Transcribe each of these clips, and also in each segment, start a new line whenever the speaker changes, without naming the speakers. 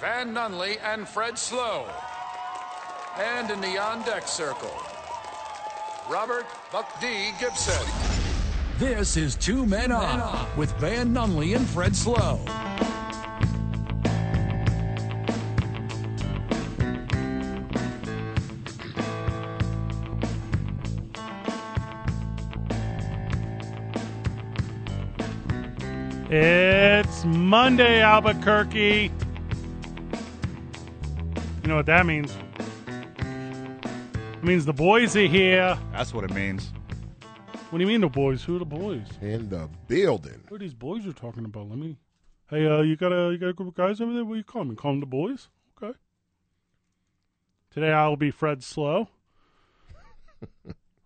Van Nunley and Fred Slow. And in the on deck circle, Robert Buck D. Gibson.
This is Two Men, on, with Van Nunley and Fred Slow.
It's Monday, Albuquerque. You know what that means? It means the boys are here.
That's what it means.
What do you mean the boys? Who are the boys?
in the building.
Who are these boys you're talking about? Let me. Hey, uh, you got a you got a group of guys over there? What do you call them? You call them the boys? Okay. Today I'll be Fred Slow.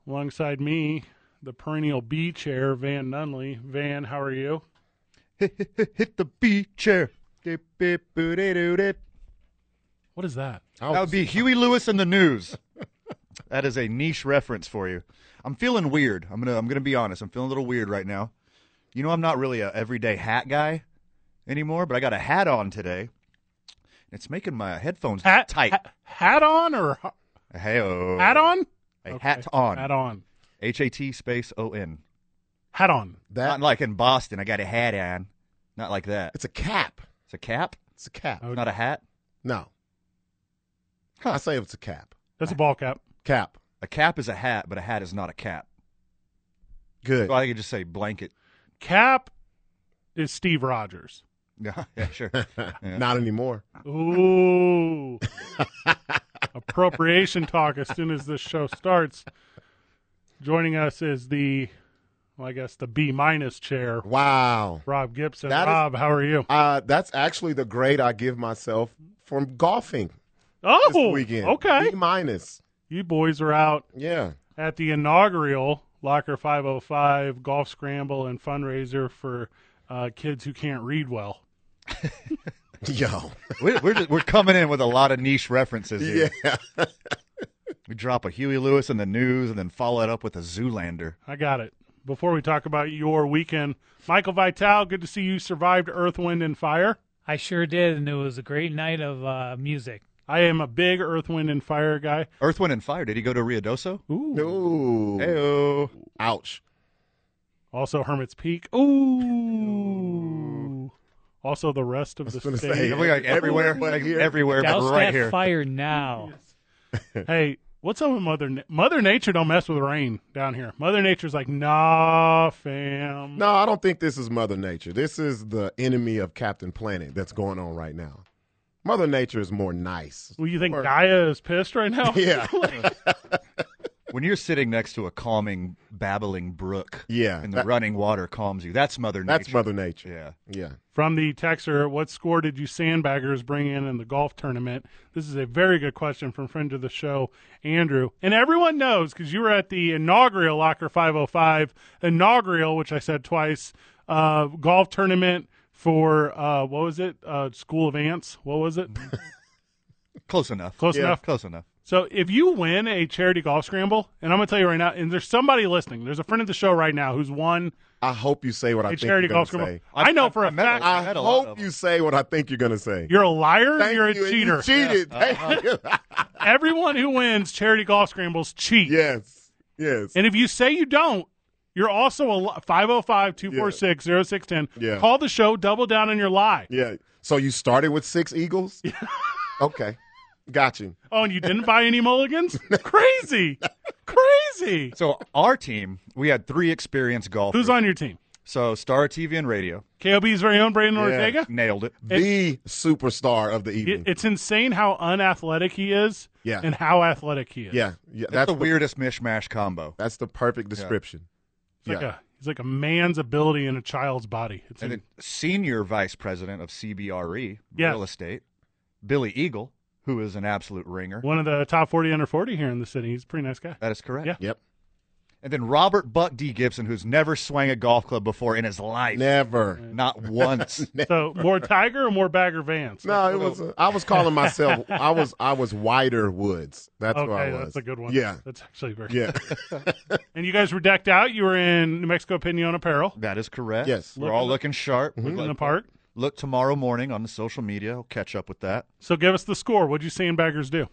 Alongside me, the perennial B chair, Van Nunley. Van, how are you?
Hit the beat chair. Dip, dip, boo, dee, doo, dip.
What is that?
Oh.
That would be Huey Lewis in the news. that is a niche reference for you. I'm feeling weird. I'm gonna I'm gonna be honest. I'm feeling a little weird right now. You know I'm not really a everyday hat guy anymore, but I got a hat on today. It's making my headphones
Hat
tight.
ha- hat on or h-
Hey-o.
hat on?
A
Okay.
hat on.
Hat on.
H A T space O N.
Hat on.
That
Not like in Boston. I got a hat on. Not like that.
it's a cap.
It's a cap.
It's a cap.
Okay.
Not a hat.
No, I say it's a cap.
That's a ball cap.
Cap.
A cap is a hat, but a hat is not a cap.
Good.
Well, I could just say blanket.
Cap is Steve Rogers.
Yeah, yeah, sure. Yeah.
Not anymore.
Ooh. Appropriation talk as soon as this show starts. Joining us is the, well, I guess the B minus chair,
Wow.
Rob Gibson.
That is-
Rob, how are you?
Uh, that's actually the grade I give myself from golfing
Oh,
this weekend.
okay.
B minus.
You boys are out
Yeah.
at the inaugural Locker 505 golf scramble and fundraiser for uh, kids who can't read well.
Yo.
we're we're, just, we're coming in with a lot of niche references here.
Yeah.
We drop a Huey Lewis in the news and then follow it up with a Zoolander.
I got it. Before we talk about your weekend, Michael Vital, good to see you survived Earth, Wind, and Fire.
I sure did, and it was a great night of uh, music.
I am a big Earth, Wind, and Fire guy.
Earth, Wind, and Fire. Did he go to Rio Doso?
Ooh.
Ooh.
Heyo.
Ouch.
Also Hermit's Peak. Ooh. Also the rest of the
gonna
state.
say,
We're like everywhere,
Everywhere
like
here.
everywhere, but
Douse
right
that
here.
fire now.
hey, what's up with Mother Na- Mother Nature? Don't mess with rain down here. Mother Nature's like, nah, fam.
No, I don't think this is Mother Nature. This is the enemy of Captain Planet that's going on right now. Mother Nature is more nice.
Well, you think
Or-
Gaia is pissed right now?
Yeah.
When you're sitting next to a calming, babbling brook,
Yeah.
and the
that-
running water calms you, that's Mother Nature.
that's Mother Nature.
Yeah.
Yeah.
From the texter, what score did you sandbaggers bring in in the golf tournament? This is a very good question from friend of the show, Andrew. And everyone knows because you were at the inaugural Locker 505, inaugural, which I said twice, uh, golf tournament for, uh, what was it? Uh, School of Ants. What was it?
Mm-hmm.
Close enough.
Close
Yeah,
enough.
Close enough.
So if you win a charity golf scramble, and I'm going to tell you right now, and there's somebody listening, there's a friend of the show right now who's won
I hope you say what I
a
think
charity
you're going
golf
to
scramble.
say.
I, know
I've-
for a
I've met a
fact
lot.
I
had a lot
hope
of
you
them.
say what I think you're going to say.
you're a liar,
Thank
you're a
you, and
cheater.
You cheated.
Uh-huh.
Thank you.
Everyone who wins charity golf scrambles cheat.
yes. Yes.
And if you say you don't, you're also a li- 505 246
Yeah.
0610. Call the show, double down on your lie.
yeah. So you started with six eagles? okay. Got you.
Oh, and you didn't buy any mulligans? Crazy. Crazy.
So our team, we had three experienced golfers.
Who's on your team?
So Star TV and radio
KOB's very own Braden Ortega?
nailed it.
the superstar of the evening.
It- it's insane how unathletic he is
Yeah.
and how athletic he is.
yeah. Yeah. That's,
That's, the weirdest mishmash combo.
That's the perfect description.
He's like,
Yeah.
a, he's like a man's ability in a child's body. It's
And
in-
then senior vice president of CBRE
Yes.
E, real estate, Billy Eagle, who is an absolute ringer.
one of the top 40 under 40 here in the city. He's a pretty nice guy.
That is correct.
Yeah.
Yep.
And then Robert Buck D. Gibson, who's never swung a golf club before in his life,
Never.
not once.
So, more Tiger or more Bagger Vance?
No, it was. uh, I was calling myself. I was. I was wider woods. That's
okay,
what I was.
that's a good one.
Yeah,
That's actually very
yeah.
And you guys were decked out. You were in New Mexico Pinion Apparel
that is correct.
Yes.
We're all looking sharp. We're
Mm-hmm. in
like-
the park.
Look tomorrow morning on the social media. I'll catch up with that.
So give us the score. What'd you sandbaggers do?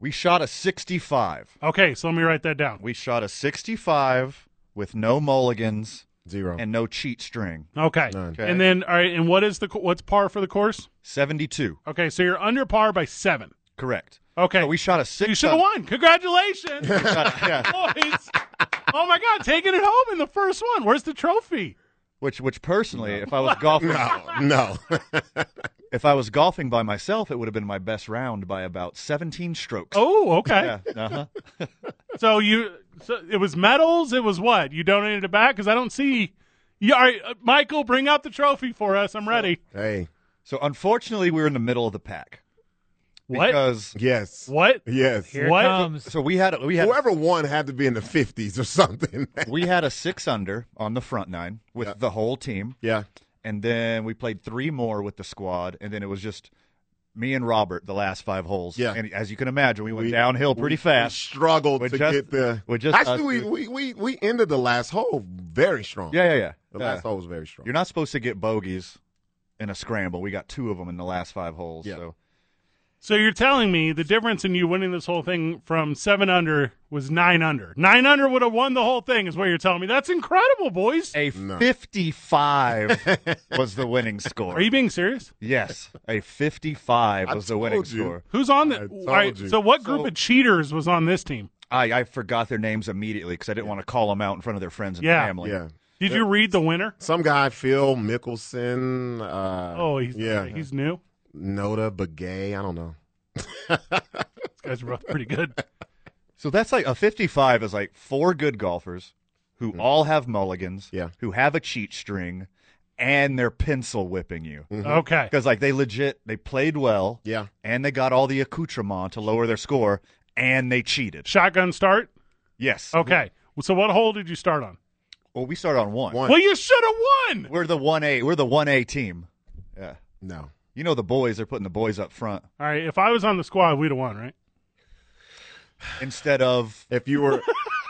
We shot a 65.
Okay, so let me write that down.
We shot a 65 with no mulligans
Zero.
and no cheat string.
Okay.
None.
Okay.
And then all right, and what is the co- what's par for the course?
72.
Okay, so you're under par by 7.
Correct.
Okay.
So we shot a 6.
you should have won. Congratulations.
yeah.
Boys. Oh my god, taking it home in the first one. Where's the trophy?
Which which personally, if I was golfing
no.
if I was golfing by myself, it would have been my best round by about 17 strokes.
Oh, okay.
Yeah. Uh-huh.
So you, so it was medals. It was what you donated it back because I don't see. Yeah, all right, uh, Michael, bring out the trophy for us. I'm ready.
hey.
So unfortunately, we were in the middle of the pack.
What?
Because
Yes.
What?
Yes.
Here
What?
it comes.
so we had a, we had
Whoever won had to be in the 50s or something.
we had a 6 under on the front nine with the whole team.
yeah.
and then we played three more with the squad, and then it was just me and Robert the last five holes.
Yeah.
and as you can imagine, we went
We-
downhill pretty
We
fast.
struggled
With
to
just-
get there.
with just us
Actually,
two.
we, we, we, we ended the last hole very strong.
yeah, yeah, yeah.
The
Yeah.
last hole was very strong.
You're not supposed to get bogeys in a scramble. We got two of them in the last five holes.
Yeah.
So
So you're telling me the difference in you winning this whole thing from seven under was nine under. Nine under would have won the whole thing, is what you're telling me. That's incredible, boys.
a 55 was the winning score.
Are you being serious?
Yes, a 55
I
was the winning
told you.
score.
Who's on
I
the?
told
All right.
you.
So what group
So-
of cheaters was on this team?
I, I forgot their names immediately because I didn't want to call them out in front of their friends and
Yeah.
family.
yeah.
Did you read the winner?
Some guy, Phil Mickelson. Uh,
Oh, he's
yeah.
he's new.
Noda Begay. I don't know.
These guys are both pretty good.
So that's like a 55 is like four good golfers who all have mulligans,
Mm-hmm. Yeah.
who have a cheat string, and they're pencil whipping you.
Okay.
Because like they legit, they played well,
Mm-hmm. Yeah.
and they got all the accoutrement to lower their score, and they cheated.
Shotgun start.
Yes.
Okay. So what hole did you start on?
Well, we start on one.
One.
Well, you should have won.
We're the one A. We're the one A team. Yeah.
No.
You know the boys. They're putting the boys up front
All right, if I was on the squad, we'd have won, right?
instead of
If you were,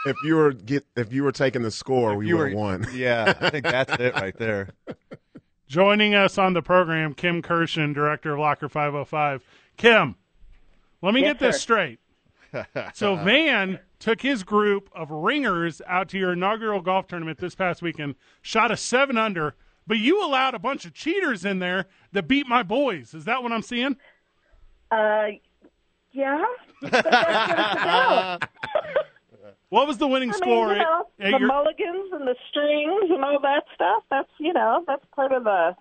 if you were get, if you were taking the score, we
you
would have
were-
won.
Yeah, I think that's it right there.
Joining us on the program, Kim Kirshen, director of Locker 505. Kim, let me
Yes,
get this
sir.
straight. So
Uh-huh.
Van took his group of ringers out to your inaugural golf tournament this past weekend, shot a seven under, but you allowed a bunch of cheaters in there that beat my boys. Is that what I'm seeing?
Uh, yeah. But that's what it's about.
What was the winning
I mean,
score?
you know,
at- at
the
your-
mulligans and the strings and all that stuff. That's you know, that's part of the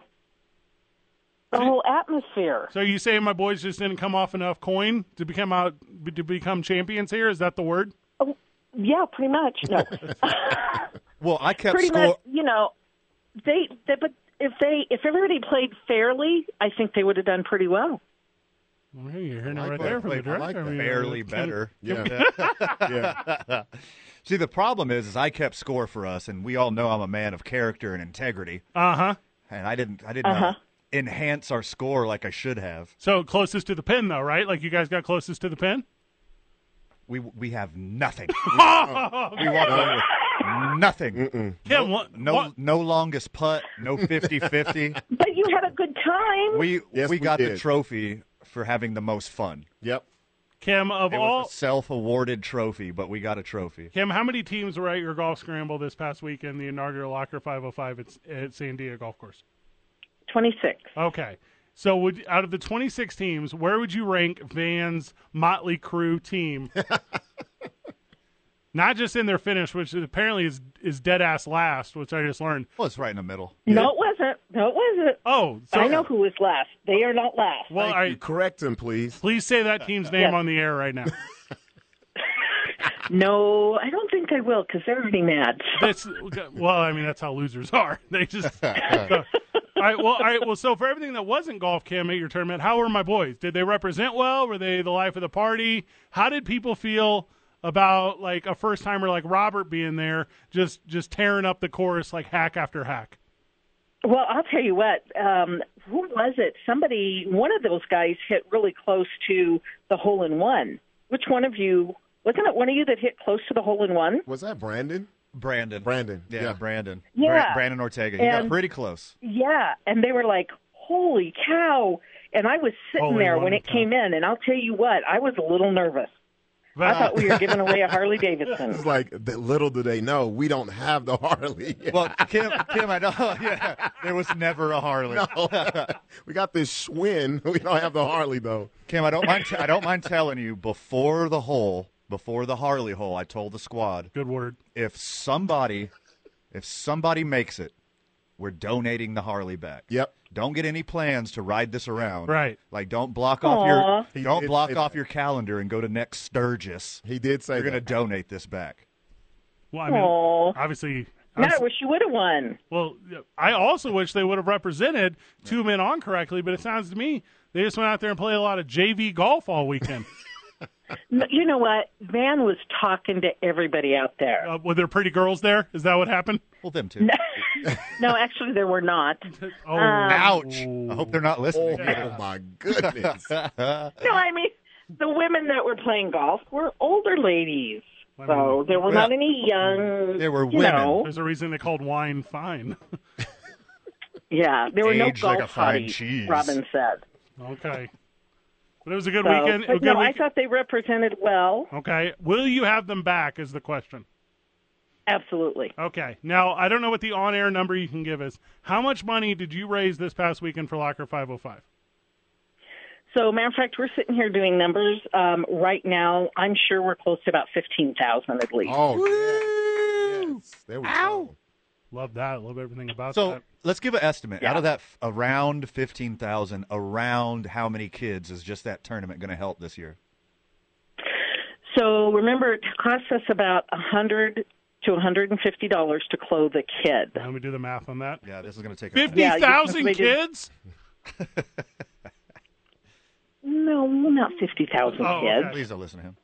the whole atmosphere.
so you saying my boys just didn't come off enough coin to become out to become champions here? Is that the word?
Oh, Yeah, pretty much. No,
Well, I kept
pretty
score.
much. You know, they, they. But if they, if everybody played fairly, I think they would have done pretty well.
Well, hey, you're hearing it
like
right
that.
there from the
Wait, I
director.
like that.
I mean,
barely
it's kinda-
better.
Yeah. yeah.
See, the problem is, is I kept score for us, and we all know I'm a man of character and integrity,
Uh huh.
and I didn't, I didn't uh, enhance our score like I should have.
So closest to the pin, though, right? Like you guys got closest to the pin.
We we have nothing. we walked away with nothing.
Yeah. what-
No
what-
no longest putt. No 50-50.
But you had a good time.
we
Yes,
we
we
got the
did.
trophy for having the most fun.
Yep.
Kim of
It
all.
was a self-awarded trophy, but we got a trophy.
Kim, how many teams were at your golf scramble this past week in the inaugural Locker 505 at, at San Diego Golf Course?
Twenty six.
Okay. So, would out of the 26 teams, where would you rank Van's Motley Crew team? Not just in their finish, which apparently is is dead ass last, which I just learned.
Well, it's right in the middle.
No, it wasn't. No, it wasn't.
Oh, so,
I know who was last. They are not last.
Well, all
Thank you.
right.
Correct him, please.
Please say that team's name
Yes.
on the air right now.
No, I don't think they will because they're already mad.
That's well, I mean, that's how losers are. They just. so- all right. Well, all right. Well, so for everything that wasn't golf cam at your tournament, how were my boys? Did they represent well? Were they the life of the party? How did people feel about like a first timer like Robert being there, just just tearing up the course like hack after hack?
Well, I'll tell you what. Um, who was it? Somebody, one of those guys hit really close to the hole in one. Which one of you? Wasn't it one of you that hit close to the hole in one?
Was that Brandon?
Brandon.
Brandon,
Yeah,
yeah.
Brandon.
Yeah.
Bra- Brandon Ortega. He got
And-
pretty close.
Yeah, and they were like, holy cow. And I was sitting
Holy
there when
one
it
cow.
came in, and I'll tell you what, I was a little nervous. I thought we were giving away a Harley
It's
Davidson.
like th- little do they know we don't have the Harley.
Well, Kim, Kim, I know. Yeah, there was never a Harley.
we got this Schwinn. We don't have the Harley though.
Kim, I don't mind. I don't mind telling you before the hole, before the Harley hole. I told the squad
Good word.
if somebody, if somebody makes it, we're donating the Harley back.
Yep.
Don't get any plans to ride this around.
Right.
Like, don't block
Aw.
off
He
your don't
did
block
say
off
that.
your calendar and go to next Sturgis.
He did say
You're going to
that.
donate this back.
Well, I mean,
Aw.
obviously. I'm
Now
s-
I wish you would have won.
Well, I also wish they would have represented two men on correctly, but it sounds to me they just went out there and played a lot of JV golf all weekend.
No, You know what? Van was talking to everybody out there.
uh, were there pretty girls there? Is that what happened?
Well, them too.
No, actually, there were not. Um,
Oh,
Ouch! I hope they're not
Oh
listening.
my goodness!
No, I mean, the women that were playing golf were older ladies. So there were not any young.
There were
you
women.
know.
there's a reason they called wine fine.
yeah, there were no
Aged like
golf
a fine
hotties,
cheese.
Robin said.
okay, but it was a good
So,
weekend. a
but
good
no, I
week-
thought they represented well.
okay, will you have them back? Is the question.
Absolutely.
Okay. Now I don't know what the on-air number you can give us. How much money did you raise this past weekend for Locker 505?
So, matter of fact, we're sitting here doing numbers um, right now. I'm sure we're close to about fifteen thousand at least.
Oh, yes. yes. There we go.
Love that. Love everything about
So
that.
let's give an estimate. Out of that, f- around fifteen thousand. Around how many kids is just that tournament going to help this year?
So, remember, it costs us about a hundred to one hundred and fifty dollars to clothe a kid.
Let me do the math on that.
Yeah, this is going to take. a
Fifty
Yeah, you
thousand
definitely did.
kids.
No, not fifty thousand
Oh,
kids.
okay.
Please don't listen to him.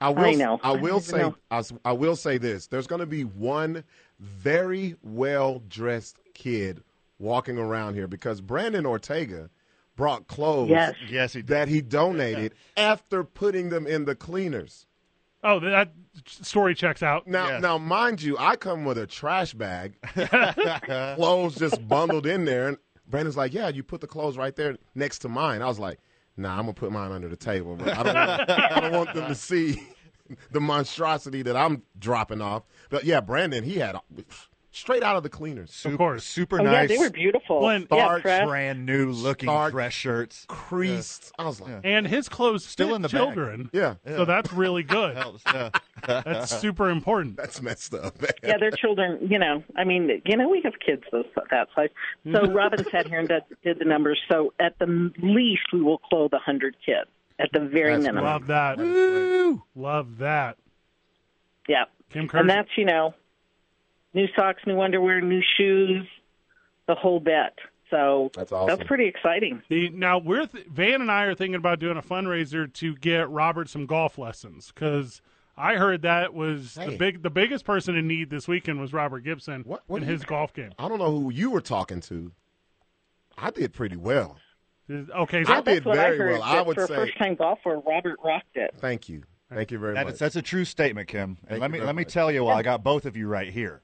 I will.
I know.
I
I
will
don't
say.
know.
I, s- I will say this. There's going to be one very well dressed kid walking around here because Brandon Ortega brought clothes
Yes.
Yes, he
that he donated after putting them in the cleaners.
Oh, that story checks out.
Now,
Yes.
now, mind you, I come with a trash bag, clothes just bundled in there, and Brandon's like, "Yeah, you put the clothes right there next to mine." I was like, "Nah, I'm gonna put mine under the table, but I don't, want, I don't want them to see the monstrosity that I'm dropping off." But yeah, Brandon, he had straight out of the cleaners,
Super,
course.
super
Oh, yeah,
nice,
they were beautiful.
Well, and-
yeah,
Starch
Fred.
brand new looking
Stark.
dress shirts.
creased. I was like, "Yeah,
And his clothes
Still
fit
in the bag.
children.
Yeah.
So that's really good.
Helps, yeah.
That's super important.
that's messed up." Man.
Yeah, their children. You know, I mean, you know, we have kids those that size. So Robin sat here and did, did the numbers. So at the least, we will clothe a hundred kids at the very
That's
minimum.
Love that. Woo! Love that.
Yeah.
Kim Kirsch.
And that's, you know, new socks, new underwear, new shoes, the whole bit. So
That's awesome.
That's pretty exciting.
The, now we're th- Van and I are thinking about doing a fundraiser to get Robert some golf lessons because I heard that was the
Hey.
big the biggest person in need this weekend was Robert Gibson
What- what
in
do you-
his golf game.
I don't know who you were talking to. I did pretty well.
Is- Okay,
I
so
did
That's what I
very
heard.
well. I
that
would
for
say,
a first-time golfer, Robert rocked it.
thank you, thank you very
That
much.
is, that's a true statement, Kim. And
Thank
let
you
me
very
let me
much.
tell you why I got both of you right here.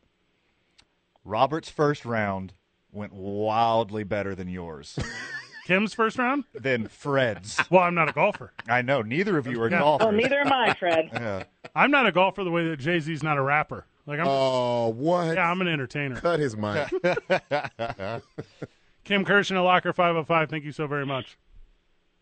Robert's first round went wildly better than yours,
Kim's first round.
than Fred's.
Well, I'm not a golfer.
I know neither of you are
Yeah.
golfers.
Well, Oh, neither am I, Fred.
I'm not a golfer the way that Jay Z's not a rapper. Like I'm,
Oh, what?
yeah, I'm an entertainer.
Cut his mic.
Kim Kirsch in a locker 505. Thank you so very much.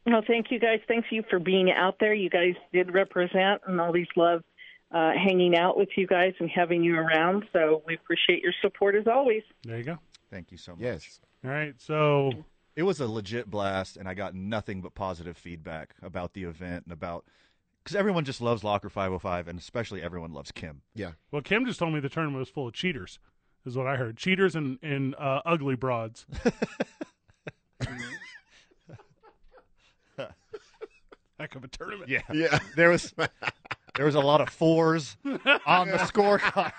Well, thank you guys. Thanks you for being out there. You guys did represent, and always love uh, hanging out with you guys and having you around. So we appreciate your support as always.
There you go.
Thank you so much.
yes.
All right, so
It was a legit blast, and I got nothing but positive feedback about the event and about because everyone just loves Locker 505, and especially everyone loves Kim.
Yeah.
well, Kim just told me the tournament was full of cheaters. Is what I heard. Cheaters and and uh, ugly broads. Heck of a tournament.
Yeah,
Yeah.
there was there was a lot of fours on the scorecard.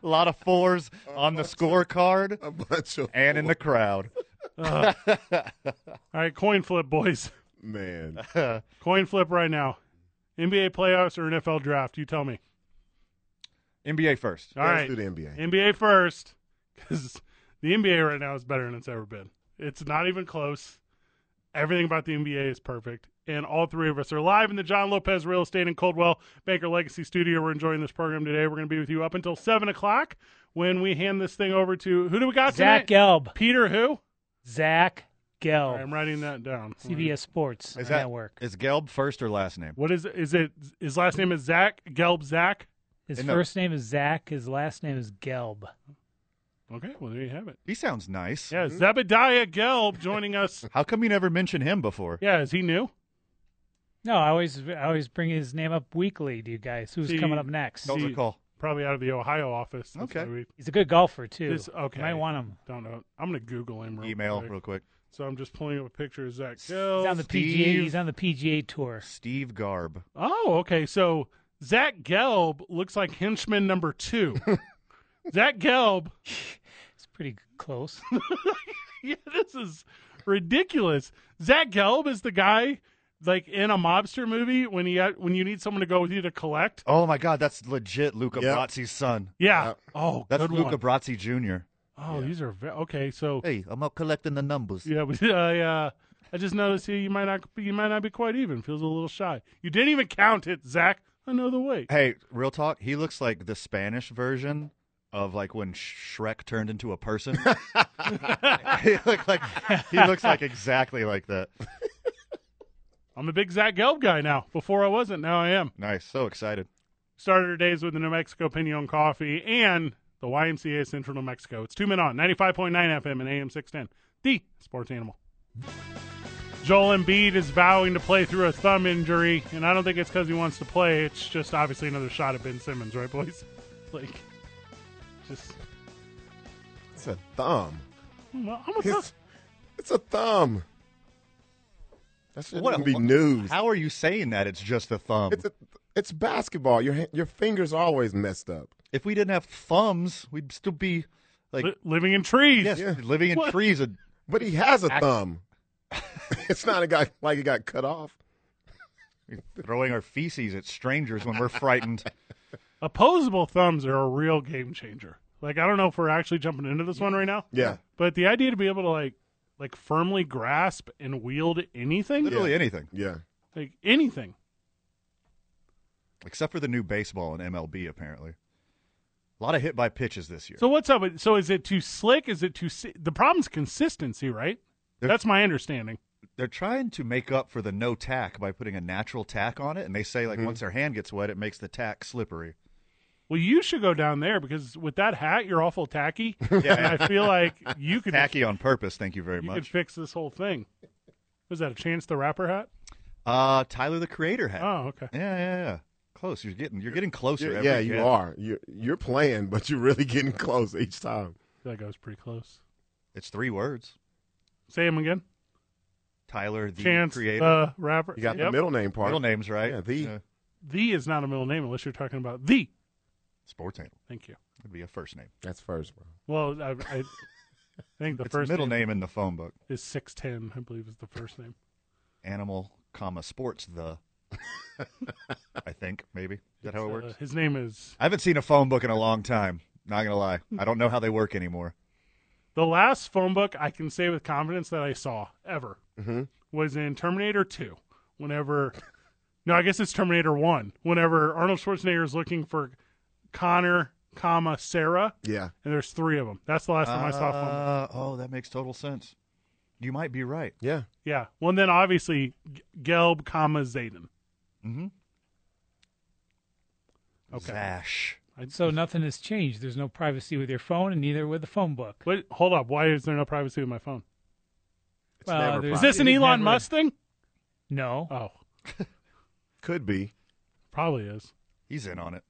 a lot of fours on the scorecard
A bunch of
and in the crowd.
Uh, All right, coin flip, boys.
man.
Coin flip right now. NBA playoffs or NFL draft? You tell me.
NBA first.
All
Let's
right,
do the NBA.
NBA first, because The NBA right now is better than it's ever been. It's not even close. Everything about the NBA is perfect. And all three of us are live in the John Lopez Real Estate and Coldwell Banker Legacy Studio. We're enjoying this program today. We're going to be with you up until 7 o'clock when we hand this thing over to who do we got
Zach
tonight?
Gelb.
Peter, who?
Zach
All right,
Gelb.
I'm writing that down.
CBS Sports
Is that
Network.
Is Gelb first or last name?
What is it? Is it his last name is Zach Gelb Zach?
His
and the-
first name is Zach. His last name is Gelb.
Okay, well there you have it.
He sounds nice.
Yeah, Zebediah Gelb joining us.
How come you never mentioned him before?
Yeah, is he new?
No, I always I always bring his name up weekly to you guys. Who's
See-
coming up next?
Don't
See-
recall.
Probably out of the Ohio office. That's
Okay.
why we
He's a good golfer too.
This- okay.
You might want him.
don't know. I'm gonna Google him. Real
Email
quick.
real quick.
So I'm just pulling up a picture of Zach
He's on
Gelb.
the
Steve.
PGA. He's on the PGA tour.
Steve Garb.
Oh, okay. So Zach Gelb looks like henchman number two. Zach Gelb.
It's pretty close.
Yeah, this is ridiculous. Zach Gelb is the guy like in a mobster movie when he uh, when you need someone to go with you to collect.
Oh my God, that's legit Luca
Yep.
Brazzi's son.
Yeah.
Yep.
Oh,
That's
good
Luca
one.
Brazzi Jr.
Oh, these are ve- okay. So
Hey, I'm up collecting the numbers.
yeah, we, I uh, I just noticed here you might not you might not be quite even. Feels a little shy. You didn't even count it, Zach. I know the weight.
Hey, real talk. He looks like the Spanish version of like when Sh- Shrek turned into a person. he looked like he looks like exactly like that.
I'm a big Zach Gelb guy now. Before I wasn't, now I am.
Nice. So excited.
Started our days with the New Mexico Pinon Coffee and the YMCA Central New Mexico. It's two men on 95.9 FM and AM 610. The sports animal. Joel Embiid is vowing to play through a thumb injury, and I don't think it's because he wants to play. It's just obviously another shot at Ben Simmons, right, boys? Like, just
It's a thumb.
well, I'm a tough.
It's, it's a thumb. That shouldn't
What a-
even be news.
How are you saying that? It's just a thumb.
It's a, it's basketball. Your ha- your fingers are always messed up.
if we didn't have thumbs, we'd still be like
Li- living in trees.
yes,
Yeah.
living in
What?
trees. And
But he has a
Act-
thumb. it's not a guy like it got cut off.
throwing our feces at strangers when we're frightened.
Opposable thumbs are a real game changer. Like, I don't know if we're actually jumping into this one right now.
Yeah.
But the idea to be able to like like firmly grasp and wield anything,
Literally anything
Yeah.
like anything.
except for the new baseball in MLB. Apparently, a lot of hit by pitches this year.
So what's up? with- So is it too slick? Is it too? Si- the problem's consistency, right?
There's-
That's my understanding.
They're trying to make up for the no tack by putting a natural tack on it, and they say
Mm-hmm.
like once their hand gets wet, it makes the tack slippery.
Well, you should go down there because with that hat, you're awful tacky.
Yeah,
and I feel like you could
tacky on purpose. Thank you very
you could
much.
fix this whole thing. Was that a chance the rapper hat?
Uh, Tyler the Creator hat.
Oh, okay.
Yeah, yeah, yeah. Close. You're getting you're getting closer.
You're-
every
yeah, you
game.
are. You're, you're playing, but you're really getting close each time.
I feel like I was pretty close.
It's three words.
Say him again.
Tyler the
chance
Creator.
the rapper.
You got the
Yep.
middle name part.
Middle name's right.
Yeah, the-
The is not a middle name unless you're talking about the.
sports name.
Thank you.
It'd be a first name.
That's first, bro.
Well, I, I think the
it's
first
middle
name
name. in the phone book.
is six ten. I believe is the first name.
Animal, comma sports the. I think maybe is that how it
Uh,
works.
his name is
I haven't seen a phone book in a long time. Not gonna lie, I don't know how they work anymore.
the last phone book I can say with confidence that I saw ever
Mm-hmm.
was in Terminator Two. Whenever, no, I guess it's Terminator One. Whenever Arnold Schwarzenegger is looking for Connor, comma Sarah,
Yeah.
and there's three of them. That's the last time I saw a phone. book.
Uh, oh, that makes total sense. You might be right.
Yeah.
Yeah. Well, and then obviously G- Gelb, comma Zayden.
Mm-hmm.
Okay.
Zash.
so nothing has changed. There's no privacy with your phone, and neither with the phone book.
Wait, hold up. Why is there no privacy with my phone?
It's
Well,
never
there's-
Is
private.
this an
It
Elon
never-
Musk thing?
No.
Oh,
Could be.
probably is.
He's in on it.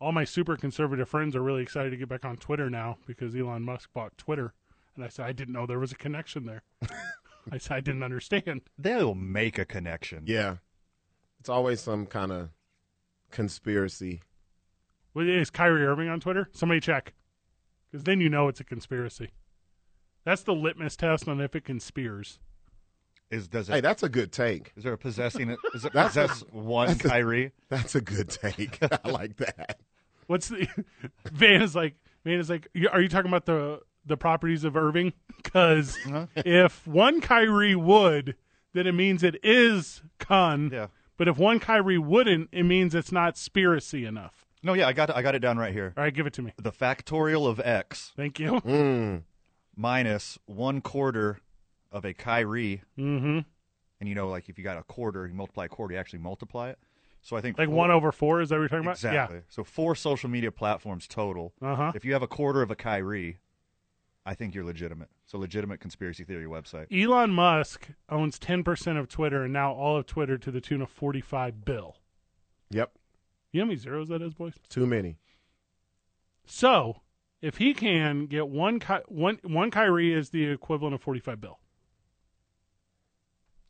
all my super conservative friends are really excited to get back on Twitter now because Elon Musk bought Twitter. And I said, I didn't know there was a connection there. I said, I didn't understand.
They'll make a connection.
Yeah. It's always some kind of conspiracy.
Well, Is Kyrie Irving on Twitter? Somebody check. Because then you know it's a conspiracy. That's the litmus test on if it conspires.
Is does it?
Hey, that's a good take.
is there a possessing? it- Is it
That's a-
possess one
that's a-
Kyrie?
That's a good take. I like that.
What's the Van is like? Van is like, "You- are you talking about the the properties of Irving because
Uh-huh.
if one Kyrie would, then it means it is Kun.
Yeah.
But if one Kyrie wouldn't, it means it's not spiracy enough.
No, yeah, I got I got it down right here.
All right, give it to me.
The factorial of x
Thank you.
Mm.
minus one quarter of a Kyrie,
Mm-hmm.
and you know, like if you got a quarter, you multiply a quarter, you actually multiply it. So I think
Like
four-
one over four is that what you're talking about?
exactly. So four social media platforms total.
Yeah. Uh huh.
If you have a quarter of a Kyrie, I think you're legitimate. So legitimate conspiracy theory website.
Elon Musk owns 10% of Twitter and now all of Twitter to the tune of 45 bill.
Yep,
You know how many zeros that is, boys?
too many.
So, if he can get one Ky- one one Kyrie is the equivalent of 45 bill.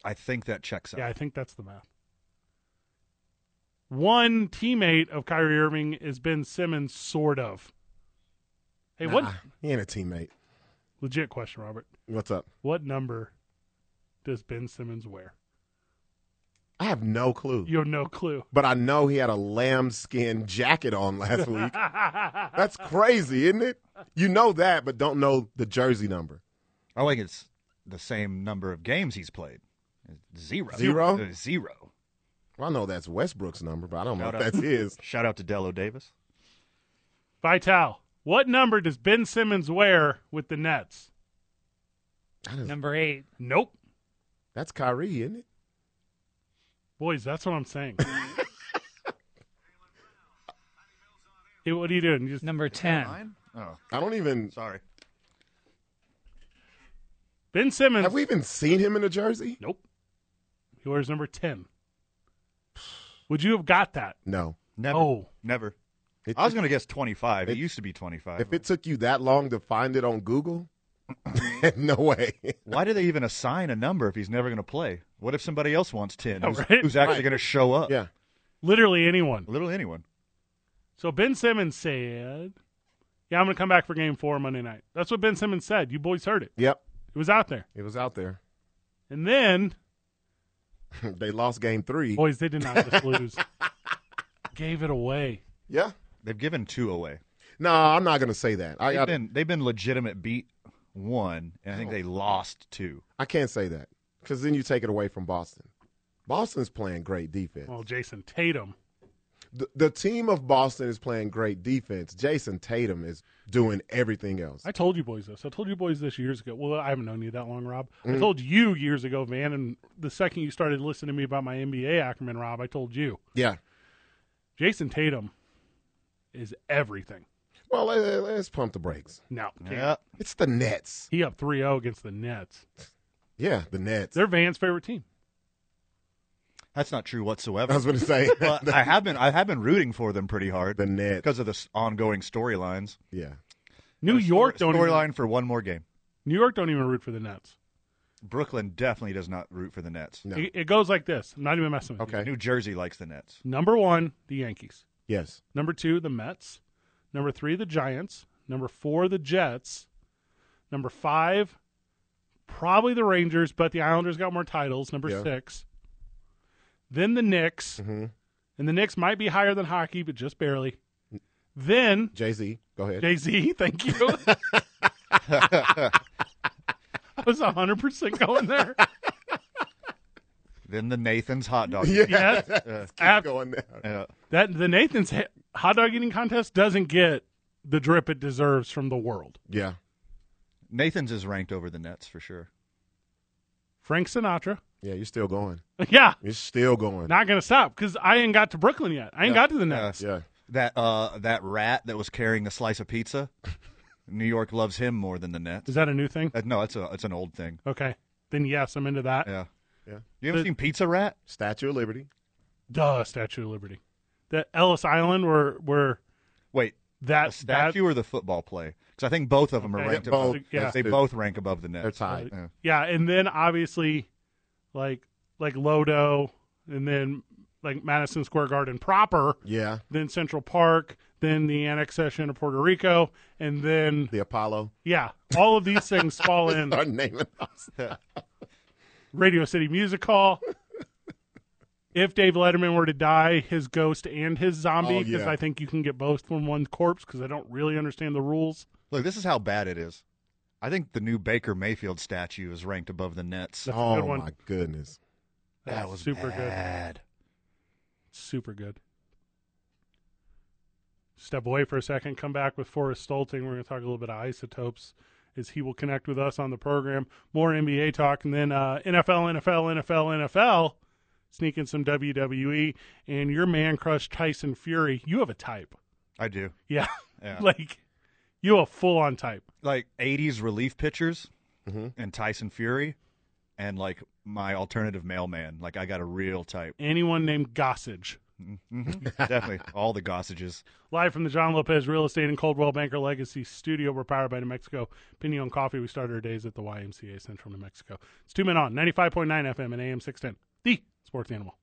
I think that checks out.
Yeah, I think that's the math. One teammate of Kyrie Irving is Ben Simmons, sort of. Hey, what
Nah, He ain't a teammate.
legit question, Robert?
What's up?
What number does Ben Simmons wear?
I have no clue.
You have no clue.
But I know he had a lambskin jacket on last week. That's crazy, isn't it? You know that, but don't know the jersey number.
I think it's the same number of games he's played. Zero.
Zero?
Uh, Zero.
Well, I know that's Westbrook's number, but I don't know
Shout
if
out.
that's his.
Shout out to Dello Davis.
Vital, what number does Ben Simmons wear with the Nets?
That is,
Number eight.
Nope.
that's Kyrie, isn't it?
Boys, that's what I'm saying. hey, what are you doing? You just
Number ten.
Mine? Oh,
I don't even.
sorry.
Ben Simmons.
Have we even seen him in a jersey?
Nope. He wears number ten. Would you have got that?
No.
Never.
Oh.
Never.
It
I was
took-
going to guess 25. It,
it-
used to be 25.
if it took you that long to find it on Google, no way.
Why do they even assign a number if he's never going to play? What if somebody else wants 10?
Yeah,
who's,
right.
who's actually going to show up?
yeah.
Literally anyone.
Literally anyone.
So Ben Simmons said, "Yeah, I'm going to come back for Game Four Monday night." That's what Ben Simmons said. You boys heard it.
Yep.
It was out there.
It was out there.
And then,
they lost game three.
boys, they did not just lose. Gave it away.
Yeah.
They've given two away.
No, I'm not going to say that. I,
They've
I,
been, they've been legitimate beat one, and I think they lost two.
Oh. I can't say that because then you take it away from Boston. Boston's playing great defense.
Well, Jason Tatum.
the, the team of Boston is playing great defense. Jason Tatum is doing everything else.
I told you boys this. I told you boys this years ago. Well, I haven't known you that long, Rob. I told you years ago, man. And the second you started listening to me about my NBA acumen, Rob, I told you
yeah.
Jason Tatum is everything.
Well, let, us pump the brakes.
No, can't.
Yeah.
It's the Nets.
he up 3-0 against the Nets.
Yeah, the Nets.
They're Van's favorite team.
That's not true whatsoever.
I was going to say
but I have been I have been rooting for them pretty hard
the Nets.
because of this ongoing storylines.
Yeah.
New York don't even,
storyline for one more game.
New York don't even root for the Nets.
Brooklyn definitely does not root for the Nets.
No.
It, it goes like this. I'm not even messing with
Okay.
New Jersey likes the Nets.
you. Number one, the Yankees.
Yes.
Number two, the Mets. Number three, the Giants. Number four, the Jets. Number five, probably the Rangers, but the Islanders got more titles. Number
Yeah.
six. Then the Knicks.
Mhm.
And the Knicks might be higher than hockey, but just barely. Then
Jay Z, go ahead.
Jay Z, thank you. I was 100% going there.
Then the Nathan's hot dog.
yeah.
Yes. Ab-
going there.
Yeah.
that, the Nathan's ha- hot dog eating contest doesn't get the drip it deserves from the world.
Yeah.
Nathan's is ranked over the Nets for sure.
Frank Sinatra.
Yeah, you're still going.
yeah,
You're still going.
not going to stop because I ain't got to Brooklyn yet. I ain't got to the Nets.
yeah.
That uh that rat that was carrying the slice of pizza. New York loves him more than the Nets.
Is that a new thing?
Uh, no, it's a it's an old thing.
Okay. Then yes, I'm into that.
Yeah.
Yeah.
You ever
The-
seen Pizza Rat?
Statue of Liberty.
Duh, Statue of Liberty. The Ellis Island where where
Wait,
that
the statue or the football play? Because I think both of them are
Okay.
ranked
Yeah,
above.
both.
Yeah.
They both rank above the
They're
Nets.
tied.
Yeah.
that- Uh, yeah, and then obviously like like Lodo and then like Madison Square Garden proper,
Yeah.
then Central Park, then the annexation of Puerto Rico, and then
The Apollo.
yeah, all of these things fall in
Start naming us.
Radio City Music Hall. if Dave Letterman were to die, his ghost and his zombie,
Oh,
because
yeah.
I think you can get both from one corpse, because I don't really understand the rules.
Look, this is how bad it is. I think the new Baker Mayfield statue is ranked above the Nets.
That's a
oh
good one.
my goodness.
That's
that was
super good.
bad.
Super good. Step away for a second. Come back with Forrest Stolting. We're going to talk a little bit of isotopes as he will connect with us on the program. More NBA talk and then uh, NFL, NFL, NFL, NFL. Sneak in some WWE and your man crush Tyson Fury. You have a type.
I do.
Yeah.
Yeah.
like, you a full on type.
Like 80s relief pitchers
Mm-hmm.
and Tyson Fury and like my alternative mailman. Like I got a real type.
Anyone named Gossage.
Definitely all the gossages.
Live from the John Lopez Real Estate and Coldwell Banker Legacy Studio. We're powered by New Mexico Pinion Coffee. We start our days at the YMCA Central New Mexico. It's two men on 95.9 FM and AM 610. The Sports Animal.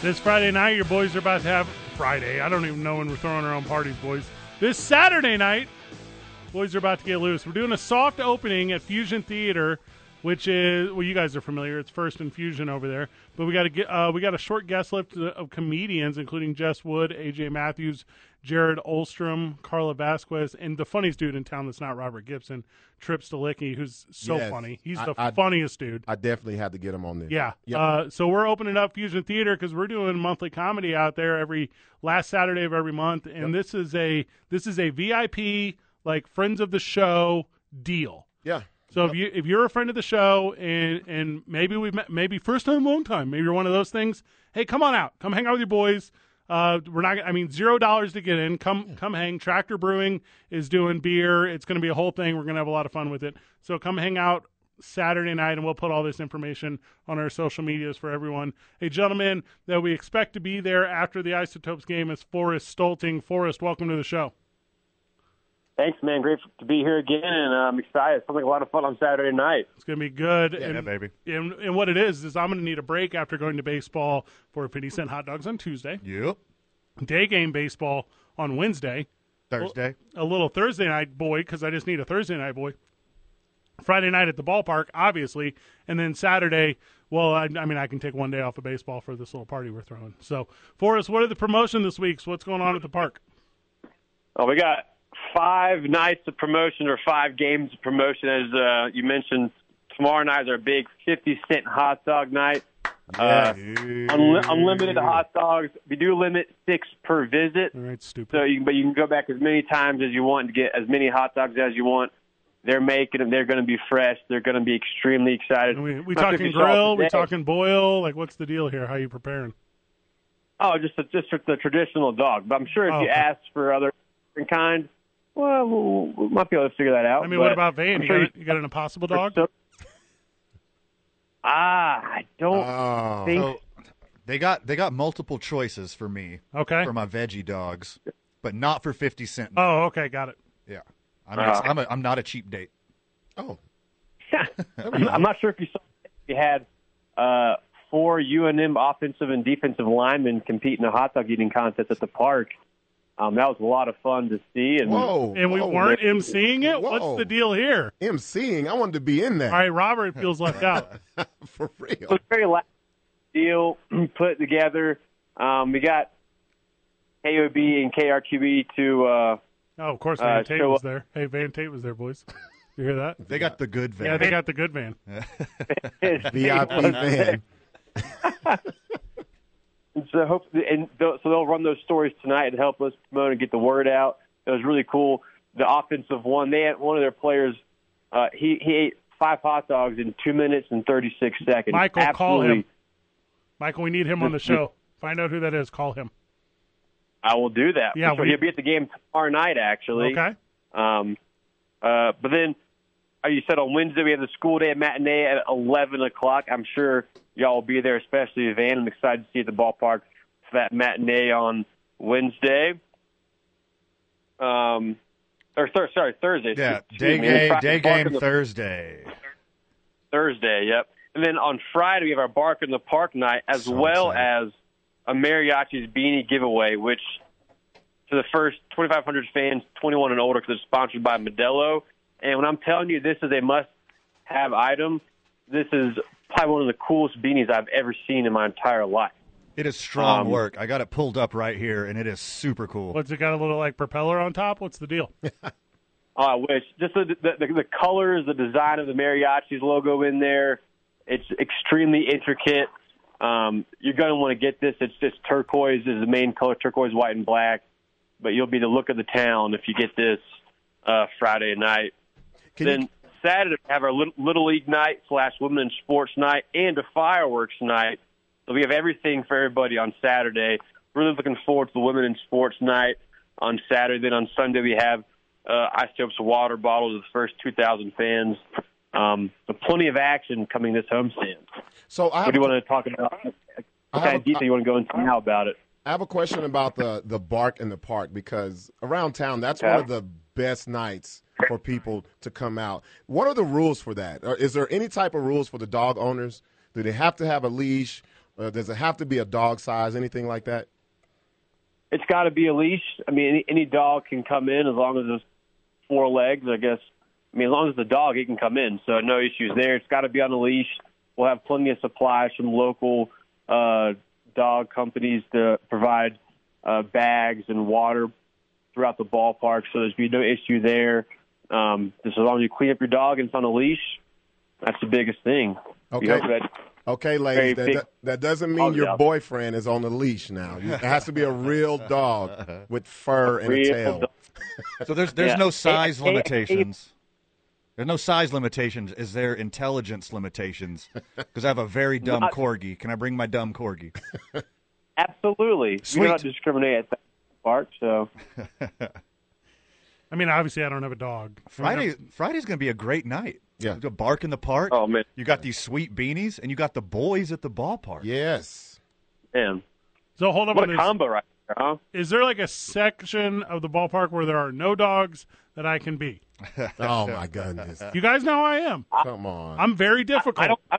This Friday night, your boys are about to have Friday. I don't even know when we're throwing our own parties, boys. This Saturday night, boys are about to get loose. We're doing a soft opening at Fusion Theater, which is well, you guys are familiar. It's First and Fusion over there. But we got to get uh, we got a short guest list of comedians, including Jess Wood, AJ Matthews, Jared Olstrom, Carla Vasquez, and the funniest dude in town that's not Robert Gibson, Trips Stalicki, who's so
Yes.
funny. He's
I-
the
I-
funniest dude.
I definitely had to get him on there.
Yeah.
Yep.
Uh, so we're opening up Fusion Theater because we're doing monthly comedy out there every last Saturday of every month, and this is a this is a VIP like friends of the show deal.
yeah.
So if you if you're a friend of the show and and maybe we've met maybe first time long time maybe you're one of those things hey come on out come hang out with your boys uh we're not I mean zero dollars to get in come come hang Tractor Brewing is doing beer it's going to be a whole thing we're going to have a lot of fun with it so come hang out Saturday night and we'll put all this information on our social medias for everyone a gentleman that we expect to be there after the Isotopes game is Forrest Stolting Forrest welcome to the show
Thanks, man. Great to be here again, and uh, I'm excited. Sounds like a lot of fun on Saturday night.
it's going to be good
Yeah,
and
baby.
And, and what it is is I'm going to need a break after going to baseball for 50 cent hot dogs on Tuesday,
Yep.
day game baseball on Wednesday,
Thursday.
a little Thursday night boy because I just need a Thursday night boy. Friday night at the ballpark, obviously, and then Saturday. Well, I, I mean, I can take one day off of baseball for this little party we're throwing. So, Forrest, what are the promotion this week? So what's going on at the park?
Oh, we got five nights of promotion or five games of promotion, as uh, you mentioned. Tomorrow night is our big 50 cent hot dog night. Uh, unli- unlimited hot dogs. We do limit six per visit.
All right, stupid.
So you, but you can go back as many times as you want to get as many hot dogs as you want. They're making them. They're going to be fresh. They're going to be extremely excited.
And we we
Not sure if
talking
you saw it
grill? We
today.
talking boil? Like, what's the deal here? How you preparing?
Oh, just the, just the traditional dog. But I'm sure if
Oh,
you
okay.
asked for other different kinds, well, we we might be able to figure that out.
I mean,
But
what about Van?
I'm
You
sure
got, you got an impossible dog?
so- ah, I don't
Oh.
think.
So they got they got multiple choices for me
Okay.
for my veggie dogs, but not for 50 cent.
Oh, okay, got it.
yeah. I'm,
Uh-huh.
not, I'm, a, I'm not a cheap date.
Oh.
I'm, I'm not sure if you saw. We had uh, four UNM offensive and defensive linemen compete in a hot dog eating contest at the park. Um, that was a lot of fun to see. And
Whoa.
and we
whoa.
weren't emceeing it. What's
Whoa.
the deal here?
MCing. I wanted to be in
All
that
right, Robert feels left out.
for
it
real.
was a very last deal put together. Um, we got KOB and KRQB to. Uh,
Oh, of course, Van
Uh,
Tate
so-
was there. Hey, Van Tate was there, boys. You hear that?
They got the good veg.
Yeah, they got the good van.
VIP fan.
And so hope and th- so they'll run those stories tonight and help us promote and get the word out. It was really cool. The offensive one, they had one of their players. Uh, he he ate five hot dogs in two minutes and thirty six seconds.
Michael, call
Absolutely.
him. Michael, we need him on the show. Find out who that is. Call him.
I will do that.
Yeah,
so
we-
he'll be at the game tomorrow night, actually.
Okay.
Um, uh, but then, uh, you said on Wednesday we have the school day matinee at 11 o'clock. I'm sure y'all will be there, especially Van. I'm excited to see you at the ballpark for that matinee on Wednesday. Um, or thir- sorry, Thursday.
Yeah,
excuse
day
me. Friday,
game, day
Bark
game
in the
Thursday.
Thursday. Yep. And then on Friday we have our Bark in the Park night, as
So
well
excited.
as a mariachi's beanie giveaway, which to the first 2,500 fans, 21 and older, because it's sponsored by Modelo. And when I'm telling you, this is a must-have item. This is probably one of the coolest beanies I've ever seen in my entire life.
It is strong
Um,
work. I got it pulled up right here, and it is super cool.
What's it got? A little like propeller on top. What's the deal?
Oh, I wish. Just the, the the colors, the design of the mariachis logo in there. It's extremely intricate. Um, you're going to want to get this. It's just turquoise is the main color, turquoise, white, and black. But you'll be the look of the town if you get this uh, Friday night.
Can
then
you,
Saturday we have our little, little league night slash women in sports night and a fireworks night. So we have everything for everybody on Saturday. Really looking forward to the women in sports night on Saturday. Then on Sunday we have uh, isotopes of water bottles of the first 2,000 fans. Um, so plenty of action coming this homestand.
so I
What
have,
do you
a-
want to talk about? What
have
kind of
a-
detail you want to go into now about it?
I have a question about the the bark in the park because around town that's one
Yeah.
of the best nights for people to come out. What are the rules for that? Or Is there any type of rules for the dog owners? Do they have to have a leash? Uh, does it have to be a dog size? Anything like that?
it's got to be a leash. I mean, any, any dog can come in as long as there's four legs, I guess. I mean, as long as the dog, he can come in, so no issues there. It's got to be on a leash. We'll have plenty of supplies from local uh, dog companies to provide uh, bags and water throughout the ballpark, so there's be no issue there. Um, just as long as you clean up your dog and it's on a leash, that's the biggest thing.
Okay.
You hope that
Okay, ladies,
Very
that,
big-
that, that doesn't
Oh,
mean your
yeah.
boyfriend is on the leash now. You- It has to be a real dog with fur and a
real
tail.
dog.
So there's there's
Yeah.
no size
Hey, hey, hey.
limitations. There's no size limitations. Is there intelligence limitations? Because I have a very dumb corgi. Can I bring my dumb corgi?
absolutely. We
Sweet.
don't discriminate at that part, so.
I mean, obviously, I don't have a dog.
Friday Friday's gonna be a great night.
Yeah.
You go bark in the park.
Oh, man.
You got these sweet beanies, and you got the boys at the ballpark.
Yes.
Damn.
So hold up
What
on
a
this.
combo right there, huh?
Is there like a section of the ballpark where there are no dogs that I can be?
Oh my goodness.
You guys know how I am.
Come on.
I'm very difficult.
I don't. I,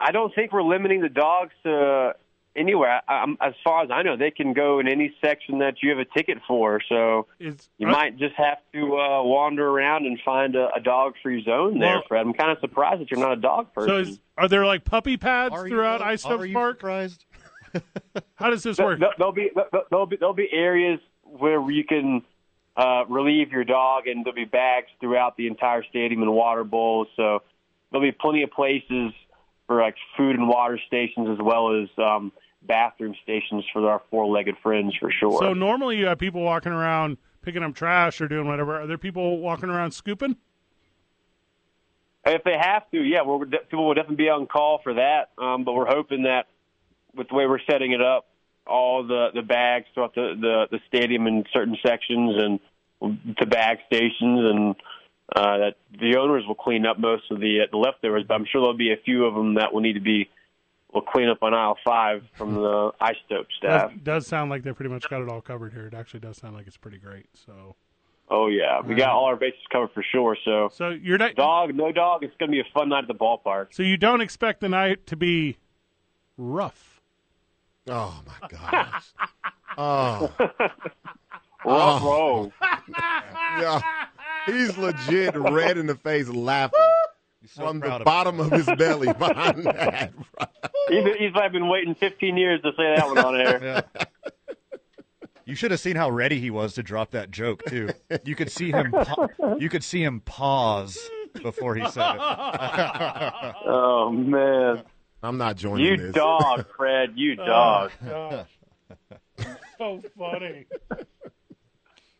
I don't think we're limiting the dogs to anywhere. I, I'm, as far as I know, they can go in any section that you have a ticket for. So
Is-
you might just have to uh, wander around and find a, a dog-free zone there,
Well-
Fred. I'm kind of surprised that you're not a dog person.
so is, are there like puppy pads
Are you-
throughout
are
Ice Tubs
you
Park?
surprised?
How does this
There-
work?
there- there'll be there- there'll be there'll be areas where you can uh, relieve your dog, and there'll be bags throughout the entire stadium and water bowls. So there'll be plenty of places for like food and water stations, as well as um, bathroom stations for our four-legged friends for sure.
So normally you have people walking around picking up trash or doing whatever. Are there people walking around scooping?
if they have to, yeah, we're, people will definitely be on call for that. Um, but we're hoping that with the way we're setting it up, all the, the bags throughout the, the, the stadium in certain sections and to bag stations, and uh, that the owners will clean up most of the, uh, the leftovers. But I'm sure there'll be a few of them that will need to be will clean up on aisle five from the isotope staff.
Does, does sound like they pretty much got it all covered here. It actually does sound like it's pretty great. So,
Oh yeah, we got all our bases covered for sure. So
so you're not,
dog, no dog, it's going to be a fun night at the ballpark.
so you don't expect the night to be rough.
Oh my gosh. Oh.
Roll,
Oh.
roll.
Yeah. He's legit red in the face laughing
so
from
proud
the
of
bottom of his belly behind that. bro.
He's, he's like been waiting 15 years to say that one on air.
You should have seen how ready he was to drop that joke too. You could see him. Pa- you could see him pause before he said it.
Oh man,
I'm not joining
you
this.
dog, Fred, you dog.
so funny.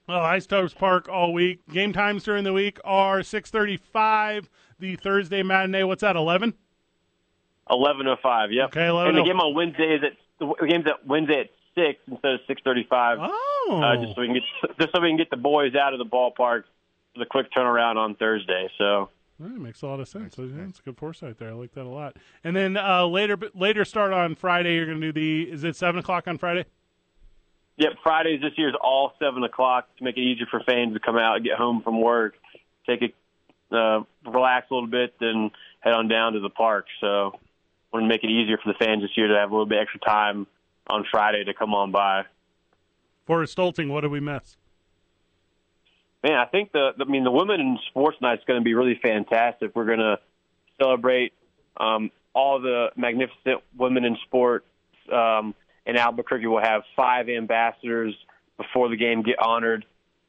Well, Ice Tubs Park all week. Game times during the week are six thirty-five. The Thursday matinee. What's that? Eleven.
11:05. Yep.
Okay,
And
oh
the
11:05.
game on Wednesday is at the game's at Wednesday at six instead of 6:35.
Oh,
Uh, just so we can get just so we can get the boys out of the ballpark for the quick turnaround on Thursday. So
Well, That makes a lot of sense. That's, that's good foresight there. I like that a lot. And then uh, later, later start on Friday. You're going to do the. Is it seven o'clock on Friday?
Yep, Fridays this year is all seven o'clock to make it easier for fans to come out and get home from work, take a uh, relax a little bit, then head on down to the park. So, want to make it easier for the fans this year to have a little bit extra time on Friday to come on by.
For Stolting, what did we miss?
Man, I think the I mean the women in sports night is going to be really fantastic. We're going to celebrate um, all the magnificent women in sports um, in Albuquerque. We'll have five ambassadors before the game get honored,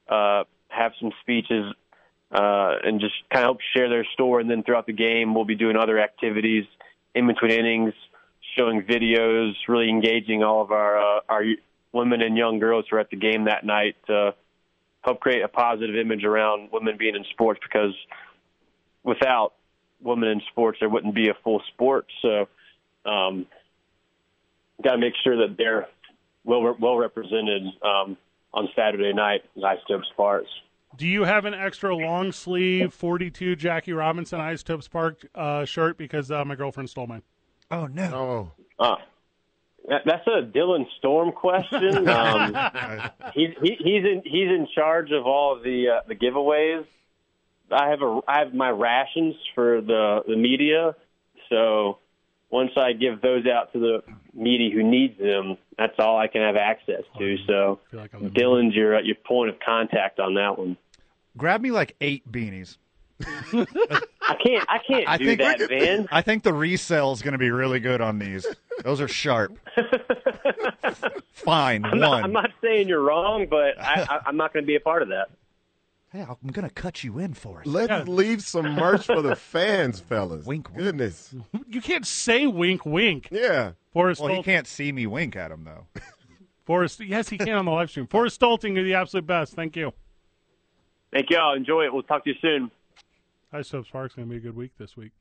uh, have some speeches uh, and just kind of help share their story. And then throughout the game, we'll be doing other activities in between innings, showing videos, really engaging all of our uh, our women and young girls who are at the game that night to help create a positive image around women being in sports because without women in sports, there wouldn't be a full sport. So, um, got to make sure that they're well well represented um, on Saturday night at Isotopes Park.
Do you have an extra long sleeve 42 Jackie Robinson Isotopes Park uh, shirt? Because uh, my girlfriend stole mine.
Oh no!
Oh,
Uh, that, that's a Dylan Storm question. Um, he, he, he's in he's in charge of all of the uh, the giveaways. I have a I have my rations for the the media. So once I give those out to the media who needs them, that's all I can have access
Oh,
to. So
feel like I'm-
Dylan's your uh, your point of contact on that one.
Grab me like eight beanies.
I can't I can't
I
do
think
that,
we're-
Van.
I think the resell's going to be really good on these. Those are sharp. Fine,
I'm
one.
not, I'm not saying you're wrong, but I, I, I'm not going to be a part of that.
Hey, I'm going to cut you in for it.
let's leave some merch for the fans, fellas.
Wink, wink.
Goodness,
You can't say wink, wink.
yeah.
Forrest,
Well, he
Stolt-
can't see me wink at him though.
Forrest, yes, he can on the live stream. Forrest Stolting, you're the absolute best. Thank you.
Thank y'all. Enjoy it. We'll talk to you soon.
Isotopes Park's going to be a good week this week.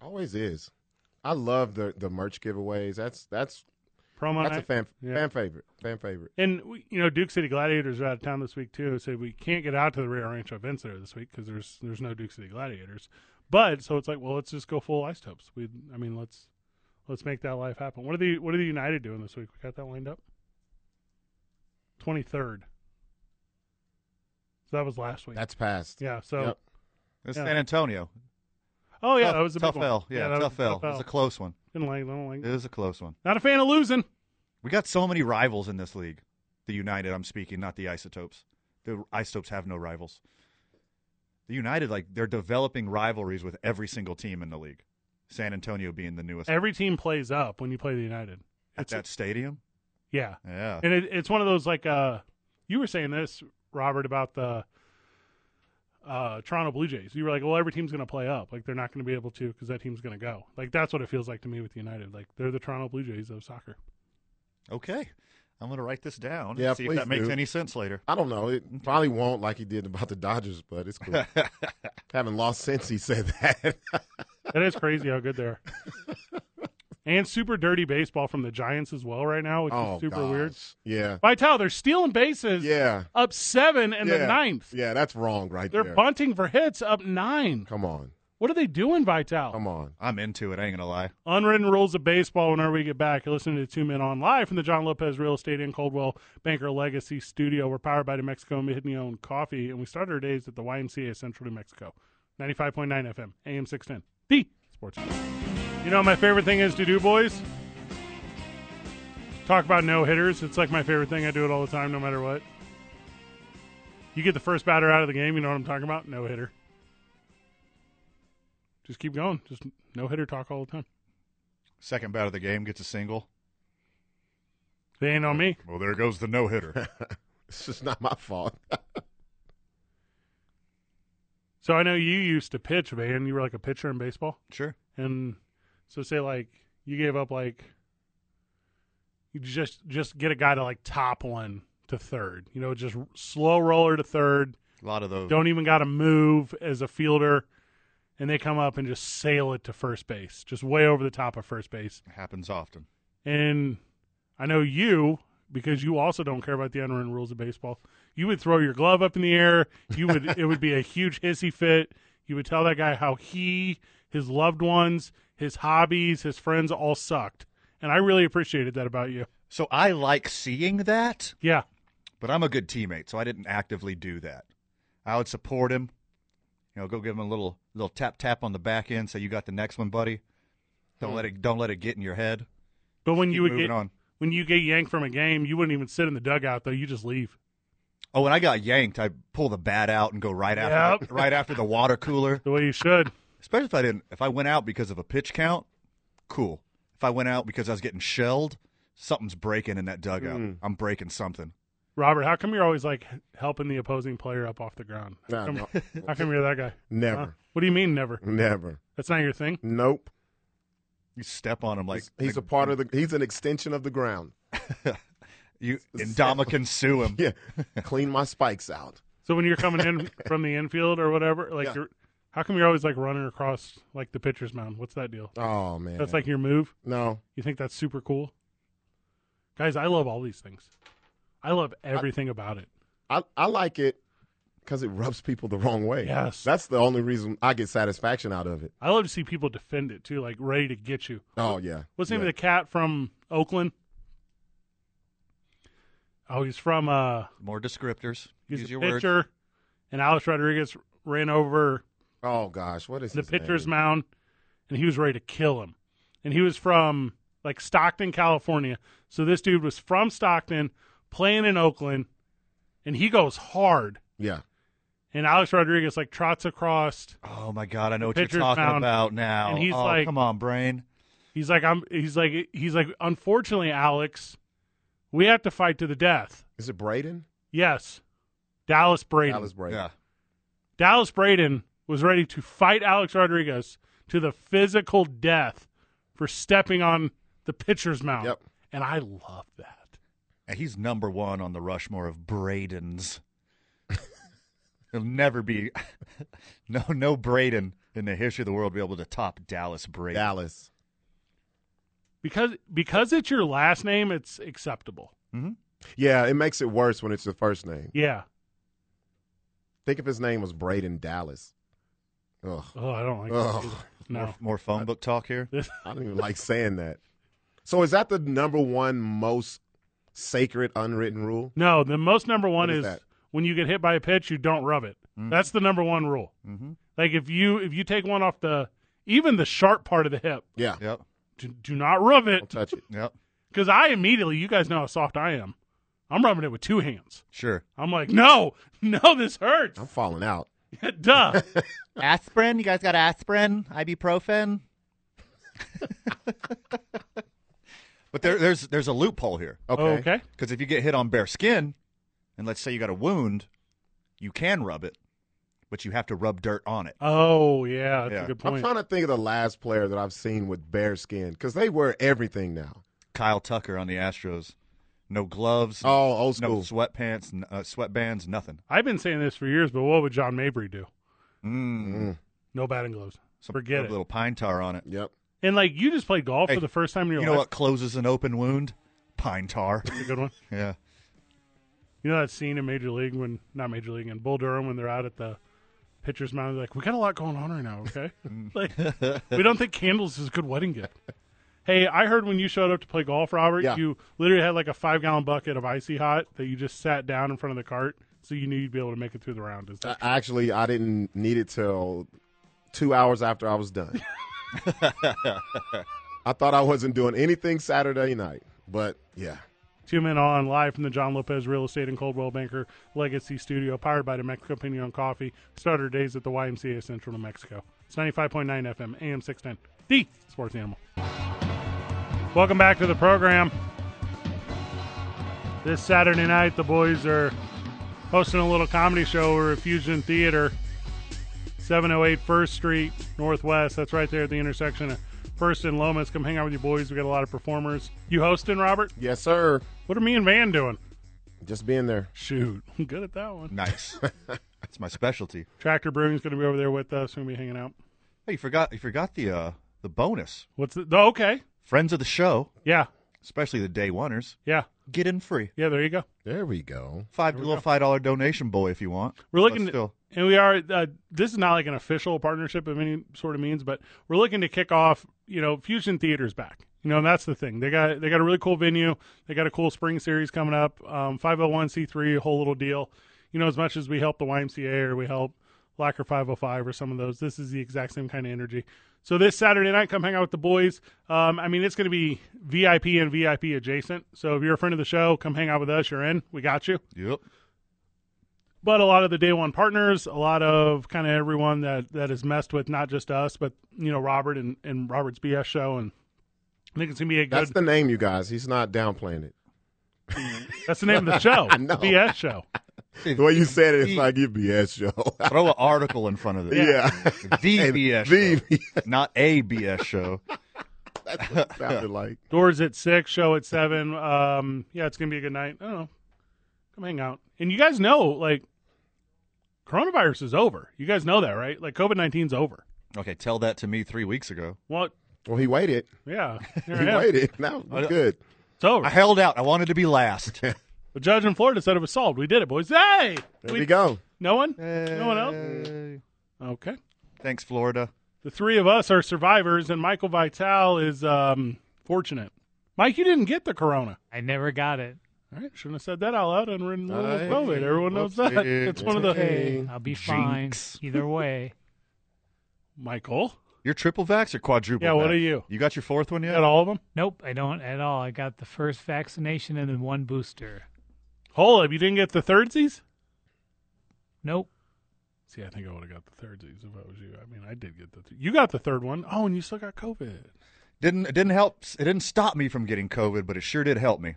Always is. I love the the merch giveaways. That's that's
Promo
that's a
night.
fan
yeah.
fan favorite. Fan favorite.
And we, you know, Duke City Gladiators are out of town this week too, so we can't get out to the Rio Rancho events there this week because there's there's no Duke City Gladiators. But so it's like, well, let's just go full ice tubs. We, I mean, let's let's make that life happen. What are the what are the United doing this week? We got that lined up. Twenty third. So that was last week.
That's past.
yeah. So
Yep.
It's
Yeah.
San Antonio.
oh yeah,
tough,
that was a big
tough
one.
L. Yeah,
that
tough
was a
L. It was a close one.
Didn't like, don't like-
It was a close one.
Not a fan of losing.
We got so many rivals in this league. The United, I'm speaking, not the Isotopes. The Isotopes have no rivals. The United, like they're developing rivalries with every single team in the league. San Antonio being the newest
Every team plays up when you play the United.
at that stadium.
Yeah.
Yeah,
and it, it's one of those like uh you were saying this robert about the uh toronto blue jays you were like well every team's gonna play up like they're not gonna be able to because that team's gonna go like that's what it feels like to me with united like they're the toronto blue jays of soccer
okay. I'm gonna write this down.
Yeah,
and see if that
please
makes
do.
any sense later.
I don't know. It probably won't like he did about the Dodgers, but it's cool. Haven't lost since he said that.
that is crazy how good they are and super dirty baseball from the giants as well right now which
oh,
is super weird
gosh. Yeah.
vital they're stealing bases
Yeah.
up seven and
yeah.
the ninth
Yeah, that's wrong right
they're
there.
bunting for hits up nine
Come on.
what are they doing vital
Come on.
I'm into it. I ain't gonna lie.
Unwritten rules of baseball whenever we get back. You're listening to Two Men On Live from the John Lopez Real Estate and Coldwell Banker Legacy Studio. We're powered by New Mexico Mojito and Coffee, and we start our days at the YMCA Central New Mexico. 95.9 FM, AM 610. The Sports. Channel. You know, my favorite thing is to do, boys? Talk about no hitters. It's like my favorite thing. I do it all the time, no matter what. You get the first batter out of the game, you know what I'm talking about? No hitter. Just keep going. Just no hitter talk all the time.
Second bat of the game gets a single.
They ain't on me.
Well, there goes the no hitter.
It's just not my fault.
So I know you used to pitch, man. You were like a pitcher in baseball,
sure.
and so say like you gave up like you just just get a guy to like top one to third. You know, just slow roller to third.
A lot of those.
Don't even got to move as a fielder, and they come up and just sail it to first base, just way over the top of first base.
happens often.
And I know you, because you also don't care about the unwritten rules of baseball. You would throw your glove up in the air. You would. it would be a huge hissy fit. You would tell that guy how he, his loved ones, his hobbies, his friends all sucked. And I really appreciated that about you.
So I like seeing that.
Yeah.
but I'm a good teammate, so I didn't actively do that. I would support him, you know, go give him a little little tap tap on the back end, say you got the next one, buddy. Don't let it don't let it get in your head.
Hmm. But when
Keep
you would
moving
get
on.
when you get yanked from a game, you wouldn't even sit in the dugout though. You just leave.
Oh, when I got yanked, I pull the bat out and go right after
Yep.
the, right after the water cooler.
The way you should.
Especially if I didn't if I went out because of a pitch count, cool.
Hmm.
If I went out because I was getting shelled, something's breaking in that dugout. I'm breaking something.
Robert, how come you're always like helping the opposing player up off the ground? How
Nah,
come,
no.
how come you're that guy?
Never.
Huh? What do you mean never?
Never.
That's not your thing.
Nope.
You step on him like
He's a
like
part of the. He's an extension of the ground.
you. Indama can sue him.
Yeah. Clean my spikes out.
So when you're coming in from the infield or whatever, like,
Yeah.
you're, how come you're always like running across like the pitcher's mound? What's that deal?
Oh man.
That's like your move.
no.
You think that's super cool? Guys, I love all these things. I love everything about it.
I I like it because it rubs people the wrong way.
Yes.
That's the only reason I get satisfaction out of it.
I love to see people defend it too, like ready to get you.
Oh yeah.
What's the
yeah.
name of the cat from Oakland? Oh, he's from uh
More descriptors.
he's
Use
a
your words.
pitcher and Alex Rodriguez ran over
Oh gosh, what is
the
his
pitcher's
name?
mound and he was ready to kill him. And he was from like Stockton, California. So this dude was from Stockton, playing in Oakland, and he goes hard.
Yeah.
And Alex Rodriguez like trots across
Oh my God, I know what you're
pitcher's
talking
mound.
about now.
And he's
oh,
like-
come on, brain.
He's like, I'm. He's like, he's like. Unfortunately, Alex, we have to fight to the death.
Is it Braden?
Yes, Dallas Braden.
Dallas Braden.
Yeah.
Dallas Braden was ready to fight Alex Rodriguez to the physical death for stepping on the pitcher's mound.
Yep.
And I love that.
And he's number one on the Rushmore of Bradens. It'll never be no no Braden in the history of the world be able to top Dallas Braden.
Dallas.
Because because it's your last name, it's acceptable.
Yeah, it makes it worse when it's the first name.
Yeah.
Think if his name was Braden Dallas. Ugh.
Oh, I don't like
Ugh.
that. either. No.
More, more phone book talk here.
I don't even like saying that. So is that the number one most sacred unwritten rule?
No, the most number one
What is
is,
that? Mm.
when you get hit by a pitch, you don't rub it. That's the number one rule.
Mhm.
Like if you if you take one off the even the sharp part of the hip,
Yeah.
Yep,
do, do not rub
Don't
it
touch it.
yep,
because I immediately you guys know how soft I am. I'm rubbing it with two hands.
sure.
I'm like, no, no, this hurts.
I'm falling out.
Duh.
Aspirin, you guys got aspirin, ibuprofen. but there, there's there's a loophole here
Okay.
Oh, okay.
because if you get hit on bare skin, and let's say you got a wound, you can rub it, but you have to rub dirt on it.
Oh yeah, that's
Yeah.
a good
I'm
point.
trying to think of the last player that I've seen with bare skin because they wear everything now.
Kyle Tucker on the Astros, no gloves,
Oh, old
no
school.
sweatpants, n- uh, sweatbands, nothing.
I've been saying this for years, but what would John Mabry do?
Mm.
No batting gloves.
Some
Forget it.
little pine tar on it.
Yep.
And like you just played golf
Hey,
for the first time in your
You know
life.
what closes an open wound? Pine tar.
That's a good one.
yeah.
You know that scene in Major League when not Major League in Bull Durham when they're out at the pitcher's mound, they're like, We got a lot going on right now, okay? like we don't think candles is a good wedding gift. Hey, I heard when you showed up to play golf, Robert,
Yeah.
you literally had like a five gallon bucket of icy hot that you just sat down in front of the cart so you knew you'd be able to make it through the round. Is that
I, actually, I didn't need it till two hours after I was done. I thought I wasn't doing anything Saturday night, but yeah.
Two men on live from the John Lopez Real Estate and Coldwell Banker Legacy Studio, powered by New Mexico Pinion Coffee. Start our days at the YMCA Central New Mexico. It's 95.9 FM, AM 610, the sports animal. Welcome back to the program. This Saturday night, the boys are hosting a little comedy show over at Fusion Theater, 708 First Street Northwest. That's right there at the intersection of First and Lomas. Come hang out with your boys. We got a lot of performers. You hosting, Robert?
Yes, sir.
What are me and Van doing?
Just being there.
Shoot, I'm good at that one.
Nice. That's my specialty.
Tractor Brewing's going to be over there with us. We're going to be hanging out.
Hey, you forgot you forgot the uh, the bonus.
What's the, oh, okay?
Friends of the show,
Yeah,
especially the day oneers,
yeah,
get in free.
yeah. There you go.
There we go.
Five little five dollar donation boy if you want.
We're looking,
But
to-
still,
and we are. Uh, this is not like an official partnership of any sort of means, but we're looking to kick off. You know, Fusion Theater's back. You know, and that's the thing. They got they got a really cool venue. They got a cool spring series coming up. Um, 501c3, whole little deal. You know, as much as we help the YMCA or we help Locker 505 or some of those, this is the exact same kind of energy. So this Saturday night, come hang out with the boys. Um, I mean, it's going to be VIP and VIP adjacent. So if you're a friend of the show, come hang out with us. You're in. We got you
yep.
but a lot of the day one partners, a lot of kind of everyone that that has messed with not just us, but you know Robert and, and Robert's BS show, and I think it's gonna be a
That's
good.
the name, you guys. He's not downplaying it.
That's the name of the show.
know.
BS show.
The way you said it, it's like you BS show.
Throw an article in front of it.
Oh, yeah,
The
And
BS
the
show. Not a BS show.
sounded like
Doors at six, show at seven. Um, yeah, it's gonna be a good night. I don't know. Come hang out. And you guys know, like, coronavirus is over. You guys know that, right? Like, COVID 19's over.
Okay, tell that to me three weeks ago.
Well,
well, he waited.
yeah, here
He
I am.
waited. Now good.
uh, it's over.
I held out. I wanted to be last.
The judge in Florida said it was solved. We did it, boys. Hey,
There we go.
No one, no one else. Okay.
Thanks, Florida.
The three of us are survivors, and Michael Vital is um, fortunate. Mike, you didn't get the corona.
I never got it.
All right, shouldn't have said that out loud. And we're in the middle of
Aye.
COVID. Everyone knows
Whoops,
that.
it is.
It's one of the
Okay.
I'll be
Jinx.
fine either way.
Michael.
You're triple vax or quadruple?
Yeah, what
vax?
are you?
You got your fourth one yet?
Got all of them.
Nope, I don't at all. I got the first vaccination and then one booster.
Hold up, you didn't get the thirdsies.
Nope.
See, I think I would have got the thirdsies if I was you. I mean, I did get the. Th- you got the third one. Oh, and you still got COVID.
Didn't it didn't help? It didn't stop me from getting COVID, but it sure did help me.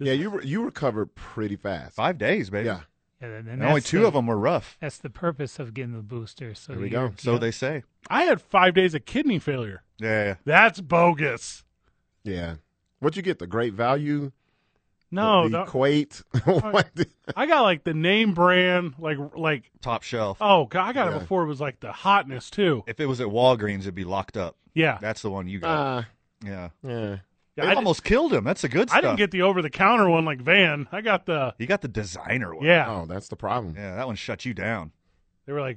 Yeah, you re- you recovered pretty fast.
Five days, baby.
Yeah,
And, then-
And
that's
only two
the-
of them were rough.
That's the purpose of getting the booster. So
there we
you're-
go.
So they say.
I had five days of kidney failure.
Yeah.
That's bogus.
Yeah, what you get? The great value.
No,
the
no
Kuwait. What the-
I got like the name brand, like like
Top shelf.
oh god, I got it
Yeah.
before it was like the hotness too.
If it was at Walgreens, it'd be locked up.
Yeah,
That's the one you got.
Ah,
yeah.
yeah.
Yeah,
It
I,
almost killed him. That's the good
didn't, I
stuff.
didn't get the over the counter one like Van. I got the
You got the designer one.
yeah.
Oh, that's the problem.
Yeah, that one shut you down.
They were like,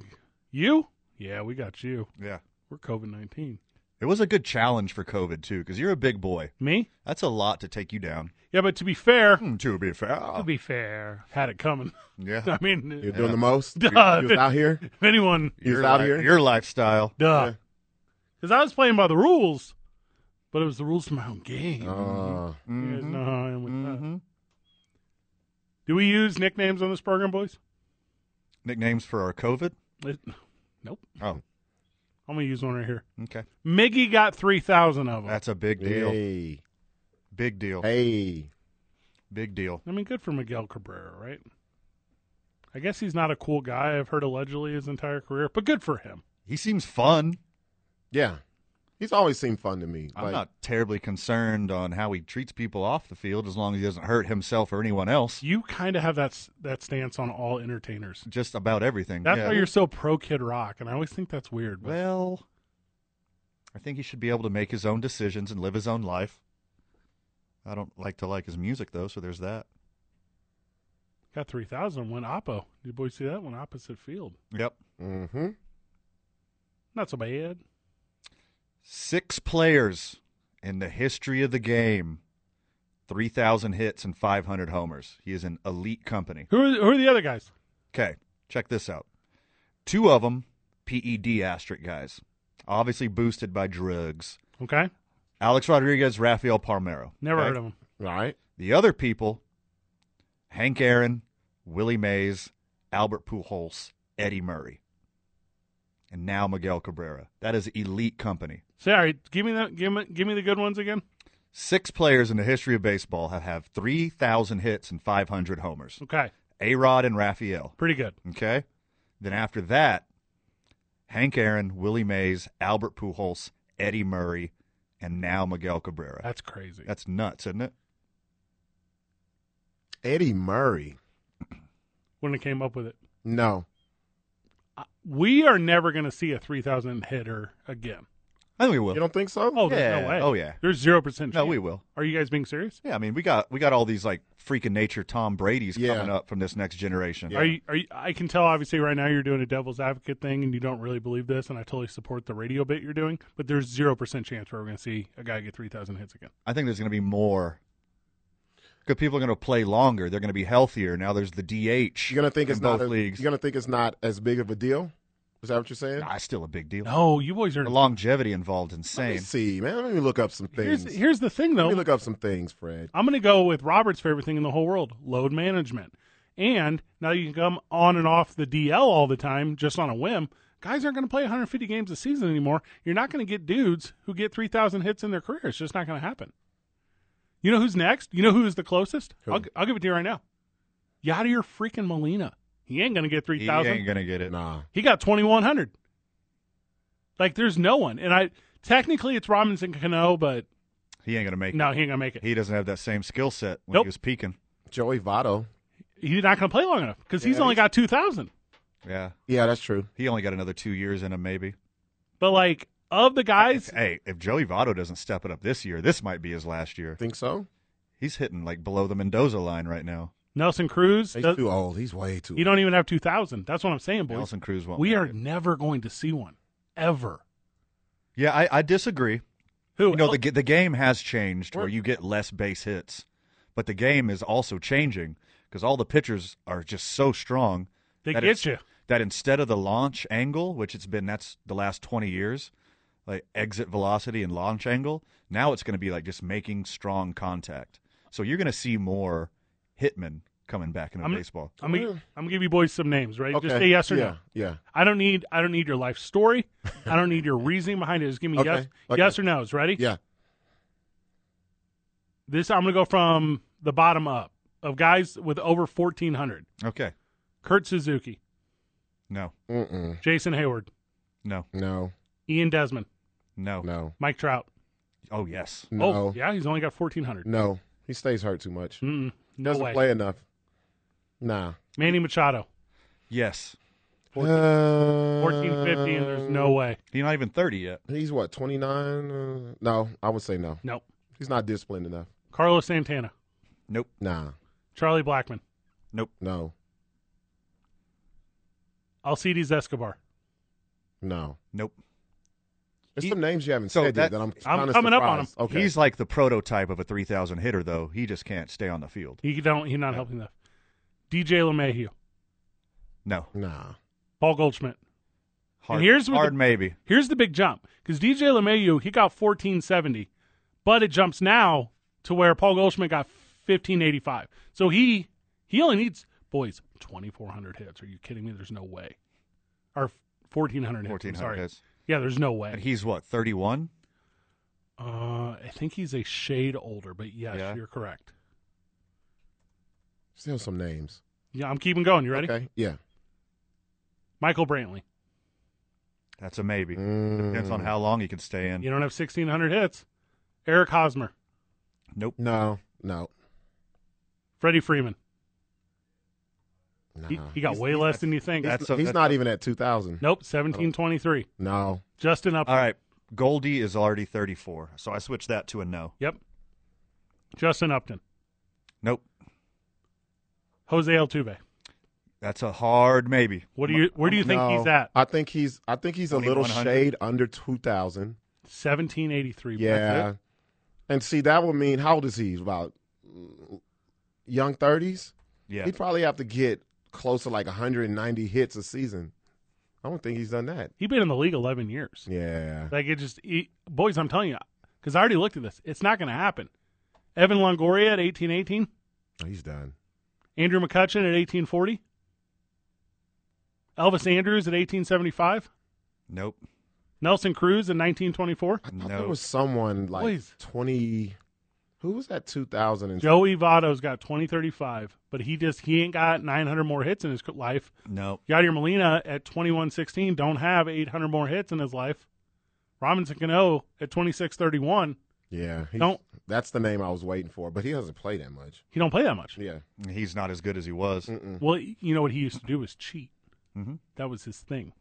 you? Yeah, we got you.
Yeah.
We're COVID nineteen.
It was a good challenge for COVID too, because you're a big boy.
Me?
That's a lot to take you down.
Yeah, but to be fair,
Hmm, To be fair.
To be fair,
had it coming. I
Yeah.
mean,
Oh. You're
if
doing the most.
Duh.
You was out here.
anyone,
You was
Your
out
li-
here.
Your lifestyle.
duh. Because I was playing by the rules, but it was the rules to my own game.
Uh,
You guys
Mhm.
know how I am with that.
Mm-hmm.
Mhm.
Do we use nicknames on this program, boys?
Nicknames for our COVID.
It- nope.
Oh,
I'm gonna use one right here.
okay.
Miggy got three thousand of them.
That's a big deal.
hey,
Big deal.
hey.
Big deal.
I mean, good for Miguel Cabrera, right? I guess he's not a cool guy. I've heard allegedly his entire career, but good for him.
He seems fun.
Yeah, he's always seemed fun to me.
I'm not terribly concerned on how he treats people off the field as long as he doesn't hurt himself or anyone else.
You kind of have that s- that stance on all entertainers.
Just about everything.
That's
Yeah.
why you're so pro Kid Rock, and I always think that's weird. But
Well, I think he should be able to make his own decisions and live his own life. I don't like to like his music though, so there's that.
got three thousand one Oppo. Did you boys see that one? Opposite field.
Yep.
Mm-hmm.
Not so bad.
Six players in the history of the game. 3,000 hits and 500 homers. He is an elite company.
Who are, who are the other guys?
Okay, check this out. Two of them, PED asterisk guys, obviously boosted by drugs.
Okay,
Alex Rodriguez, Rafael Palmero.
never
okay?
heard of them.
All right.
The other people, Hank Aaron, Willie Mays, Albert Pujols, Eddie Murray, and now Miguel Cabrera. That is elite company.
So, all right, give me that. Give me give me the good ones again.
Six players in the history of baseball have have 3,000 hits and 500 homers.
Okay,
A-Rod and Rafael.
pretty good.
Okay. Then after that, Hank Aaron, Willie Mays, Albert Pujols, Eddie Murray, and now Miguel Cabrera.
That's crazy.
That's nuts, isn't it?
Eddie Murray.
When it came up with it,
No,
we are never going to see a three thousand hitter again.
I think we will.
you don't think so?
Oh, there's
Yeah.
no way.
Oh, yeah.
There's zero percent.
No, we will.
Are you guys being serious?
Yeah, I mean, we got we got all these like freaking nature Tom Brady's
Yeah.
coming up from this next generation.
Yeah.
Are you? Are you? I can tell obviously right now you're doing a devil's advocate thing and you don't really believe this, and I totally support the radio bit you're doing. But there's zero percent chance we're going to see a guy get three thousand hits again.
I think there's going to be more because people are going to play longer. They're going to be healthier. Now there's the DH.
You're gonna think
in
it's
both
not. a-
leagues.
You're gonna think it's not as big of a deal. Is that what you're saying?
Nah, it's still a big deal.
No, you boys are.
The longevity involved
Let me
insane.
see, man. Let me look up some
Here's
things.
here's the thing
Let me
though.
look up some things, Fred.
I'm going to go with Robert's favorite thing in the whole world: load management. And now you can come on and off the DL all the time just on a whim. Guys aren't going to play 150 games a season anymore. You're not going to get dudes who get 3,000 hits in their career. It's just not going to happen. You know who's next? You know who is the closest?
Who?
I'll, I'll give it to you right now. Yadier freaking Molina. He ain't gonna get three
He
thousand.
ain't gonna get it.
Nah.
He got 2100. Like there's no one, and I technically it's Robinson Cano, but
He ain't gonna make
no,
it.
he ain't gonna make it.
He doesn't have that same skill set when
Nope.
he was peaking.
Joey Votto.
He's not gonna play long enough because he's
Yeah,
only got 2000.
Yeah,
Yeah, that's true.
he only got another two years in him, maybe.
But like of the guys,
Hey, if Joey Votto doesn't step it up this year, this might be his last year.
Think so?
He's hitting like below the Mendoza line right now.
Nelson Cruz,
He's
does-
too old. He's way too.
you don't even have 2000. That's what I'm saying, boys.
Nelson Cruz won't.
we
make
are
it.
never going to see one ever.
Yeah, I, I disagree.
Who?
You know
el-
the g- the game has changed where you get less base hits, but the game is also changing because all the pitchers are just so strong.
They
that
get
it's-
you.
That instead of the launch angle, which it's been that's the last twenty years, like exit velocity and launch angle, now it's going to be like just making strong contact. So you're going to see more hitmen coming back into
I'm-
baseball.
I'm e gonna, I'm gonna give you boys some names, right?
Okay.
Just say yes or
yeah,
no.
Yeah.
I don't need I don't need your life story. I don't need your reasoning behind it. Just give me
Okay,
yes
okay.
yes or no's. Ready?
Yeah.
This I'm gonna go from the bottom up of guys with over fourteen hundred.
Okay,
Kurt Suzuki,
no,
Mm-mm.
Jason Hayward,
no,
No.
Ian Desmond,
no,
No.
Mike Trout.
Oh yes,
No.
Oh yeah, he's only got fourteen hundred.
No. He stays hurt too much.
No
Doesn't
way.
play enough. Nah.
Manny Machado,
yes.
Uh,
fourteen fifty, and there's no way.
He's not even thirty yet.
He's what, 29? Uh, no, I would say no.
No.
He's not disciplined enough.
Carlos Santana,
Nope,
Nah.
Charlie Blackman,
No.
Alcides Escobar.
No.
nope.
There's
He-
some names you haven't
so
said
that-
yet that I'm
I'm
kinda
coming up on
surprised. Okay.
He's like the prototype of a 3,000 hitter, though. He just can't stay on the field.
He don't. He's not helping enough. DJ LeMahieu,
No.
nah.
Paul Goldschmidt.
Hard,
here's where
hard
the-
maybe.
Here's the big jump because DJ LeMayu he got fourteen seventy, but it jumps now to where Paul Goldschmidt got fifteen eighty five. So he he only needs boys twenty four hundred hits. Are you kidding me? There's no way. Or fourteen hundred hits. I'm
1,400
sorry.
hits.
Yeah, there's no
And
way.
he's what, 31?
Uh, I think he's a shade older, but yes,
Yeah.
you're correct.
Still some names.
Yeah, I'm keeping going. You ready?
Okay. Yeah.
Michael Brantley.
That's a maybe.
Mm.
Depends on how long he can stay in.
You don't have sixteen hundred hits. Eric Hosmer,
Nope.
No. No.
Freddie Freeman.
Nah.
He, he got way less than you think.
that's a-
he's
that's
not
a-
even at 2,000.
Nope, seventeen twenty three.
No.
Justin Upton.
All right. Goldie is already 34, so I switched that to a no.
Yep. Justin Upton,
Nope.
Jose Altuve.
That's a hard maybe.
What do you? Where do you think
No.
he's at?
I think he's. I think he's a little
2100?
shade under 2,000.
Seventeen eighty three.
Yeah. And see, that would mean how old is he? He's About mm, young thirties.
Yeah.
He'd probably have to get close to like 190 hits a season. I don't think he's done that.
He's been in the league eleven years.
Yeah.
Like it just, he, boys, I'm telling you, because I already looked at this. It's not going to happen. Evan Longoria at eighteen eighteen.
He's done.
Andrew McCutcheon at eighteen forty. Elvis Andrews at eighteen seventy five.
Nope.
Nelson Cruz at nineteen twenty four.
I thought
No.
there was someone like
Please.
20. Who was that? 2000 and
Joey Votto's got twenty thirty five, but he just he ain't got nine hundred more hits in his life.
Nope.
Yadier Molina at 2116 don't have 800 more hits in his life. Robinson Cano at 2631
yeah. he's-
Don't-
That's the name I was waiting for, but he doesn't play that much.
he don't play that much.
Yeah.
He's not as good as he was.
Well, you know what he used to do was cheat.
Mhm.
That was his thing.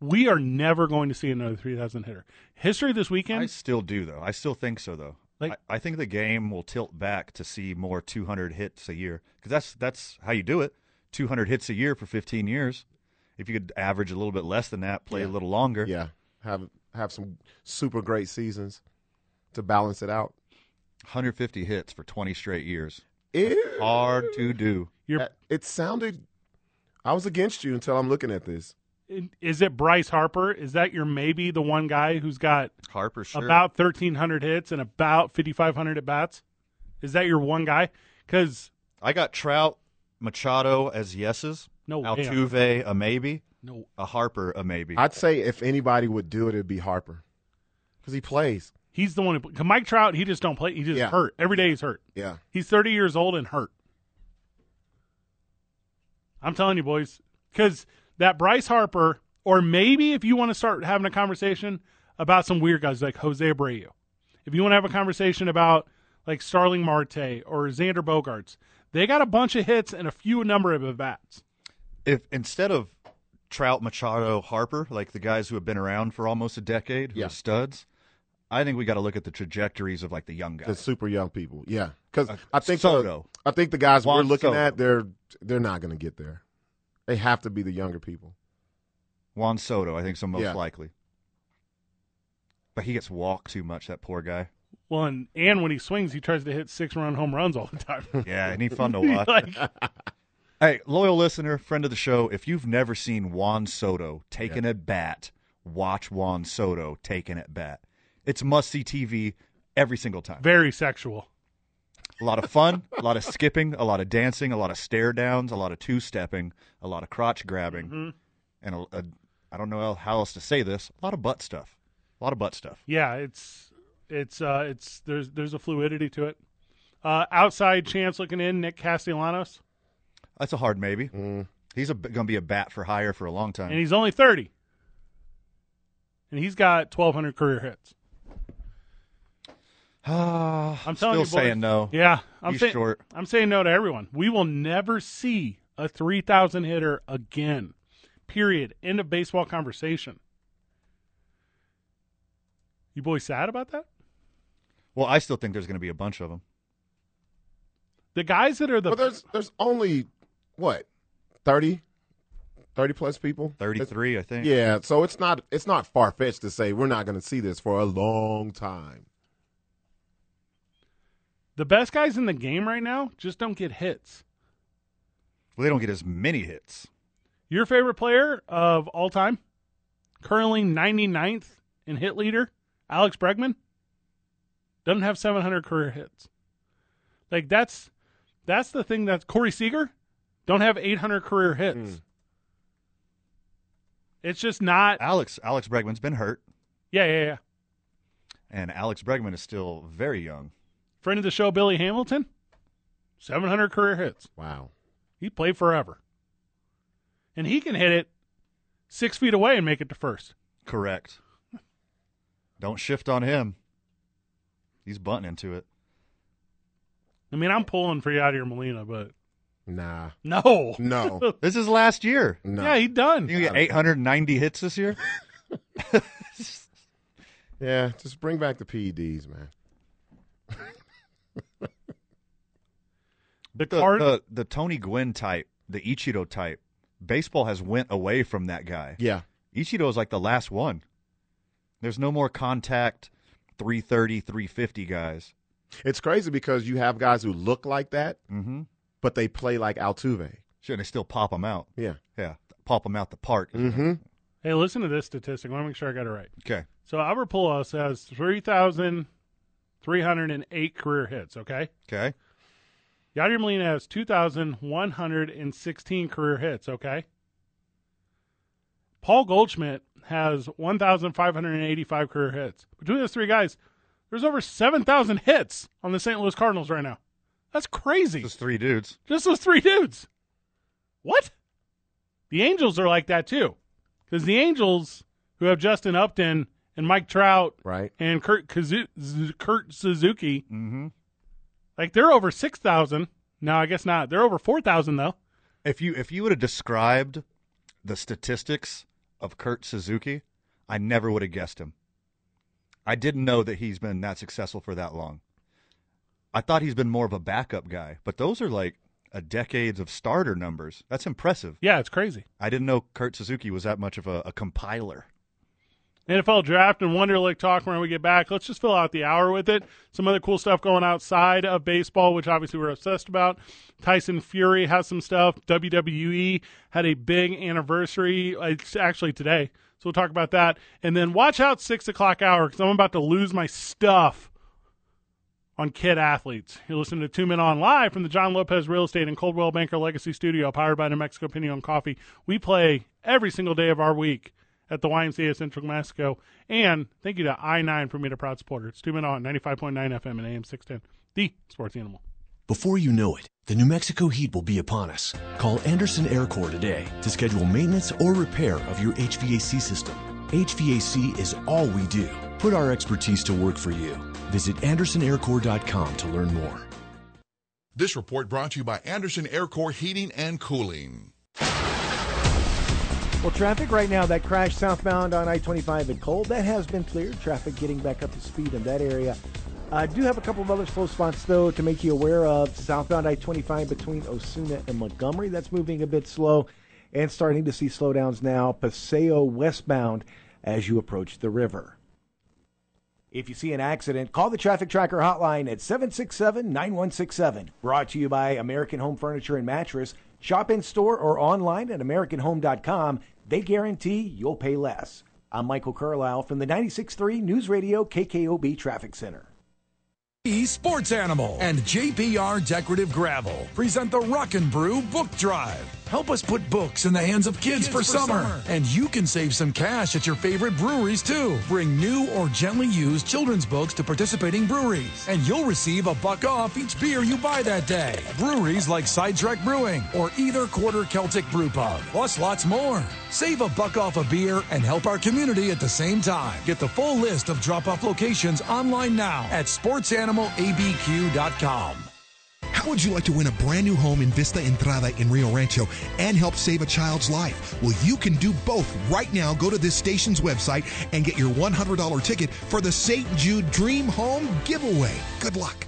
We are never going to see another 3000 hitter. History this
I
weekend.
still do, though. I still think so, though.
Like-
I, I think the game will tilt back to see more 200 hits a year because that's that's how you do it. 200 hits a year for 15 years. If you could average a little bit less than that, play a little longer.
Yeah. Have have some super great seasons to balance it out.
150 hits for 20 straight years.
Ew.
Hard to do.
You're,
That- it sounded. I was against you until I'm looking at this.
is it Bryce Harper? Is that your maybe the one guy who's got
Harper sure.
about 1300 hits and about 5500 at bats? Is that your one guy? Cuz
I got Trout, Machado as yeses.
No way.
Altuve a maybe.
no
A Harper a maybe.
I'd say if anybody would do it, it'd be Harper, because he plays.
He's the one who. Cause Mike Trout, he just don't play. He just
Yeah.
hurt every day. He's hurt.
Yeah.
He's 30 years old and hurt. I'm telling you, boys, because that Bryce Harper, or maybe if you want to start having a conversation about some weird guys like Jose Abreu, if you want to have a conversation about like Starling Marte or Xander Bogarts, they got a bunch of hits and a few number of at bats.
If instead of Trout, Machado, Harper, like the guys who have been around for almost a decade, who
Yeah.
are studs, I think we got to look at the trajectories of like the young
The
guys. Uh,
super young people. Yeah. Because I think
Soto.
The, I think the guys we're
Juan
looking
Soto.
at, they're they're not going to get there. They have to be the younger people.
Juan Soto, I think, is the most
Yeah.
likely. But he gets walked too much. That poor guy.
Well, and, and when he swings, he tries to hit six run home runs all the time.
Yeah, and he fun to watch.
like,
Hey, loyal listener, friend of the show, if you've never seen Juan Soto taken at bat, watch Juan Soto taken at bat. It's must see TV every single time.
very sexual.
A lot of fun, a lot of skipping, a lot of dancing, a lot of stare downs, a lot of two stepping, a lot of crotch grabbing,
Mm-hmm.
and a, a, I don't know how else to say this, a lot of butt stuff. A lot of butt stuff.
Yeah, it's it's uh it's there's there's a fluidity to it. Uh outside chance looking in, Nick Castellanos.
That's a hard maybe.
Mm.
He's going to be a bat for hire for a long time.
And he's only thirty. And he's got twelve hundred career hits. I'm telling you,
Still
boys.
saying no.
Yeah. I'm
He's
saying
short.
I'm saying no to everyone. We will never see a three thousand hitter again. Period. End of baseball conversation. You boys sad about that?
Well, I still think there's going to be a bunch of them.
The guys that are the
But there's there's only what 30, 30 plus people.
33, I think.
Yeah, so it's not it's not far fetched to say we're not going to see this for a long time.
the best guys in the game right now just don't get hits.
Well, they don't get as many hits.
Your favorite player of all time? Currently 99th in hit leader, Alex Bregman. Doesn't have 700 career hits. Like that's that's the thing that's Corey Seager don't have 800 career hits. It's just not.
Alex Alex Bregman's been hurt,
Yeah,
Hmm.
yeah, yeah.
and Alex Bregman is still very young.
Friend of the show, Billy Hamilton, 700 career hits.
Wow.
He played forever, and he can hit it six feet away and make it to first.
Correct. Don't shift on him. He's butting into it.
I mean, I'm pulling for Yadier Molina, but
Nah.
no,
No.
This is last year.
No.
Yeah, he done.
You get 890 hits this year.
Yeah, just bring back the PEDs, man.
The
The,
card.
the the Tony Gwynn type, the Ichiro type. Baseball has went away from that guy.
Yeah.
Ichiro is like the last one. There's no more contact 330, 350 guys.
It's crazy because you have guys who look like that,
Mm-hmm.
but they play like Altuve.
Sure, and they still pop them out.
Yeah.
Yeah, pop them out the park.
Mm-hmm.
hey, listen to this statistic. I want to make sure I got it right.
Okay.
So Albert Pujols has three thousand three hundred and eight career hits. Okay.
Okay.
Yadier Molina has two thousand one hundred and sixteen career hits. Okay. Paul Goldschmidt has one thousand five hundred and eighty-five career hits. Between those three guys, there's over seven thousand hits on the St. Louis Cardinals right now. That's crazy.
Just three dudes.
Just those three dudes. What? The Angels are like that too. Because the Angels, who have Justin Upton and Mike Trout
Right.
and Kurt, Kazu- Z- Kurt Suzuki,
Mm-hmm.
like they're over 6,000. No, I guess not. They're over 4,000 though.
If you if you would have described the statistics of Kurt Suzuki, I never would have guessed him. I didn't know that he's been that successful for that long. I thought he's been more of a backup guy, but those are like a decades of starter numbers. That's impressive.
Yeah, it's crazy.
I didn't know Kurt Suzuki was that much of a, a compiler.
NFL draft and Wonderlick talk when we get back. Let's just fill out the hour with it. Some other cool stuff going outside of baseball, which obviously we're obsessed about. Tyson Fury has some stuff. WWE had a big anniversary. uh, It's actually today. So we'll talk about that. And then watch out six o'clock hour because I'm about to lose my stuff on kid athletes. You're listening to Two Men On Live from the John Lopez Real Estate and Coldwell Banker Legacy Studio, powered by New Mexico Pinion Coffee. We play every single day of our week at the YMCA of Central New Mexico. And thank you to I9 for being a proud supporter. It's two men on 95.9 FM and AM 610, the sports animal.
Before you know it, the New Mexico heat will be upon us. Call Anderson Air Corps today to schedule maintenance or repair of your HVAC system. HVAC is all we do. Put our expertise to work for you. Visit AndersonAirCorps.com to learn more.
This report brought to you by Anderson Air Corps Heating and Cooling.
Well, traffic right now, that crash southbound on I 25 at Cole, that has been cleared. Traffic getting back up to speed in that area. I do have a couple of other slow spots, though, to make you aware of. Southbound I 25 between Osuna and Montgomery, that's moving a bit slow and starting to see slowdowns now. Paseo westbound as you approach the river. If you see an accident, call the traffic tracker hotline at 767 9167. Brought to you by American Home Furniture and Mattress. Shop in store or online at AmericanHome.com. They guarantee you'll pay less. I'm Michael Carlisle from the 96.3 News Radio KKOB Traffic Center.
E Sports Animal and JPR Decorative Gravel present the Rockin' Brew Book Drive. Help us put books in the hands of kids, for, summer. And you can save some cash at your favorite breweries too. Bring new or gently used children's books to participating breweries, and you'll receive a buck off each beer you buy that day. Breweries like Sidetrack Brewing or either quarter Celtic Brew Pub, plus lots more. Save a buck off a beer and help our community at the same time. Get the full list of drop off locations online now at sportsanimalabq.com.
How would you like to win a brand new home in Vista Entrada in Rio Rancho and help save a child's life? Well, you can do both right now. Go to this station's website and get your $100 ticket for the St. Jude Dream Home Giveaway. Good luck.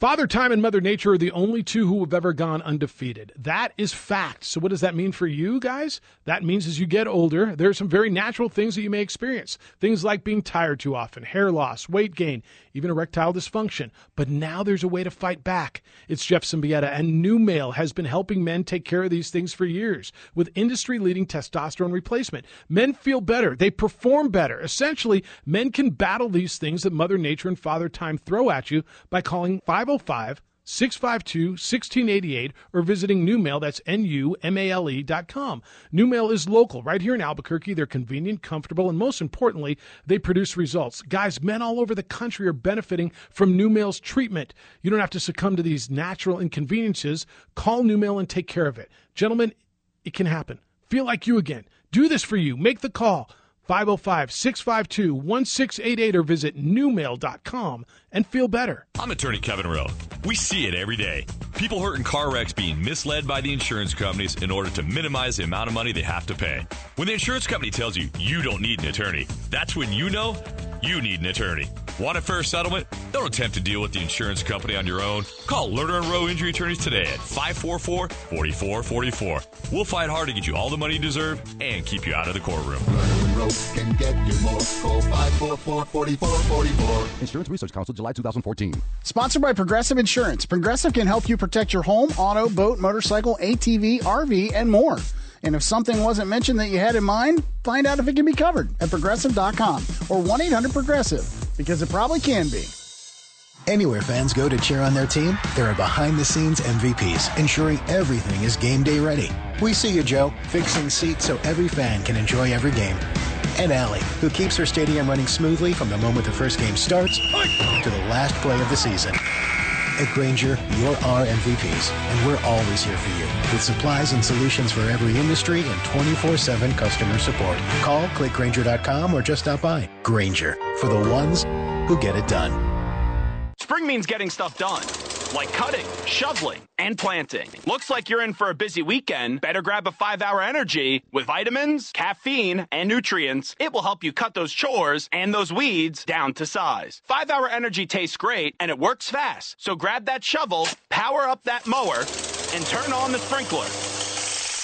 Father Time and Mother Nature are the only two who have ever gone undefeated. That is fact. So, what does that mean for you guys? That means as you get older, there are some very natural things that you may experience. Things like being tired too often, hair loss, weight gain, even erectile dysfunction. But now there's a way to fight back. It's Jeff Symbieta, and New Male has been helping men take care of these things for years with industry leading testosterone replacement. Men feel better, they perform better. Essentially, men can battle these things that Mother Nature and Father Time throw at you by calling 505 652 1688 or visiting Newmail, that's N-U-M-A-L-E E dot com. Newmail is local, right here in Albuquerque. They're convenient, comfortable, and most importantly, they produce results. Guys, men all over the country are benefiting from Newmail's treatment. You don't have to succumb to these natural inconveniences. Call Newmail and take care of it. Gentlemen, it can happen. Feel like you again. Do this for you. Make the call. 505-652-1688 or visit newmail.com and feel better.
I'm attorney Kevin Rowe. We see it every day. People hurt in car wrecks being misled by the insurance companies in order to minimize the amount of money they have to pay. When the insurance company tells you you don't need an attorney, that's when you know you need an attorney. Want a fair settlement? Don't attempt to deal with the insurance company on your own. Call Lerner and Rowe Injury Attorneys today at 544-4444. We'll fight hard to get you all the money you deserve and keep you out of the courtroom.
can get you more. Call 544-4444.
Insurance Research Council, July 2014.
Sponsored by Progressive Insurance. Progressive can help you protect your home, auto, boat, motorcycle, ATV, RV, and more. And if something wasn't mentioned that you had in mind, find out if it can be covered at progressive.com or 1 800 Progressive because it probably can be.
Anywhere fans go to cheer on their team, there are behind the scenes MVPs ensuring everything is game day ready. We see you, Joe, fixing seats so every fan can enjoy every game. And Allie, who keeps her stadium running smoothly from the moment the first game starts to the last play of the season. At Granger, you're our MVPs, and we're always here for you with supplies and solutions for every industry and 24 7 customer support. Call clickgranger.com or just stop by. Granger for the ones who get it done.
Spring means getting stuff done, like cutting, shoveling, and planting. Looks like you're in for a busy weekend. Better grab a five hour energy with vitamins, caffeine, and nutrients. It will help you cut those chores and those weeds down to size. Five hour energy tastes great and it works fast. So grab that shovel, power up that mower, and turn on the sprinkler.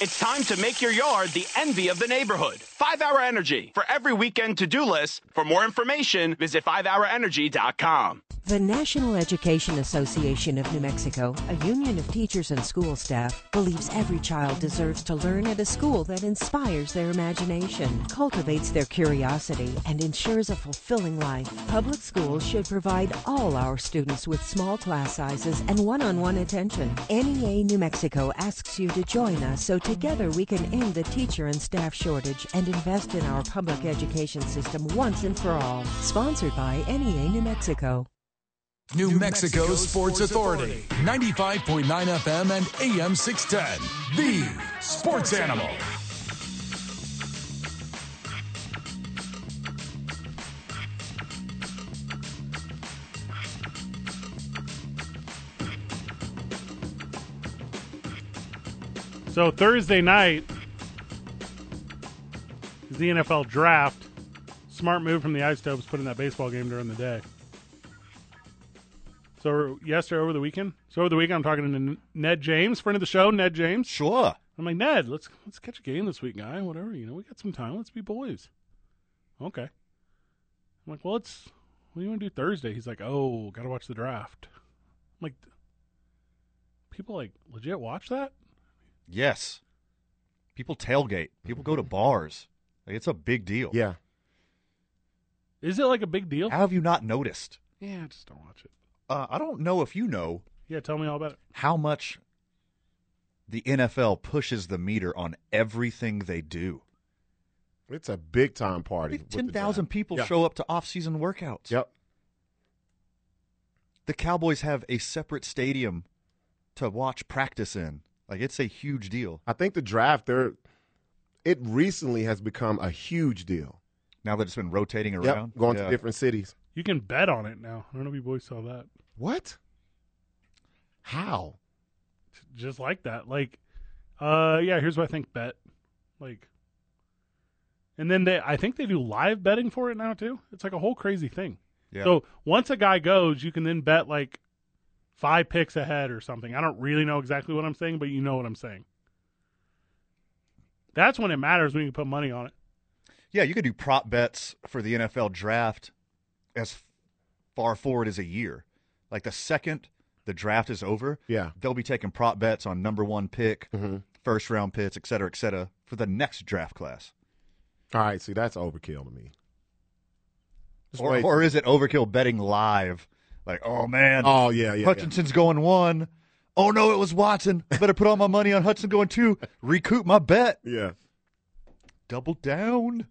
It's time to make your yard the envy of the neighborhood. 5 Hour Energy. For every weekend to do list, for more information, visit 5hourenergy.com.
The National Education Association of New Mexico, a union of teachers and school staff, believes every child deserves to learn at a school that inspires their imagination, cultivates their curiosity, and ensures a fulfilling life. Public schools should provide all our students with small class sizes and one on one attention. NEA New Mexico asks you to join us so together we can end the teacher and staff shortage and invest in our public education system once and for all. Sponsored by NEA New Mexico.
New, Mexico, Sports, Authority. 95.9 FM and AM 610. The Sports Animal.
So Thursday night is the NFL draft. Smart move from the Ice Tobes putting that baseball game during the day. So yesterday over the weekend, so over the weekend I'm talking to N- Ned James, friend of the show, Ned James.
Sure.
I'm like Ned, let's let's catch a game this week, guy. Whatever, you know, we got some time. Let's be boys. Okay. I'm like, well, it's what do you want to do Thursday? He's like, oh, gotta watch the draft. I'm like, people like legit watch that?
Yes. People tailgate. People go to bars. Like, it's a big deal.
Yeah.
Is it like a big deal?
How have you not noticed?
Yeah, I just don't watch it.
Uh, I don't know if you know
Yeah, tell me all about it.
how much the NFL pushes the meter on everything they do.
It's a big time party. with the
Ten thousand
draft.
people
Yeah.
show up to off-season workouts.
Yep.
The Cowboys have a separate stadium to watch practice in. Like it's a huge deal.
I think the draft there, it recently has become a huge deal.
Now that it's been rotating
Yep,
around,
going
Yeah.
to different cities.
You can bet on it now. I don't know if you boys saw that.
What? How?
Just like that. Like, uh, yeah. Here's what I think. Bet, like, and then they. I think they do live betting for it now too. It's like a whole crazy thing.
Yeah.
So once a guy goes, you can then bet like five picks ahead or something. I don't really know exactly what I'm saying, but you know what I'm saying. That's when it matters when you can put money on it.
Yeah, you could do prop bets for the NFL draft as f- far forward as a year. Like the second the draft is over,
yeah, Mm-hmm.
they'll be taking prop bets on number one pick, first round picks, et cetera, et cetera, for the next draft class.
All right, see that's overkill to me. Just
Or,
wait.
or is it overkill betting live? Like, oh man,
Oh, yeah, yeah, yeah.
Hutchinson's going one. Oh no, it was Watson. I better put all my money on Hudson going two. Recoup my bet.
Yeah.
Double down.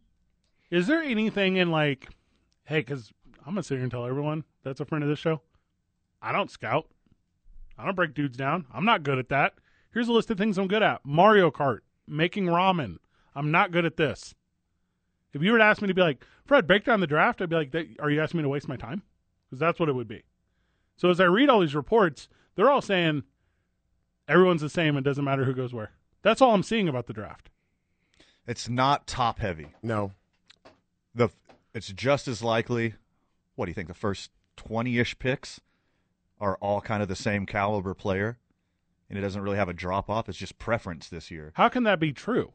Is there anything in like, hey, because I'm gonna sit here and tell everyone that's a friend of this show. I don't scout. I don't break dudes down. I'm not good at that. Here's a list of things I'm good at: Mario Kart, making ramen. I'm not good at this. If you were to ask me to be like Fred, break down the draft, I'd be like, "That- are you asking me to waste my time? Because that's what it would be. So as I read all these reports, they're all saying everyone's the same. It doesn't matter who goes where. That's all I'm seeing about the draft.
It's not top heavy.
No.
The it's just as likely. What do you think? The first twenty-ish picks are all kind of the same caliber player, and it doesn't really have a drop off. It's just preference this year.
How can that be true?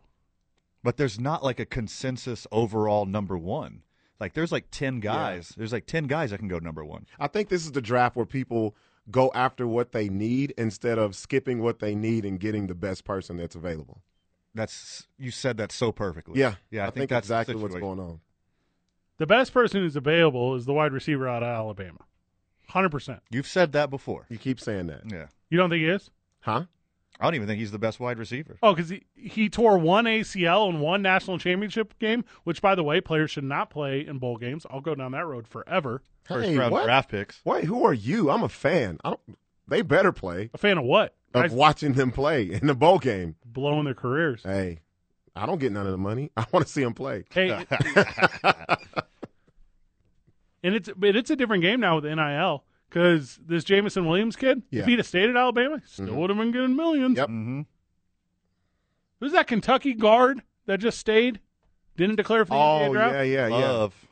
But there's not like a consensus overall number one. Like there's like ten guys. There's like ten guys that can go number one.
I think this is the draft where people go after what they need instead of skipping what they need and getting the best person that's available.
That's you said that so perfectly.
Yeah,
yeah. I,
I think
that's the
exactly what's
situation.
going on.
The best person who's available is the wide receiver out of Alabama. 100%.
You've said that before.
You keep saying that.
Yeah.
You don't think he is?
Huh?
I don't even think he's the best wide receiver.
Oh, because he, he tore one ACL in one national championship game, which, by the way, players should not play in bowl games. I'll go down that road forever.
First round draft picks.
Wait, who are you? I'm a fan. I don't. They better play.
A fan of what?
Of
Guys-
watching them play in the bowl game,
blowing their careers.
Hey, I don't get none of the money. I want to see them play.
Hey, and it's but it's a different game now with NIL because this Jamison Williams kid,
Yeah.
if he'd have stayed at Alabama, he still
Mhm.
would have been getting millions.
Yep.
Mm-hmm.
Who's that Kentucky guard that just stayed, didn't declare for the NBA
oh
draft?
yeah, yeah, yeah.
Love.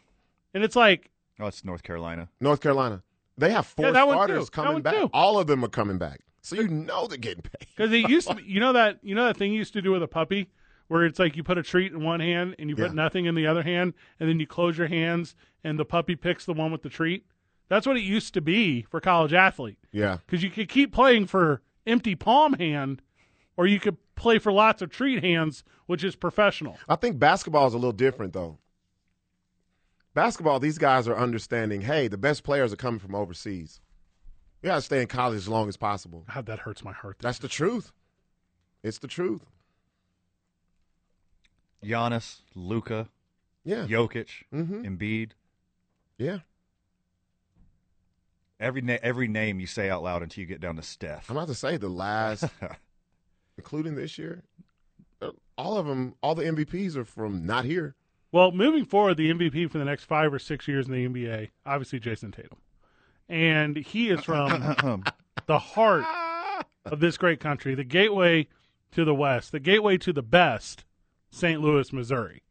And it's like
Oh, it's North Carolina.
North Carolina. They have four
Yeah, that one too.
starters
That
coming
one
back.
too.
All of them are coming back. So you know they're getting paid.
Because it used to be, you know that you know that thing you used to do with a puppy, where it's like you put a treat in one hand and you put
Yeah.
nothing in the other hand, and then you close your hands and the puppy picks the one with the treat. That's what it used to be for college athlete
Yeah.
because you could keep playing for empty palm hand, or you could play for lots of treat hands, which is professional.
I think basketball is a little different though. Basketball, these guys are understanding. Hey, the best players are coming from overseas. We gotta stay in college as long as possible.
God, that hurts my heart.
That's the truth. It's the truth.
Giannis, Luca,
yeah, Mm-hmm.
Jokic, Embiid,
yeah.
Every na- every name you say out loud until you get down to Steph.
I'm about to say the last, including this year, uh, all of them, all the MVPs are from not here.
Well, moving forward, the MVP for the next five or six years in the NBA, obviously Jason Tatum, and he is from the heart of this great country, the gateway to the West, the gateway to the best, St. Louis, Missouri,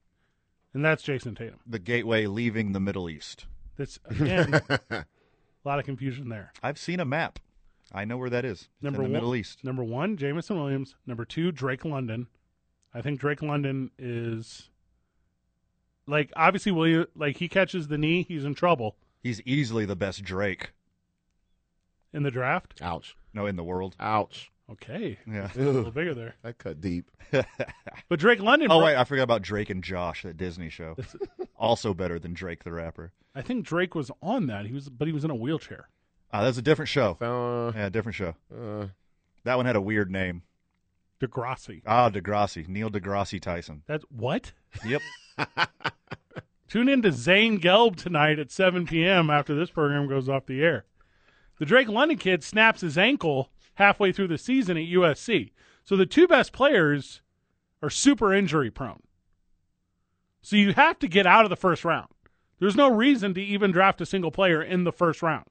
and that's Jason Tatum.
the gateway leaving the Middle East.
That's again a lot of confusion there.
I've seen a map. I know where that is. It's
Number
in the
one,
Middle East.
Number one, Jamison Williams. Number two, Drake London. I think Drake London is like obviously William. Like he catches the knee, he's in trouble
He's easily the best Drake.
in the draft.
Ouch.
No, in the world.
Ouch.
Okay,
Yeah.
a little bigger there.
That cut deep.
But Drake London.
Oh
broke-
wait, I forgot about Drake and Josh, that Disney show. also better than Drake the rapper.
I think Drake was on that. He was, but he was in a wheelchair.
Ah, that's a different show.
uh,
yeah, different show. that one had a weird name.
Degrassi.
Ah, Degrassi, Neil Degrassi Tyson.
That's what.
Yep.
Tune in to Zane Gelb tonight at 7 p.m. after this program goes off the air. The Drake London kid snaps his ankle halfway through the season at USC. So the two best players are super injury prone. So you have to get out of the first round. There's no reason to even draft a single player in the first round.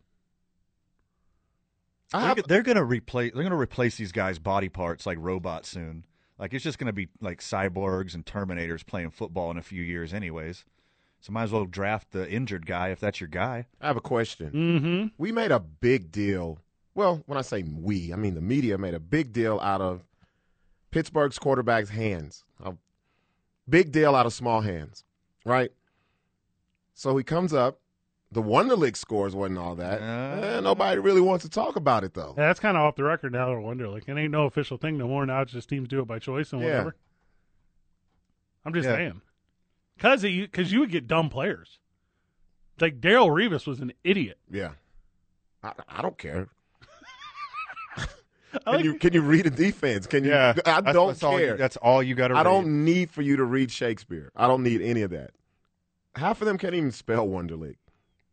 They're, go- they're gonna replace. They're gonna replace these guys' body parts like robots soon. Like it's just gonna be like cyborgs and Terminators playing football in a few years, anyways. So might as well draft the injured guy if that's your guy.
I have a question.
Mm-hmm.
We made a big deal. Well, when I say we, I mean the media made a big deal out of Pittsburgh's quarterback's hands. A big deal out of small hands, right? So he comes up. The Wonderlick scores wasn't all that. Eh, nobody really wants to talk about it though.
Yeah, that's kind of off the record now, or wonder. Like, it ain't no official thing no more. Now it's just teams do it by choice and
Yeah.
whatever. I'm just
Yeah.
saying. Because you, cause you would get dumb players. Like, Daryl Revis was an idiot.
Yeah, I, I don't care.
I
Can
like-
you can you read a defense? Can you?
Yeah,
I
that's-
don't
that's all you-
care.
that's all you gotta
I
read.
don't need for you to read Shakespeare. I don't need any of that. Half of them can't even spell Wonderlic,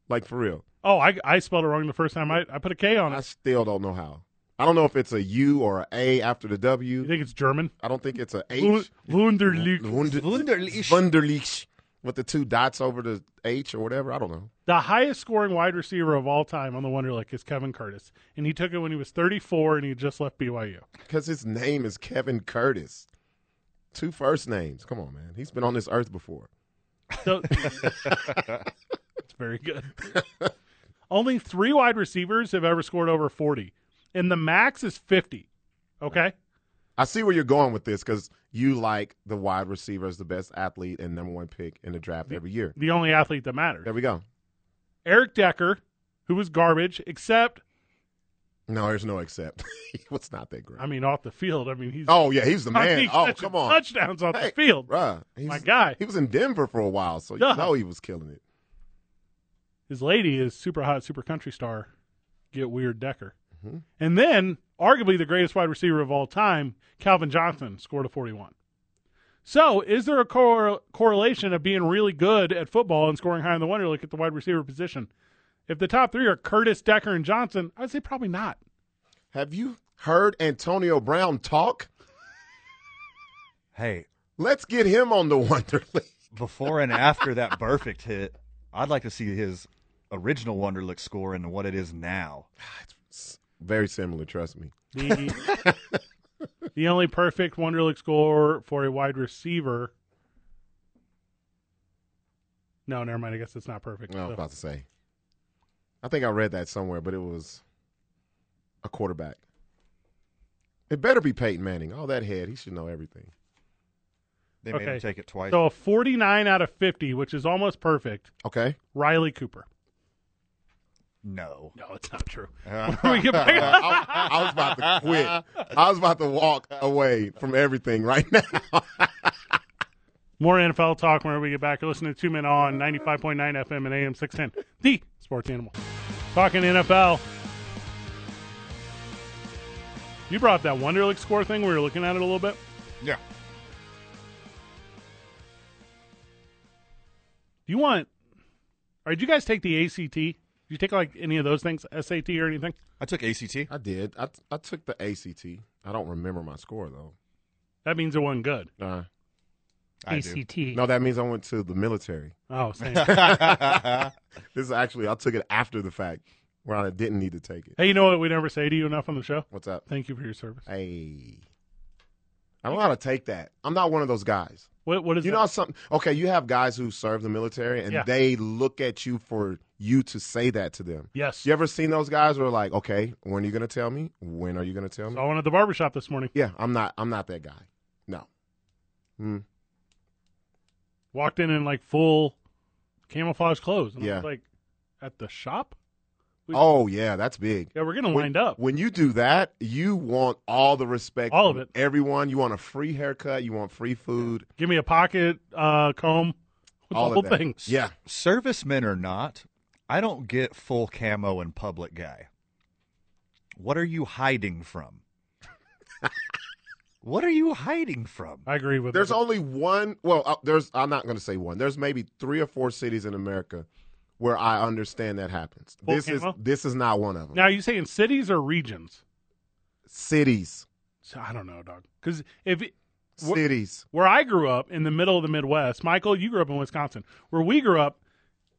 like for real.
Oh, I, I spelled it wrong the first time. I, I put a K on it.
I still don't know how. I don't know if it's a U or a A after the W. You
think it's German?
I don't think it's a
Wund-
H.
Wunderlich.
Wunder- Wunderlich. With the two dots over the H or whatever. I don't know.
The highest scoring wide receiver of all time on the Wonderlic is Kevin Curtis, and he took it when he was 34 and he just left BYU.
Because his name is Kevin Curtis. Two first names. Come on, man. He's been on this earth before.
So, it's very good. Only three wide receivers have ever scored over 40, and the max is 50. Okay,
I see where you're going with this because you like the wide receiver as the best athlete and number one pick in the draft every year.
the only athlete that matters.
There we go.
Eric Decker, who was garbage, except
No, there's no except. he was not that great.
I mean, off the field. I mean, he's
Oh, yeah, he's the
I
man.
mean,
Oh,
catching
come on.
touchdowns off the field.
Bruh, he
My
was-
guy.
He was in Denver for a while, so you
Yeah.
know he was killing it.
His lady is super hot, super country star. Get weird, Decker.
Mm-hmm.
And then, arguably the greatest wide receiver of all time, Calvin Johnson, scored a 41. So, is there a cor- correlation of being really good at football and scoring high in the Wonderlic at the wide receiver position? If the top three are Curtis, Decker, and Johnson, I'd say probably not.
Have you heard Antonio Brown talk?
Hey,
Let's get him on the Wonderlic.
before and after that perfect hit, I'd like to see his original Wonderlick score and what it is now.
Very similar, trust me.
The, the only perfect Wonderlic score for a wide receiver. No, never mind. I guess it's not perfect.
I was
So-
about to say. I think I read that somewhere, but it was a quarterback. It better be Peyton Manning. All that head, he should know everything.
They made him take it twice.
So a 49 out of 50, which is almost perfect.
Okay.
Riley Cooper.
No.
No, it's not true.
I, I was about to quit. I was about to walk away from everything right now.
More NFL talk whenever we get back. You're listening to Two Men on 95.9 FM and AM 610, the sports animal. Talking NFL. You brought up that Wonderlic score thing. We were looking at it a little bit.
Yeah.
Do you want. Or did you guys take the ACT? Did you take like any of those things, SAT or anything?
I took ACT.
I did. I, I took the ACT. I don't remember my score though.
That means it wasn't good.
Uh,
I do. ACT.
No, that means I went to the military.
Oh, same.
this is actually I took it after the fact, where I didn't need to take it.
Hey, you know what we never say to you enough on the show?
What's up?
Thank you for your service.
Hey, I don't know how to take that. I'm not one of those guys.
What what is
You
that?
know how some okay, you have guys who serve the military and
Yeah.
they look at you for you to say that to them.
Yes.
You ever seen those guys who are like, Okay, when are you gonna tell me? When are you gonna tell me?
I went at the barbershop this morning.
Yeah, I'm not I'm not that guy. No. Hmm.
Walked in in like full camouflage clothes. And I
Yeah.
was like, at the shop? We-
Oh yeah, that's big.
Yeah, we're gonna
When-
wind up.
When you do that, you want all the respect
All of
from
it.
Everyone, you want a free haircut, you want free food.
Give me a pocket uh, comb. The
All of
whole
that.
thing.
Yeah.
Servicemen or not, I don't get full camo in public guy. What are you hiding from? what are you hiding from?
I agree with
There's only one. Well, uh, there's. I'm not going to say one. There's maybe three or four cities in America where I understand that happens.
Full
this
camo?
is this is not one of them.
Now, are you saying cities or regions?
Cities,
So, I don't know, dog. Because if it- wh-
cities.
where I grew up in the middle of the Midwest, Michael, you grew up in Wisconsin. Where we grew up,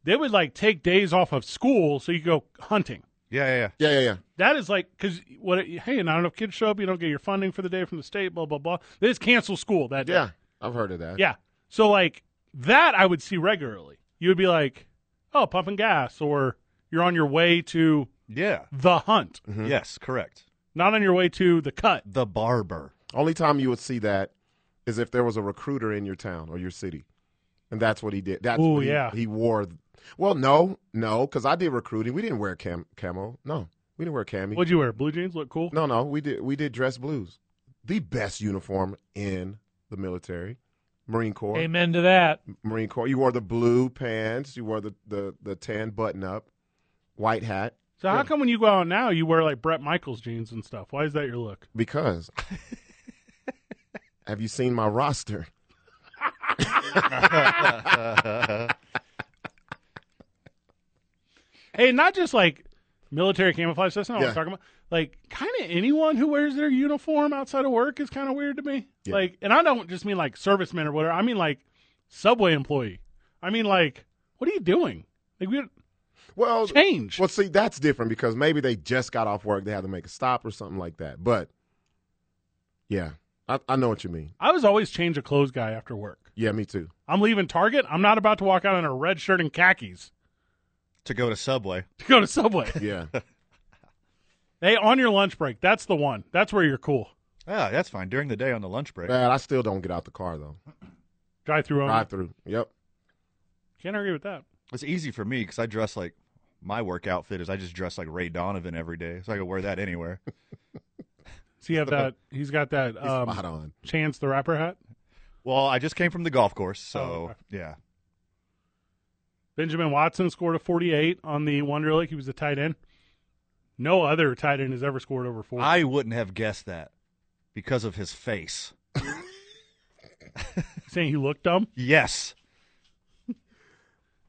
they would like take days off of school so you go hunting.
Yeah, yeah, yeah.
Yeah, yeah, yeah.
That is like because what? it- Hey, not enough kids show up. You don't get your funding for the day from the state. Blah blah blah. They just cancel school that day.
Yeah, I've heard of that.
Yeah. So like that, I would see regularly. You would be like, "Oh, pumping gas," or "You're on your way to
Yeah.
the hunt,
Yes, correct.
not on your way to the cut."
The barber.
Only time you would see that is if there was a recruiter in your town or your city, and that's what he did. That's
Ooh,
what he,
yeah.
He wore. Well, no, no, because I did recruiting. We didn't wear cam- camo. No, we didn't wear cami.
What'd you wear? Blue jeans look cool.
No, no, we did we did dress blues. The best uniform in the military, Marine Corps.
Amen to that.
Marine Corps. You wore the blue pants. You wore the the, the tan button up, white hat.
So how come when you go out now, you wear like Brett Michaels jeans and stuff? Why is that your look?
Because have you seen my roster?
Hey, not just like military camouflage. That's not what
Yeah.
I'm talking about. Like, kind of anyone who wears their uniform outside of work is kind of weird to me.
Yeah.
Like, and I don't just mean like servicemen or whatever. I mean like subway employee. I mean like, what are you doing? Like, we
Well,
change.
well, see, that's different because maybe they just got off work. They had to make a stop or something like that. But yeah, I, I know what you mean.
I was always change of clothes guy after work.
Yeah, me too.
I'm leaving Target. I'm not about to walk out in a red shirt and khakis
To go to Subway.
to go to Subway.
Yeah,
hey, on your lunch break, that's the one. That's where you're cool.
Yeah, Uh, that's fine. During the day on the lunch break.
man, I still don't get out the car though.
Drive through only.
Drive through. Yep.
Can't argue with that.
It's easy for me because I dress like my work outfit is I just dress like Ray Donovan every day, so I can wear that anywhere.
So you have that. He's got that.
He's
Um,
spot on.
Chance the rapper hat.
well, I just came from the golf course, so
Oh, okay.
yeah.
Benjamin Watson scored a 48 on the Wonderlic. He was a tight end. No other tight end has ever scored over 40.
I wouldn't have guessed that because of his face.
saying he looked dumb.
Yes.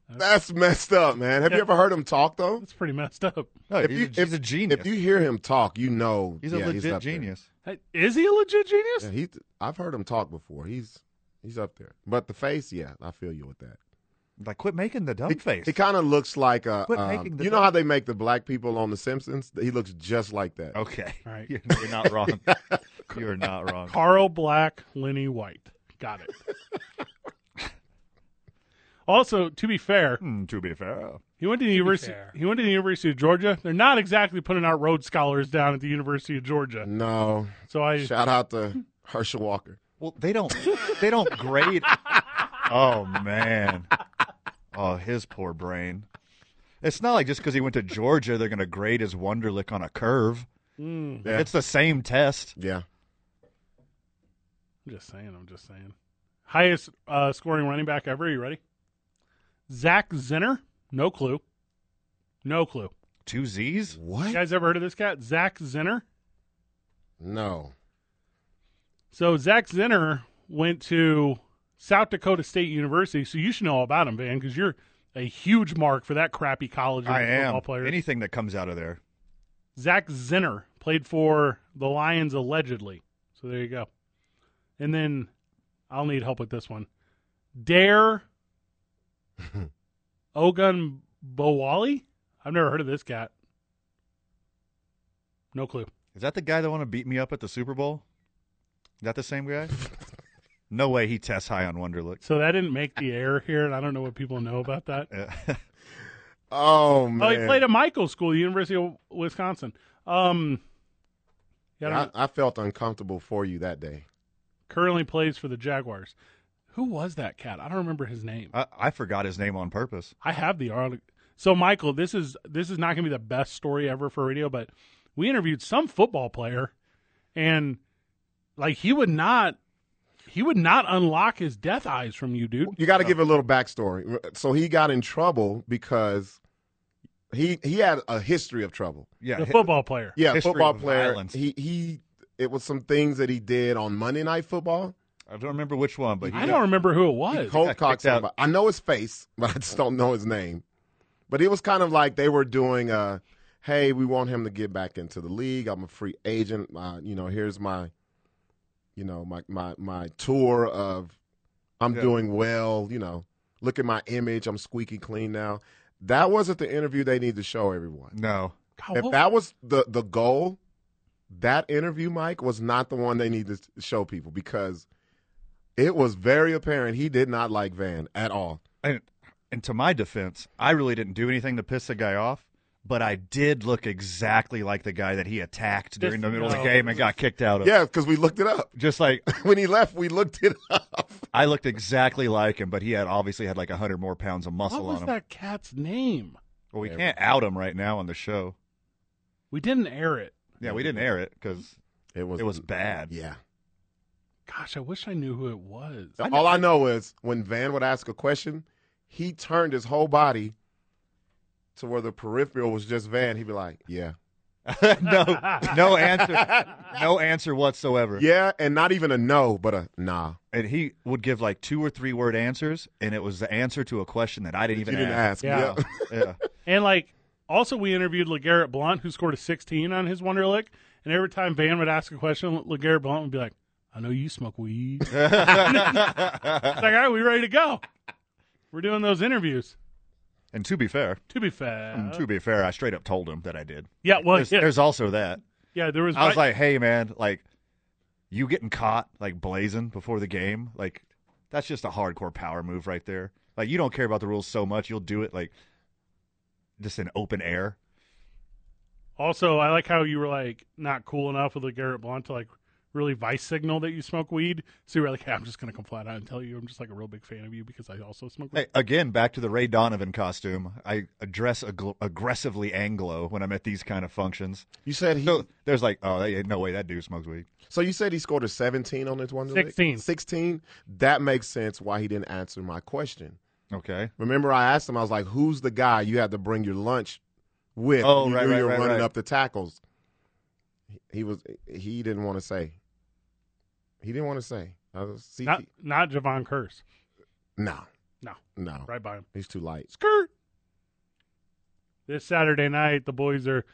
That's messed up, man. Have you ever heard him talk though?
That's pretty messed up.
No,
If
he's,
you-
a, he's a genius.
If you hear him talk, you know
he's a
yeah,
legit
up there.
genius.
Hey, Is he a legit genius?
Yeah, he, I've heard him talk before. He's he's up there. But the face, yeah, I feel you with that.
Like, quit making the dumb
He,
face.
he kind of looks like a.
Quit
um,
making the-
you know how they make the black people on The Simpsons? He looks just like that.
okay.
All right.
You're, you're not wrong. you're not wrong.
Carl Black, Lenny White. Got it. also, to be fair,
Hmm, to be fair.
he went to the university.
fair.
He went to the University of Georgia. They're not exactly putting out Rhodes scholars down at the University of Georgia.
No.
So I
Shout out to Herschel Walker.
Well, they don't. They don't grade. oh man. Oh, his poor brain. It's not like just because he went to Georgia, they're going to grade his Wonderlick on a curve.
Mm.
Like, It's the same test.
Yeah.
I'm just saying. I'm just saying. Highest uh, scoring running back ever. You ready? Zach Zinner. No clue. No clue.
Two Z's.
What? You guys ever heard of this cat? Zach Zinner.
No.
So Zach Zinner went to South Dakota State University. So you should know all about him, Van, because you're a huge mark for that crappy college
I am.
football player.
Anything that comes out of there.
Zach Zinner played for the Lions allegedly. So there you go. And then I'll need help with this one. Dare Ogun Bowali? I've never heard of this cat. No clue.
Is that the guy that want to beat me up at the Super Bowl? Is that the same guy? no way he tests high on Wonderlick.
So that didn't make the air here, and I don't know what people know about that.
oh man.
Oh, he played at Michael School, University of Wisconsin. Um, yeah, I don't-
I, I felt uncomfortable for you that day.
currently plays for the Jaguars. Who was that cat? I don't remember his name.
I, I forgot his name on purpose.
I have the article. So Michael, this is this is not going to be the best story ever for radio, but we interviewed some football player, and like he would not, he would not unlock his death eyes from you, dude.
You got to give a little backstory. So he got in trouble because he he had a history of trouble.
the football player.
Yeah, football player. He he. It was some things that he did on Monday Night Football.
I don't remember which one, but
I don't remember who it was.
Cold cocked somebody. I know his face, but I just don't know his name. But it was kind of like they were doing, uh, "Hey, we want him to get back into the league. I'm a free agent. Uh, you know, here's my, you know, my my my tour of, I'm
Yeah.
doing well. You know, look at my image. I'm squeaky clean now. That wasn't the interview they need to show everyone.
No,
if
what-
that was the the goal, that interview, Mike, was not the one they needed to show people because it was very apparent he did not like Van at all.
And, and to my defense, I really didn't do anything to piss the guy off, but I did look exactly like the guy that he attacked during the middle of
no.
the game and got kicked out of.
Yeah, because we looked it up.
Just like
when he left, we looked it up.
I looked exactly like him, but he had obviously had like hundred more pounds of muscle
What was
on him.
that cat's name?
Well, we can't out him right now on the show.
We didn't air it.
Yeah, we didn't air it because
it was
it was bad.
Yeah.
Gosh, I wish I knew who it was.
all I know is when Van would ask a question, he turned his whole body to where the peripheral was just Van. He'd be like, "Yeah,
no, no answer, no answer whatsoever.
yeah," and not even a no, but a nah.
And he would give like two or three word answers, and it was the answer to a question that I didn't even
you didn't ask.
ask.
Yeah.
yeah.
And like, also we interviewed Legarrette Blunt, who scored a 16 on his Wonderlick. And every time Van would ask a question, Legarrette Blunt would be like, "I know you smoke weed." it's like, all right, we ready to go. We're doing those interviews.
And to be fair,
To be fair,
and Mm, to be fair, I straight up told him that I did.
Uh, Yeah, well,
there's,
yeah.
there's also that.
yeah, there was.
I was like, hey man, like you getting caught like blazing before the game, like that's just a hardcore power move right there. Like you don't care about the rules so much, you'll do it like just in open air.
also, I like how you were like not cool enough with Legarrette Blunt to like really vice signal that you smoke weed. So you were like, "Hey, I'm just gonna come flat out and tell you, I'm just like a real big fan of you because I also smoke weed."
Hey, again, back to the Ray Donovan costume. I address ag- aggressively Anglo when I'm at these kind of functions.
You said he.
So there's like, oh, that, no way, that dude smokes weed.
So you said he scored a 17 on this one.
16.
16. That makes sense why he didn't answer my question.
Okay.
Remember, I asked him. I was like, "Who's the guy you had to bring your lunch with?"
Oh,
you
right,
knew
right,
you were
right,
running
right.
up the tackles. He was. He didn't want to say. He didn't want to say. I was, see,
Not not Javon Curse.
no,
No,
no,
right by him.
he's too light.
skirt. This Saturday night, the boys are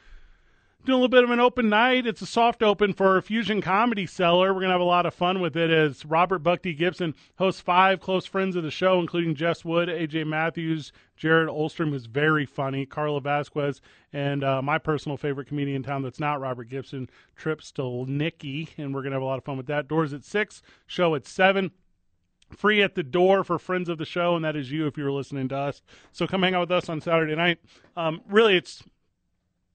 doing a little bit of an open night. It's a soft open for Fusion Comedy Cellar. We're gonna have a lot of fun with it. As Robert Buckty Gibson hosts five close friends of the show, including Jess Wood, AJ Matthews, Jared Olstrom, who's very funny, Carla Vasquez, and uh, my personal favorite comedian in town that's not Robert Gibson, Trips to Nikki, and we're gonna have a lot of fun with that. Doors at six, show at seven free at the door for friends of the show, and that is you if you're listening to us. So come hang out with us on Saturday night. Um, really, it's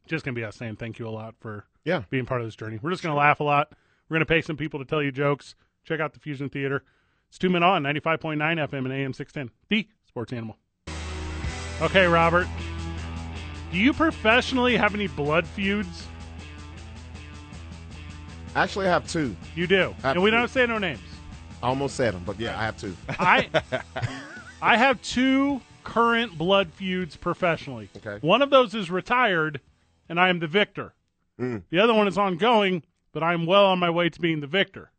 just gonna be us saying thank you a lot for
yeah
being part of this journey. We're just gonna laugh a lot. We're gonna pay some people to tell you jokes. Check out the Fusion Theater. It's two men on ninety five point nine FM and AM six ten. The Sports Animal. Okay, Robert. Do you professionally have any blood feuds?
I actually have two.
You do, and we don't say no names.
I almost said them, but yeah, I have two.
I I have two current blood feuds professionally.
Okay.
One of those is retired, and I am the victor.
Mm.
The other one is ongoing, but I'm well on my way to being the victor.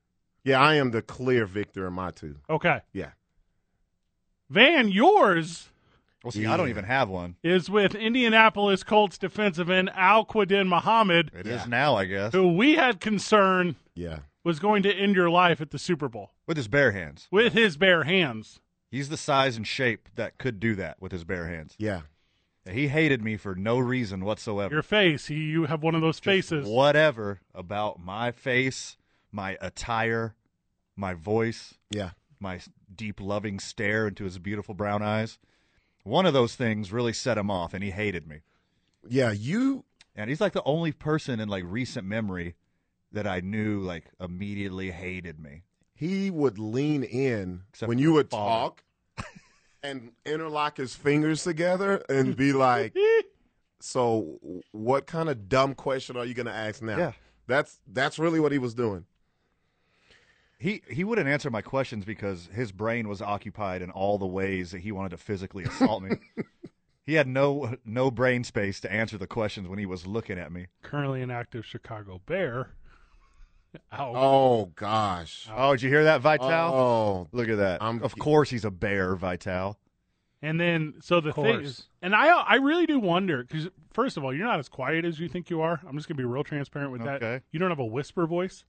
yeah, I am the clear victor in my two.
Okay.
Yeah.
Van, yours.
Well, see, I don't even have one.
Is with Indianapolis Colts defensive end Al Quadin Muhammad.
It is now, I guess.
Who we had concern
Yeah.
was going to end your life at the Super Bowl
With his bare hands.
with his bare hands.
He's the size and shape that could do that with his bare hands.
Yeah.
He hated me for no reason whatsoever.
Your face. He, you have one of those faces.
Whatever about my face, my attire, my voice,
yeah,
my s- deep loving stare into his beautiful brown eyes. One of those things really set him off and he hated me.
Yeah, you
and he's like the only person in like recent memory that I knew like immediately hated me.
He would lean in
Except
when
for
you
the
would
fall.
talk and interlock his fingers together and be like, "So, what kind of dumb question are you going to ask now?"
Yeah.
That's that's really what he was doing.
He he wouldn't answer my questions because his brain was occupied in all the ways that he wanted to physically assault me. He had no no brain space to answer the questions when he was looking at me.
Currently an active Chicago Bear. Ow.
Oh gosh.
Oh, did you hear that, Vital?
Oh.
look at that. of course he's a bear, Vital.
And then, so the thing
course.
is, and I, I really do wonder because first of all, you're not as quiet as you think you are. I'm just gonna be real transparent with that.
Okay.
You don't have a whisper voice.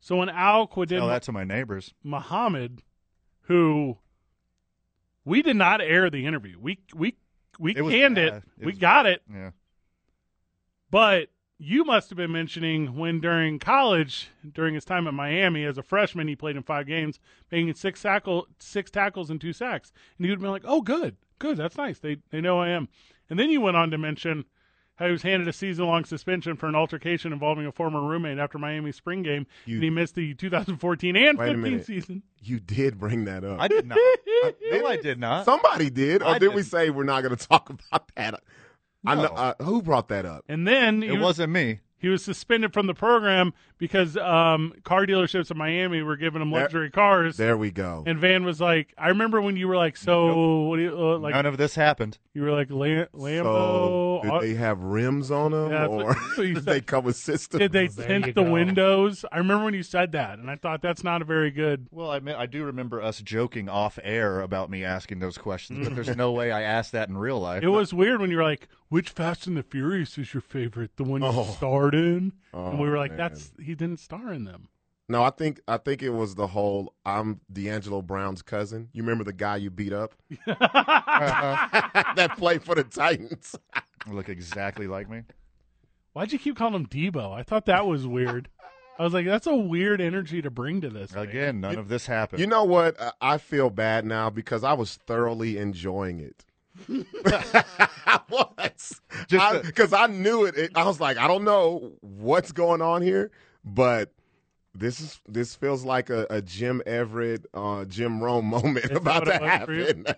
So when Al Quadin
Tell that to Oh, my neighbors.
Muhammad, who we did not air the interview, we we we
It was
canned
bad.
it,
It
we
was-
got it,
Yeah.
but you must have been mentioning when during college, during his time at Miami as a freshman, he played in five games, making six tackle, six tackles and two sacks, and he would have been like, "Oh, good, good, that's nice. They they know I am." And then you went on to mention how he was handed a season-long suspension for an altercation involving a former roommate after Miami's spring game,
You-
and he missed the 2014 and 15 season.
You did bring that up.
I did not. no, I did not.
Somebody did, or
I
did we say we're not going to talk about that? I know, uh, who brought that up?
And then
It
he was-
wasn't me.
He was suspended from the program because um, car dealerships in Miami were giving him luxury cars.
There we go.
And Van was like, I remember when you were like, so what do you uh, like?
None of this happened.
You were like Lam- Lambo.
So, did they have rims on them,
Yeah, that's what-
or
that's what you
did they come with systems?
did they tint the windows? I remember when you said that, and I thought that's not a very good.
Well, I mean, I do remember us joking off air about me asking those questions, but there's no way I asked that in real life.
It was weird when you were like, "Which Fast and the Furious is your favorite? The one you
Oh.
starred in?" and we
Oh,
were like,
man.
"That's he didn't star in them."
No, I think I think it was the whole I'm D'Angelo Brown's cousin. You remember the guy you beat up that played for the Titans?
Look exactly like me.
Why'd you keep calling him Debo? I thought that was weird. I was like, "That's a weird energy to bring to this." man."
Again, none of this happened.
You know what? I- I feel bad now because I was thoroughly enjoying it. I was because I, knew it, it. I was like, I don't know what's going on here, but this is this feels like a, a Jim Everett, uh, Jim Rome moment
that
about
what
to
it was for you?
happen.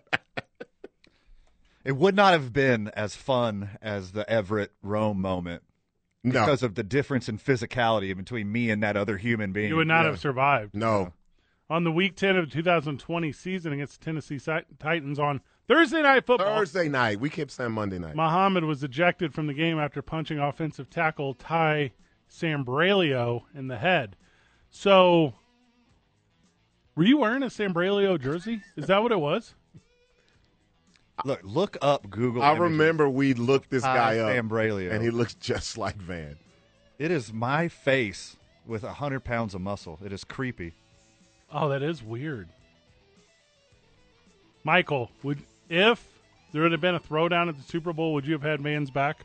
It would not have been as fun as the Everett Rome moment
No.
because of the difference in physicality between me and that other human being.
You would not
Yeah.
have survived.
No.
On the week 10 of 2020 season against Tennessee Si- Titans on Thursday Night Football,
Thursday night. We kept saying Monday night.
Muhammad was ejected from the game after punching offensive tackle Ty Sambralio in the head. So, were you wearing a Sambralio jersey? Is that what it was?
Look, look up Google.
I
images.
remember we looked this
Ty
guy up,
Sambrelio.
and he looks just like Van.
It is my face with a hundred pounds of muscle. It is creepy.
Oh, that is weird. Michael, would if there would have been a throwdown at the Super Bowl, would you have had Man's back?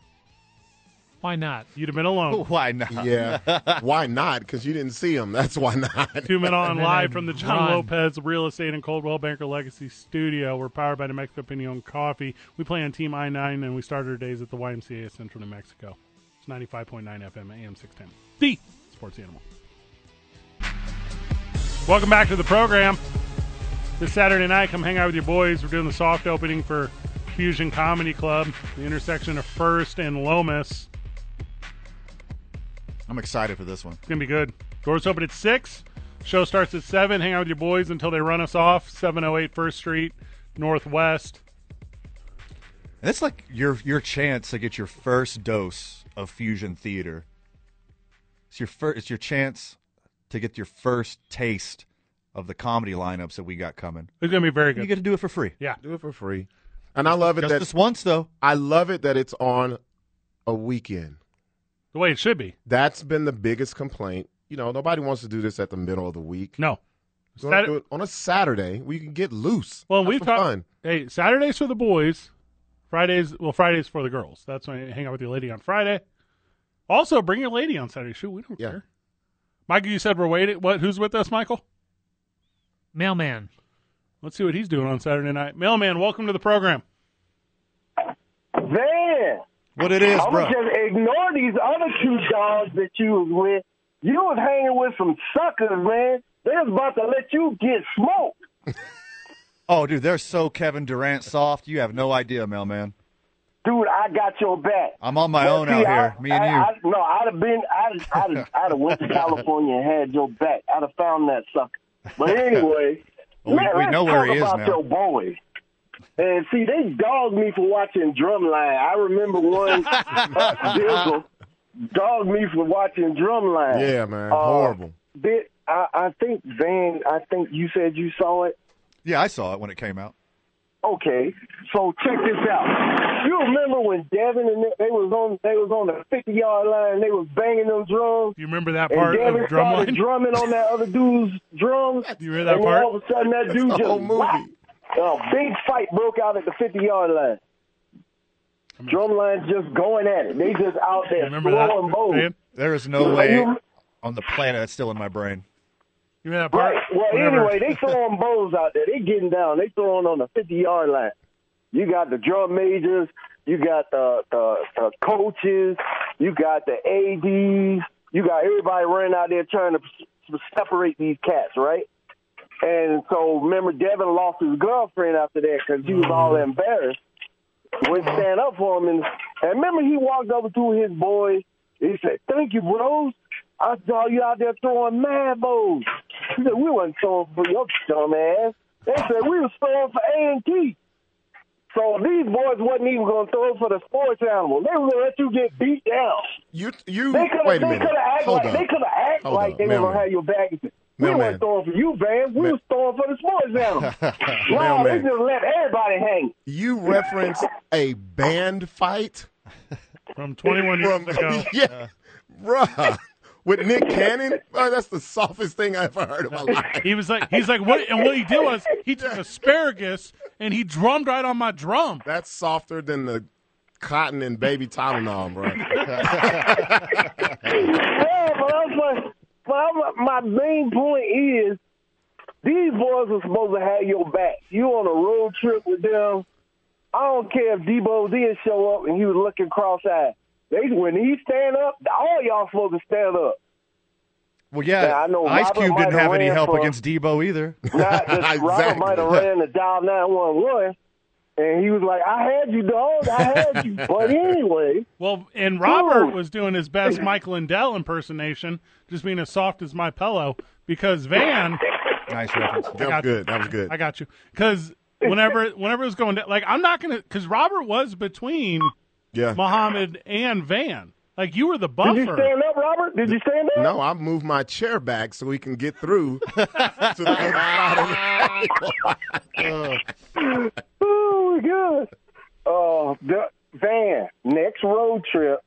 Why not? You'd have been alone.
Why not?
Yeah, why not? Because you didn't see him. That's why not.
Two men on
And then
live
I'd
from the John
run.
Lopez Real Estate and Coldwell Banker Legacy Studio. We're powered by New Mexico Pinion Coffee. We play on Team I 9, and we start our days at the YMCA of Central New Mexico. It's 95.9 FM, AM 610. The Sports Animal. Welcome back to the program. This Saturday night, come hang out with your boys. We're doing the soft opening for Fusion Comedy Club, the intersection of First and Lomas.
I'm excited for this one.
It's gonna be good. Doors open at six. Show starts at seven. Hang out with your boys until they run us off. 708 First Street Northwest.
And it's like your your chance to get your first dose of fusion theater. It's your first. It's your chance to get your first taste of the comedy lineups that we got coming.
It's gonna be very good.
You get to do it for free.
Yeah,
do it for free. And I love it
Just
that
this once though.
I love it that it's on a weekend.
The way it should be.
That's been the biggest complaint. You know, nobody wants to do this at the middle of the week.
No.
You wanna do it on a Saturday where you can get loose.
Well,
Have
we've
some
talked.
fun.
Hey, Saturdays for the boys, Fridays. Well, Fridays for the girls. That's when you hang out with your lady on Friday. Also, bring your lady on Saturday. Shoot, we don't care. Michael, you said we're waiting. What? Who's with us, Michael?
Mailman.
Let's see what he's doing on Saturday night. Mailman, welcome to the program.
There.
What it is,
I
bro.
would just ignore these other two dogs that you was with. You was hanging with some suckers, man. They was about to let you get smoked.
Oh, dude, they're so Kevin Durant soft. You have no idea, mailman.
Dude, I got your back.
I'm on my
But
own
see,
out
I-
here, me and
I-
you.
I- no, I'd have been, I'd, I'd, I'd, have went to California and had your back. I'd have found that sucker. But anyway,
Well, we-
let,
we
let's
know where
talk
he is
about
now.
your boy. And see, they dogged me for watching Drumline. I remember one uh, Dizzle dogged me for watching Drumline.
Yeah, man.
Uh,
Horrible.
Did, I, I think Van? I think you said you saw it.
Yeah, I saw it when it came out.
Okay, so check this out. You remember when Devin and they, they was on they was on the fifty yard line? They was banging them drums.
You remember that
and
part of
Devin started
Drumline?
drumming on that other dude's drums.
You remember that
and
part?
All of a sudden, that
That's
dude
the
just
whole movie.
whack. A big fight broke out at the fifty yard line. Drumline's just going at it. They just out there throwing bows.
There is no
Are
way
you-
on the planet that's still in my brain.
You remember that
Right. Well,
Whatever.
anyway, they throwing bowls out there. They getting down. They throwing on the fifty yard line. You got the drum majors. You got the, the the coaches. You got the ads. You got everybody running out there trying to s- separate these cats, right? And so remember, Devin lost his girlfriend after that because he was all embarrassed. Went
Mm-hmm.
stand up for him, and, and remember he walked over to his boys. He said, "Thank you, bros. I saw you out there throwing mad bows." He said, "We wasn't throwing for your dumb ass." They said, "We was throwing for A and T." So these boys wasn't even going to throw for the sports animal. They were going to let you get beat down.
You, you.
They could
wait
have,
a
they
minute.
could have acted
Hold
like
up.
they could have acted
Hold
like
up,
they were going
mailman.
to have your back. We
Mailman.
weren't throwing for you, man. We was throwing for the sports animal. no, they
Mailman.
just let everybody hang.
You referenced a band fight
from 21 years ago.
yeah, bruh. With Nick Cannon, oh, that's the softest thing I ever heard in my life.
He was like, he's like, what? And what he did was he took asparagus and he drummed right on my drum.
That's softer than the cotton and baby Tylenol, bro.
yeah, but I'm like, but I'm, my main point is these boys are supposed to have your back. You on a road trip with them. I don't care if Debo did show up and he was looking cross-eyed. They when he stand up, all y'all supposed to stand up.
Well, yeah,
Yeah, I know
Ice
Robert
Cube didn't
might
have
have
any
ran
help
for-
against Debo either.
Not that Robert might have ran the dial nine one one, and he was like, "I had you, dog. I had you." but anyway,
Well, and Robert
Ooh.
was doing his best Mike Lindell impersonation, just being as soft as my pillow, because Van.
Nice reference.
I
That was
got
good. That was good.
I got you. Because whenever whenever it was going down, like I'm not gonna because Robert was between
Yeah.
Muhammad and Van. Like you were the buffer.
Did you stand
up, Robert? Did you stand
up? No, I moved my chair back so we can get through to the other side of
oh my god! Oh, the van next road trip.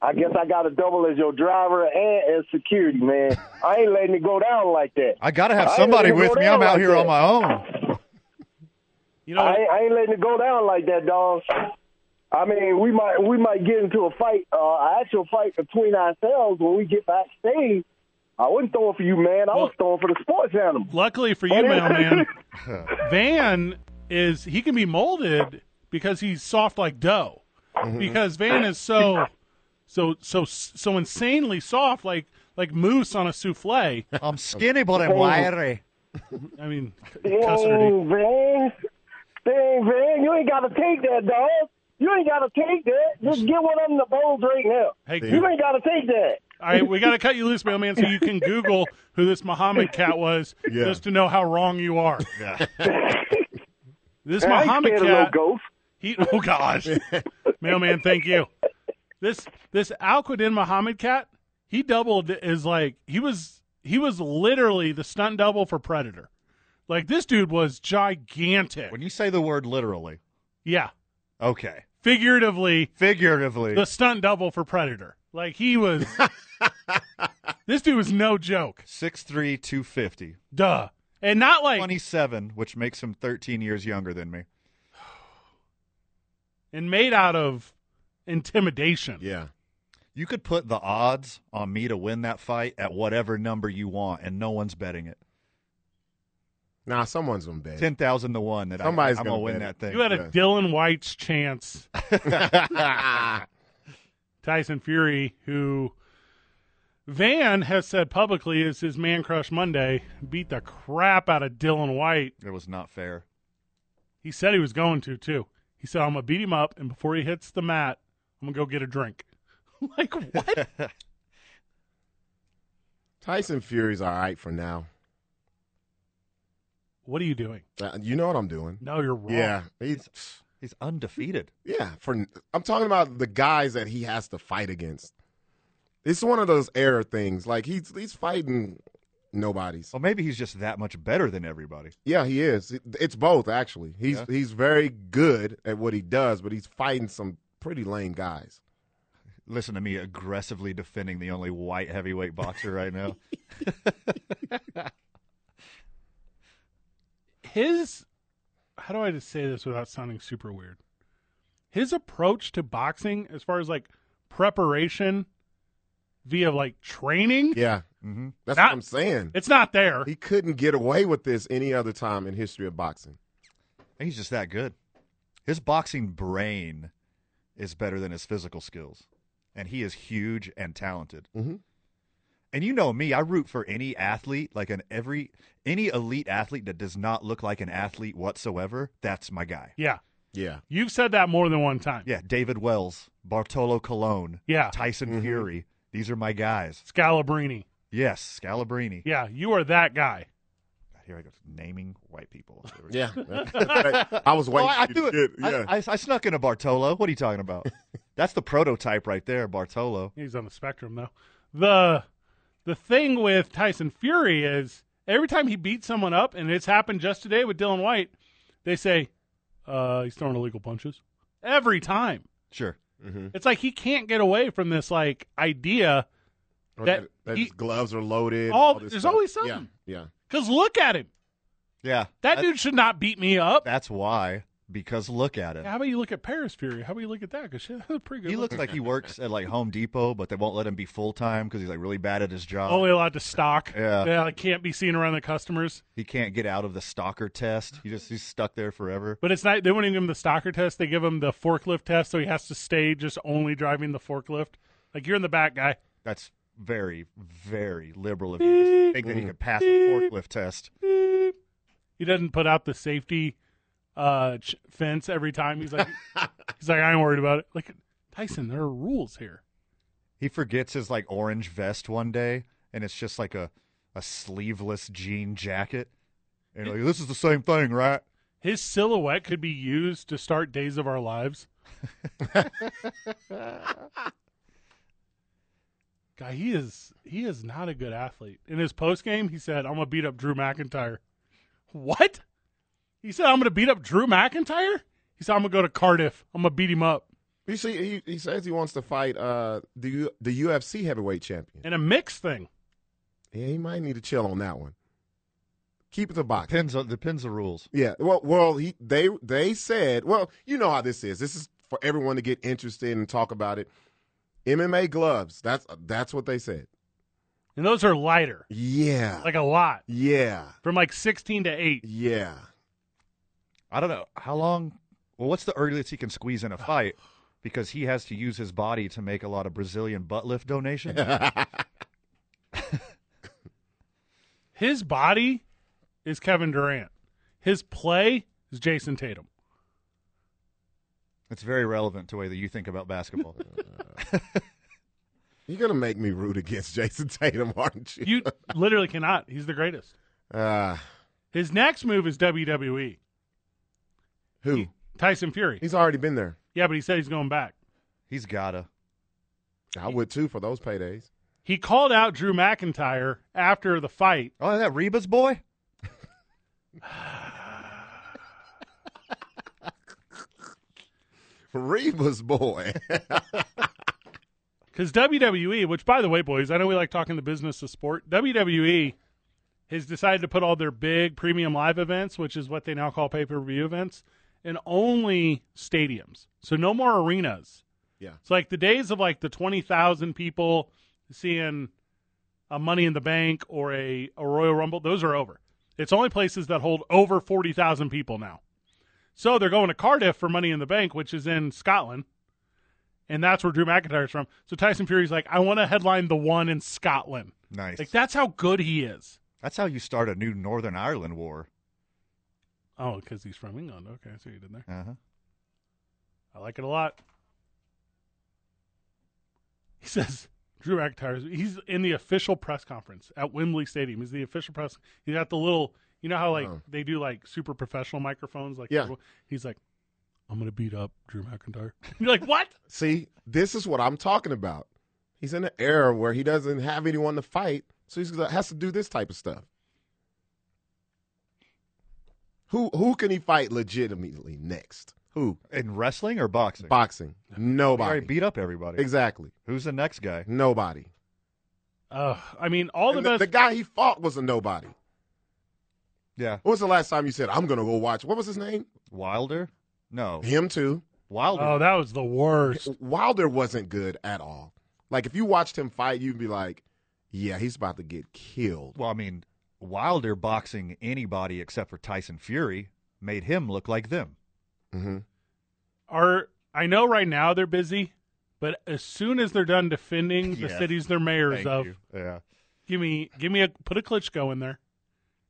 I guess I got to double as your driver and as security man. I ain't letting it go down like that.
I got to
I
have
ain't
somebody
letting it
with
go
me. I'm
down
out
like
here on
that.
my own.
You know,
I, ain't- I ain't letting it go down like that, dog. I mean, we might we might get into a fight, uh, an actual fight between ourselves when we get backstage. I wasn't throwing for you, man. I was throwing for the sports animal.
Luckily
Oh,
for you, mailman, Van is he can be molded because he's soft like dough.
Mm-hmm.
Because Van is so so so so insanely soft, like like mousse on a souffle.
Oh.
I'm skinny
but I'm wiry.
I mean,
Whoa,
custardy.
man. Dang, man, you ain't got to take that, dog. You ain't got to take that. Just get one of them the bowls right now.
Hey,
you ain't got to take that.
All right, we got to cut you loose, mailman, so you can Google who this Muhammad cat was
Yeah.
just to know how wrong you are. this
Hey, I ain't
Muhammad
scared of no
cat. He, oh gosh, mailman, thank you. This this Al Quadin Muhammad cat, he doubled is like he was he was literally the stunt double for Predator. Like this dude was gigantic. When
you say the word literally,
yeah,
Okay.
figuratively,
figuratively,
the stunt double for Predator. Like he was. this dude was no joke.
Six three two fifty.
Duh. And not like
27, which makes him 13 years younger than me.
and made out of intimidation.
Yeah.
You could put the odds on me to win that fight at whatever number you want, and no one's betting it.
Nah, someone's gonna bet.
Ten thousand to one that
Somebody's
I, I'm
gonna
win
bet
that
it.
thing.
You had a Dylan White's chance. Tyson Fury, who Van has said publicly is his man crush Monday, beat the crap out of Dylan White.
It was not fair.
He said he was going to too. He said, "I'm gonna beat him up, and before he hits the mat, I'm gonna go get a drink." like what?
Tyson Fury's all right for now.
What are you doing?
Uh, you know what I'm doing.
No, you're wrong.
Yeah, he's
he's undefeated.
Yeah, for I'm talking about the guys that he has to fight against. It's one of those error things. Like he's he's fighting nobody's.
Well, maybe he's just that much better than everybody.
Yeah, he is. It- It's both actually. He's
Yeah.
he's very good at what he does, but he's fighting some pretty lame guys.
Listen to me aggressively defending the only white heavyweight boxer right now.
his how do I just say this without sounding super weird? His approach to boxing as far as like preparation via like training.
Yeah.
Mm-hmm.
That's
Not-
what I'm saying.
It's not there.
He couldn't get away with this any other time in history of boxing.
He's just that good. His boxing brain is better than his physical skills, and he is huge and talented.
Mm-hmm.
And you know me, I root for any athlete, like an every any elite athlete that does not look like an athlete whatsoever. That's my guy.
Yeah.
Yeah.
You've said that more than one time.
Yeah, David Wells, Bartolo Colon,
Yeah.
Tyson
Mm-hmm.
Fury. These are my guys.
Scalabrini.
Yes, Scalabrini.
Yeah, you are that guy.
Here I go, naming white people.
Yeah. I was waiting
I, I
for you
threw
to
it.
get- yeah.
I, I, I snuck into Bartolo. What are you talking about? That's the prototype right there, Bartolo.
He's on the spectrum though. The the thing with Tyson Fury is every time he beats someone up, and it's happened just today with Dylan White, they say, uh, he's throwing illegal punches. Every time.
Sure.
Mm-hmm.
It's like he can't get away from this like idea
Or
that
that, that
he-
his gloves are loaded. all
all,
this
there's
stuff.
always something.
Yeah.
Cause look at him.
Yeah.
That dude should not beat me up.
That's why. Because look at him.
How about you look at Paris Fury? How about you look at that? Cause that's pretty good.
He looks
looking.
like he works at like Home Depot, but they won't let him be full time because he's like really bad at his job.
only allowed to stock.
Yeah.
Oh, yeah, like, can't be seen around the customers.
He can't get out of the stalker test. He just he's stuck there forever.
But it's not. They wouldn't give him the stalker test. They give him the forklift test, so he has to stay just only driving the forklift. Like you're in the back, guy.
That's very very liberal of you. to Think that he could pass a forklift test.
He doesn't put out the safety uh, ch- fence every time. He's like, he's like, I ain't worried about it. Like Tyson, there are rules here.
He forgets his like orange vest one day, and it's just like a a sleeveless jean jacket. And like, this is the same thing,
Uh,
right?
His silhouette could be used to start Days of Our Lives. Guy, he is he is not a good athlete. In his post game, he said, "I'm gonna beat up Drew McIntyre." What? He said, "I'm gonna beat up Drew McIntyre." He said, "I'm gonna go to Cardiff. I'm gonna beat him up
You see, he, he says he wants to fight uh, the U- the UFC heavyweight champion.
in a mixed thing."
Yeah, he might need to chill on that one. Keep it to boxing.
Depends on depends the rules.
Yeah. Well, well, he they they said. Well, you know how this is. This is for everyone to get interested and talk about it. MMA gloves. That's that's what they said.
And those are lighter,
Yeah.
like a lot,
Yeah.
from like 16 to 8.
Yeah.
I don't know how long. Well, what's the earliest he can squeeze in a fight? Because he has to use his body to make a lot of Brazilian butt lift donations.
His body is Kevin Durant. His play is Jason Tatum.
It's very relevant to the way that you think about basketball.
You're gonna make me root against Jason Tatum, aren't you?
You literally cannot. He's the greatest.
Uh,
His next move is WWE.
who?
Tyson Fury.
He's already been there.
Yeah, but he said he's going back.
He's gotta.
I would too for those paydays.
He called out Drew McIntyre after the fight.
Oh, that Reba's boy?
Reba's boy.
Because WWE, E, which by the way, boys, I know we like talking the business of sport. WWE has decided to put all their big premium live events, which is what they now call pay per view events, in only stadiums. So no more arenas.
Yeah.
It's like the days of like the twenty thousand people seeing a Money in the Bank or a, a Royal Rumble. Those are over. It's only places that hold over forty thousand people now. So they're going to Cardiff for Money in the Bank, which is in Scotland and that's where Drew McIntyre's from. So Tyson Fury's like, I want to headline the one in Scotland.
Nice.
Like that's how good he is.
That's how you start a new Northern Ireland war.
Oh, because he's from England. Okay, I see what you did there.
Uh huh.
I like it a lot. He says Drew McIntyre's he's in the official press conference at Wembley Stadium. He's the official press. He's got the little, you know how like
Oh.
they do like super professional microphones. Like
Yeah.
everyone- he's like, I'm gonna beat up Drew McIntyre. You're like, what?
See, this is what I'm talking about. He's in an era where he doesn't have anyone to fight, so he has to do this type of stuff. Who who can he fight legitimately next? Who
in wrestling or boxing?
Boxing.
He
Nobody.
already beat up everybody.
Exactly.
Who's the next guy?
Nobody.
Ugh. I mean, all the
And
best.
The guy he fought was a nobody.
Yeah.
When was the last time you said I'm gonna go watch? What was his name?
Wilder? No.
Him too.
Wilder.
oh, that was the worst.
Wilder wasn't good at all. Like if you watched him fight, you'd be like, "Yeah, he's about to get killed."
Well, I mean, Wilder boxing anybody except for Tyson Fury made him look like them.
Mm-hmm.
are I know right now they're busy, but as soon as they're done defending the
Yes.
cities they're mayors
Thank
of,
you. Yeah.
give me give me a put a Klitschko in there,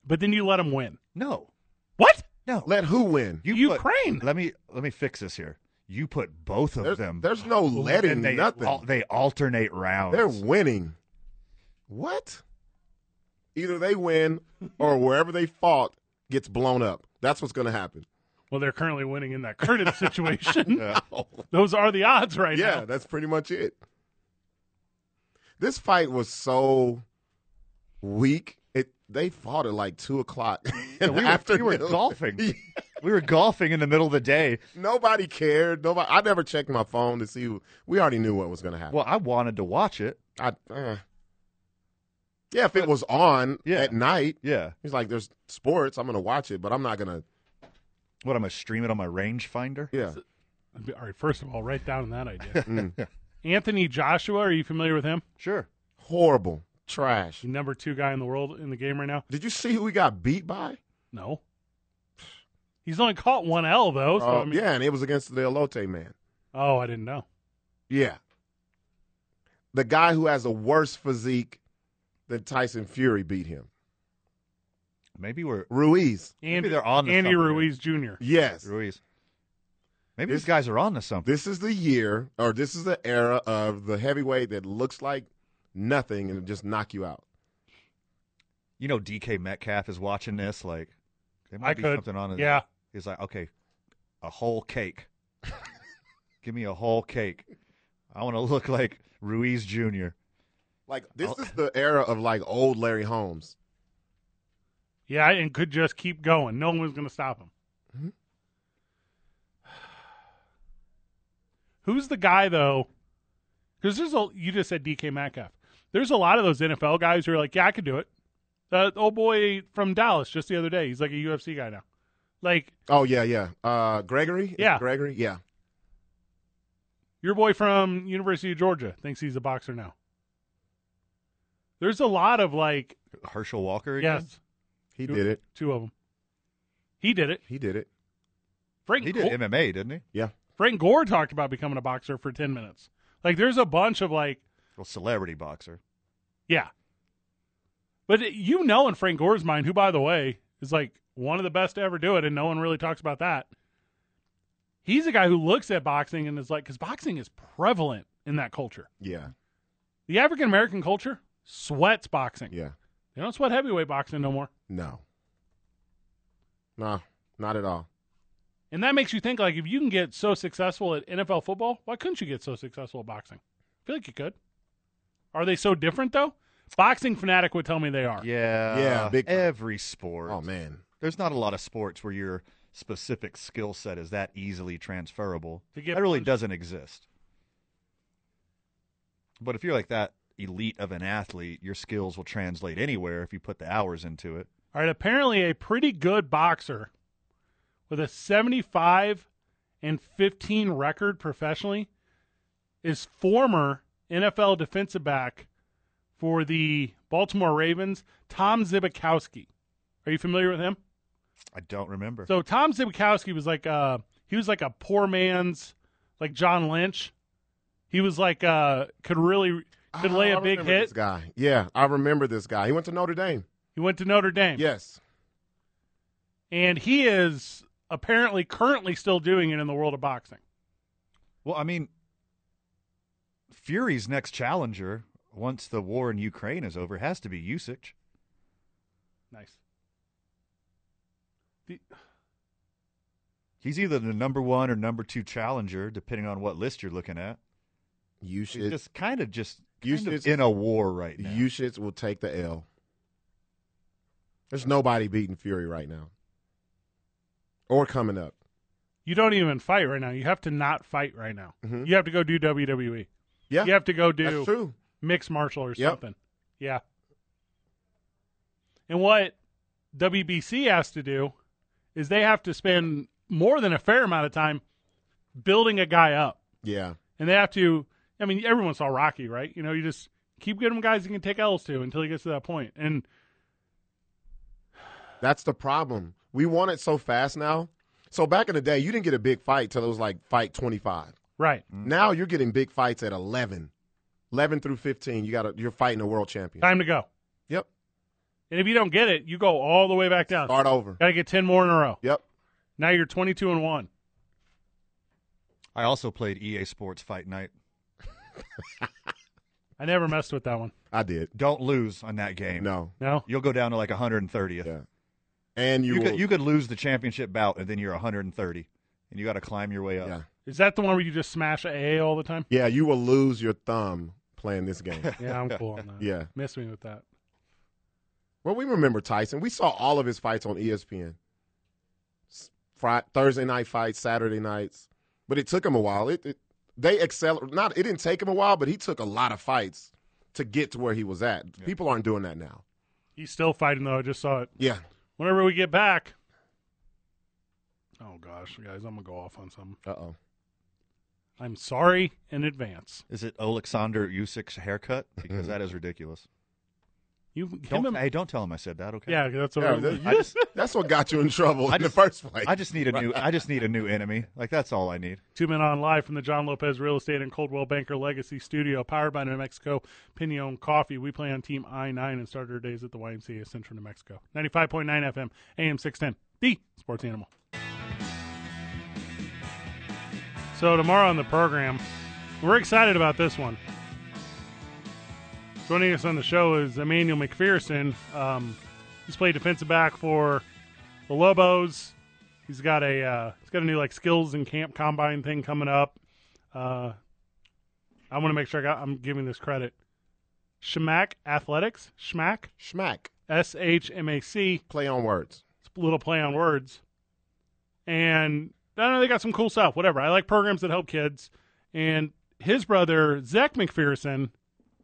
but then you let them win.
No.
What?
No.
Let who win?
You
Ukraine.
Put, let me let me fix this here. You put both of
There's,
them.
there's no letting
and they,
nothing.
al- they alternate rounds.
They're winning. What? Either they win or wherever they fought gets blown up. That's what's going to happen.
Well, they're currently winning in that current situation.
Yeah.
Those are the odds right
yeah,
now.
that's pretty much it. This fight was so weak. It they fought at like two o'clock
Yeah, we,
in the
were, we
afternoon.
were golfing. we were golfing in the middle of the day.
Nobody cared. Nobody. I never checked my phone to see. who- We already knew what was going to happen.
Well, I wanted to watch it.
I, uh, yeah, if it was on
Yeah.
at night,
Yeah.
he's like, "There's sports. I'm going to watch it, but I'm not going to."
What, I'm going to stream it on my rangefinder?
Yeah.
All right, first of all, write down that idea.
Mm.
Anthony Joshua, are you familiar with him?
Sure.
Horrible trash.
The number two guy in the world in the game right now.
Did you see who we got beat by?
No, he's only caught one L though. So
Uh,
I mean,
yeah, and it was against the Elote man.
Oh, I didn't know.
Yeah. The guy who has a worse physique than Tyson Fury beat him.
Maybe we're
Ruiz.
Andy,
Maybe they're on to
Andy
something here.
Ruiz Jr.
Yes.
Ruiz. Maybe
This-
these guys are on to something.
This is the year, or this is the era of the heavyweight that looks like nothing and just knock you out.
You know, DK Metcalf is watching this. Like, there might
I
be
could.
something on it.
Yeah.
He's like, okay, a whole cake. Give me a whole cake. I want to look like Ruiz Jr.
Like this
Oh.
is the era of like old Larry Holmes.
Yeah, and could just keep going. No one's going to stop him.
Mhm.
Who's the guy though? Because there's a you just said DK Metcalf. There's a lot of those NFL guys who are like, yeah, I could do it. Uh, the old boy from Dallas just the other day, he's like a UFC guy now. Like
Oh yeah, yeah. Uh, Gregory. Is it
Yeah.
Gregory. Yeah.
your boy from University of Georgia thinks he's a boxer now. There's a lot of like,
Herschel Walker again?
yes,
He did it.
two of them. He did it.
He did it.
Frank
He did
Gore-
MMA, didn't he?
Yeah.
Frank Gore talked about becoming a boxer for 10 minutes. Like, there's a bunch of, like,
Well, celebrity boxer.
yeah. But it- you know, in Frank Gore's mind, who, by the way, is like one of the best to ever do it, and no one really talks about that. He's a guy who looks at boxing and is like, because boxing is prevalent in that culture.
Yeah.
The African American culture sweats boxing.
Yeah.
They don't sweat heavyweight boxing no more.
No. No, not at all.
And that makes you think like if you can get so successful at NFL football, why couldn't you get so successful at boxing? I feel like you could. Are they so different though? Boxing fanatic would tell me they are.
Yeah.
Yeah, big time.
every sport. Oh
man.
There's not a lot of sports where your specific skill set is that easily transferable.
To get
that really
punched.
doesn't exist. But if you're like that elite of an athlete, your skills will translate anywhere if you put the hours into it.
All right, apparently a pretty good boxer with a 75 and 15 record professionally is former NFL defensive back for the Baltimore Ravens, Tom Zibikowski. Are you familiar with him?
I don't remember.
So Tom Zibikowski was like uh he was like a poor man's like John Lynch. He was like uh could really could lay
Oh,
a
I
big
remember
hit.
This guy. Yeah, I remember this guy. He went to Notre Dame.
He went to Notre Dame.
Yes.
And he is apparently currently still doing it in the world of boxing.
Well, I mean, Fury's next challenger, once the war in Ukraine is over, has to be Usyk.
Nice.
He's either the number one or number two challenger, depending on what list you're looking at.
You
He's just kind of just
You
kind of
should-
in a war right now.
You shits will take the L. There's nobody beating Fury right now. Or coming up.
You don't even fight right now. You have to not fight right now.
Mhm.
You have to go do WWE.
Yeah.
You have to go do
That's true.
mixed martial or
Yep.
something. Yeah. And what WBC has to do is they have to spend more than a fair amount of time building a guy up.
Yeah.
And they have to I mean, everyone saw Rocky, right? You know, you just keep getting him guys you can take L's to until he gets to that point. And
That's the problem. We want it so fast now. So back in the day, you didn't get a big fight till it was like fight 25.
Right.
Mm.
Now you're getting big fights at 11. 11 through 15, you got to you're fighting a world champion.
time to go.
Yep.
And if you don't get it, you go all the way back down.
Start over.
Got to get 10 more in a row.
Yep.
Now you're 22 and 1.
I also played EA Sports Fight Night.
I never messed with that one.
I did.
Don't lose on that game.
No.
No.
You'll go down to like 130th.
Yeah. And you,
You,
will-
could, you could lose the championship bout, and then you're 130, and you got to climb your way up.
Yeah.
Is that the one where you just smash a A all the time?
Yeah, you will lose your thumb playing this game.
Yeah, I'm cool on that.
Yeah.
Miss me with that.
Well, we remember Tyson. We saw all of his fights on E ESPN. S- Fri Thursday night fights, Saturday nights, but it took him a while. It, it they excel. Not it didn't take him a while, but he took a lot of fights to get to where he was at. People aren't doing that now.
He's still fighting though. I just saw it.
Yeah,
Whenever we get back. Oh gosh, guys, I'm gonna go off on something.
Uh oh.
I'm sorry in advance.
Is it Alexander Usyk's haircut? Because that is ridiculous.
You
Don't,
him and-
hey, don't tell him I said that. Okay.
Yeah, that's what
Yeah,
we-
that-
I just-
that's what got you in trouble
I
in
just-
the first place.
I just need a new. I just need a new enemy. Like that's all I need.
Two men on live from the John Lopez Real Estate and Coldwell Banker Legacy Studio, powered by New Mexico Pinon Coffee. We play on Team I nine and start our days at the YMCA Central New Mexico. Ninety five point nine FM, AM six ten, the Sports Animal. So tomorrow on the program, we're excited about this one. Joining us on the show is Emmanuel McPherson. Um, he's played defensive back for the Lobos. He's got a uh, he's got a new like skills and camp combine thing coming up. Uh, I want to make sure I got, I'm giving this credit. Schmack Athletics, Schmack,
Schmack,
S H M A C.
Play on words.
It's a little play on words. And I don't know, they got some cool stuff. Whatever. I like programs that help kids. And his brother Zach McPherson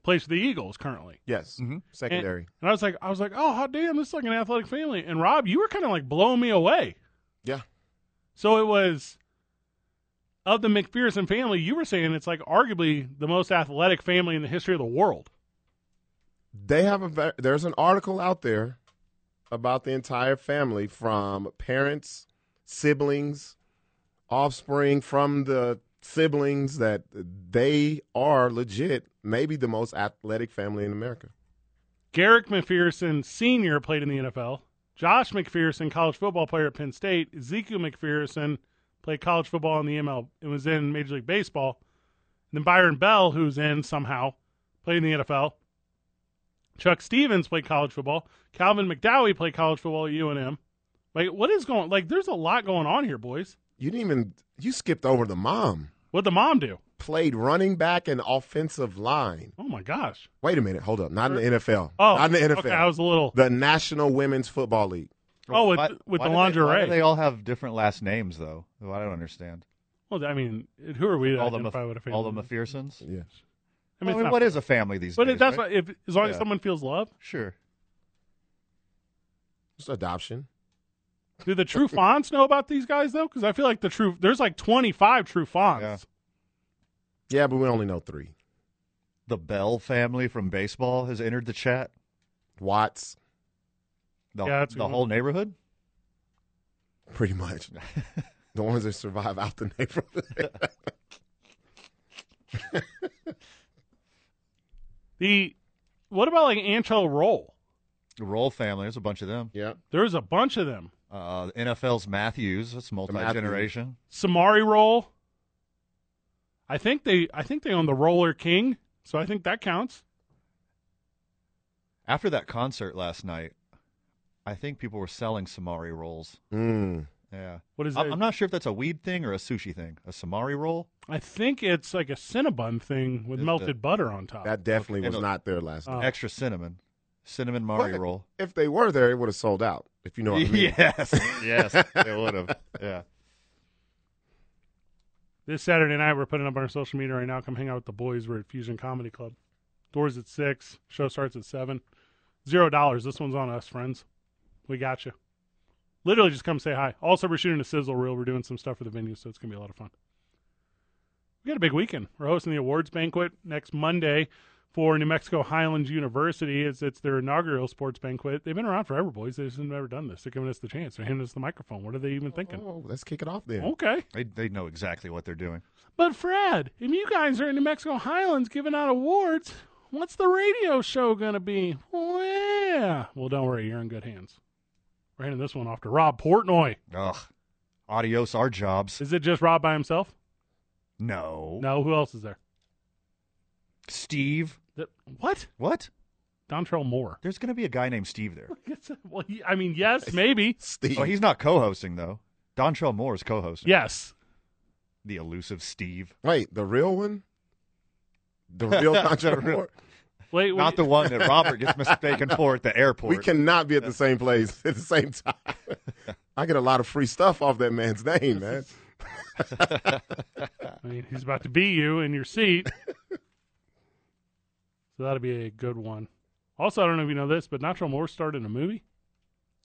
plays for the Eagles currently.
Yes, secondary.
And, and I was like, I was like, oh, hot damn, this is like an athletic family. And Rob, you were kind of like blowing me away.
Yeah.
So it was of the McPherson family. You were saying it's like arguably the most athletic family in the history of the world.
they have a ve- there's an article out there about the entire family from parents, siblings, offspring from the siblings that they are legit maybe the most athletic family in America.
Garrick McPherson Sr. played in the NFL. Josh McPherson, college football player at Penn State. Ezekiel McPherson played college football in the ML and was in Major League Baseball. And then Byron Bell, who's in somehow, played in the NFL. Chuck Stevens played college football. Calvin McDowell played college football at UNM. Like, what is going? Like, there's a lot going on here, boys.
You didn't even you skipped over the mom.
What'd the mom do?
Played running back and offensive line.
Oh my gosh!
Wait a minute, hold up. Not in the NFL.
Oh,
not in the NFL.
okay, I was a little.
The National Women's Football League.
Oh, with
Why- why do
with the
they- why
lingerie.
do they all have different last names, though? Well, I don't understand.
well, I mean, who are we to
All the
identify
Mc-
with a family?
all the McPhersons.
Yes.
I mean,
I
it's
mean,
not
what
fair.
is a family these
but
days?
But that's
right?
what if as long as
Yeah.
someone feels love.
Sure.
It's adoption.
Do the true fonts know about these guys though? Because I feel like the true there's like 25 true fonts.
Yeah, but we only know three.
The Bell family from baseball has entered the chat.
Watts.
The,
Yeah, that's a
the
good
whole neighborhood.
Pretty much. the ones that survive out the neighborhood.
The what about like Antrell Roll?
The Roll family. There's a bunch of them.
Yeah.
There's a bunch of them.
Uh, the NFL's Matthews. That's multi generation.
Samari Roll. I think they I think they own the Roller King, so I think that counts.
After that concert last night, I think people were selling Samari rolls.
Mm.
Yeah.
What is
I'm,
that?
I'm not sure if that's a weed thing or a sushi thing. A Samari roll.
I think it's like a Cinnabon thing with
Is
melted
the-
butter on top.
That definitely
And
was
a-
not there last
Oh.
night.
Extra cinnamon. Cinnamon Mari
But
roll.
If they were there, it would have sold out. If you know what I mean.
Yes. Yes, it would've. Yeah.
This Saturday night, we're putting up on our social media right now. Come hang out with the boys. We're at Fusion Comedy Club. Doors at six. Show starts at seven. Zero dollars. This one's on us, friends. We got you. Literally, just come say hi. Also, we're shooting a sizzle reel. We're doing some stuff for the venue, so it's gonna be a lot of fun. We got a big weekend. We're hosting the awards banquet next Monday for New Mexico Highlands University. It's it's their inaugural sports banquet. They've been around forever, boys. They've just never done this. They're giving us the chance. They're handing us the microphone. What are they even thinking?
Oh, let's kick it off then.
Okay.
They, they know exactly what they're doing.
But Fred, if you guys are in New Mexico Highlands giving out awards, what's the radio show gonna be? Well, yeah. Well, don't worry, you're in good hands. We're handing this one off to Rob Portnoy.
Ugh. Adios, our jobs.
Is it just Rob by himself?
No.
No. Who else is there?
Steve.
Th- What?
What?
Dontrell Moore.
There's going to be a guy named Steve there.
It's- well, he- I mean, yes, maybe.
Steve.
Oh, he's not co-hosting though. Dontrell Moore is co-hosting.
Yes.
The elusive Steve,
Wait, the real one? The real Contra Moore?
Wait,
not
wait.
the one that Robert gets mistaken for at the airport.
We cannot be at the same place at the same time. I get a lot of free stuff off that man's name, man.
I mean, he's about to be you in your seat. so that'll be a good one. Also, I don't know if you know this, but Nacho Moore starred in a movie.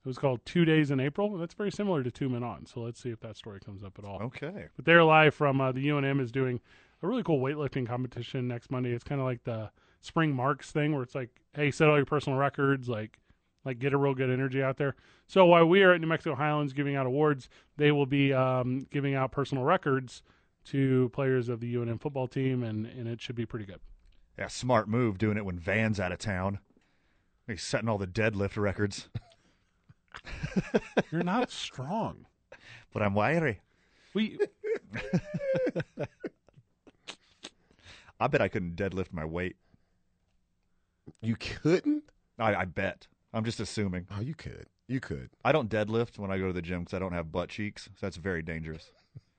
It was called Two Days in April, and that's very similar to Two Men On. So let's see if that story comes up at all.
Okay.
But they're live from uh, the UNM is doing a really cool weightlifting competition next Monday. It's kind of like the Spring Marks thing, where it's like, hey, set all your personal records, like, like get a real good energy out there. So while we are at New Mexico Highlands giving out awards, they will be um, giving out personal records to players of the UNM football team, and and it should be pretty good.
Yeah, smart move doing it when Van's out of town. He's setting all the deadlift records,
You're not strong.
but I'm wiry.
We
I bet I couldn't deadlift my weight.
You couldn't?
I, I bet. I'm just assuming.
Oh, you could. You could.
I don't deadlift when I go to the gym because I don't have butt cheeks. So that's very dangerous.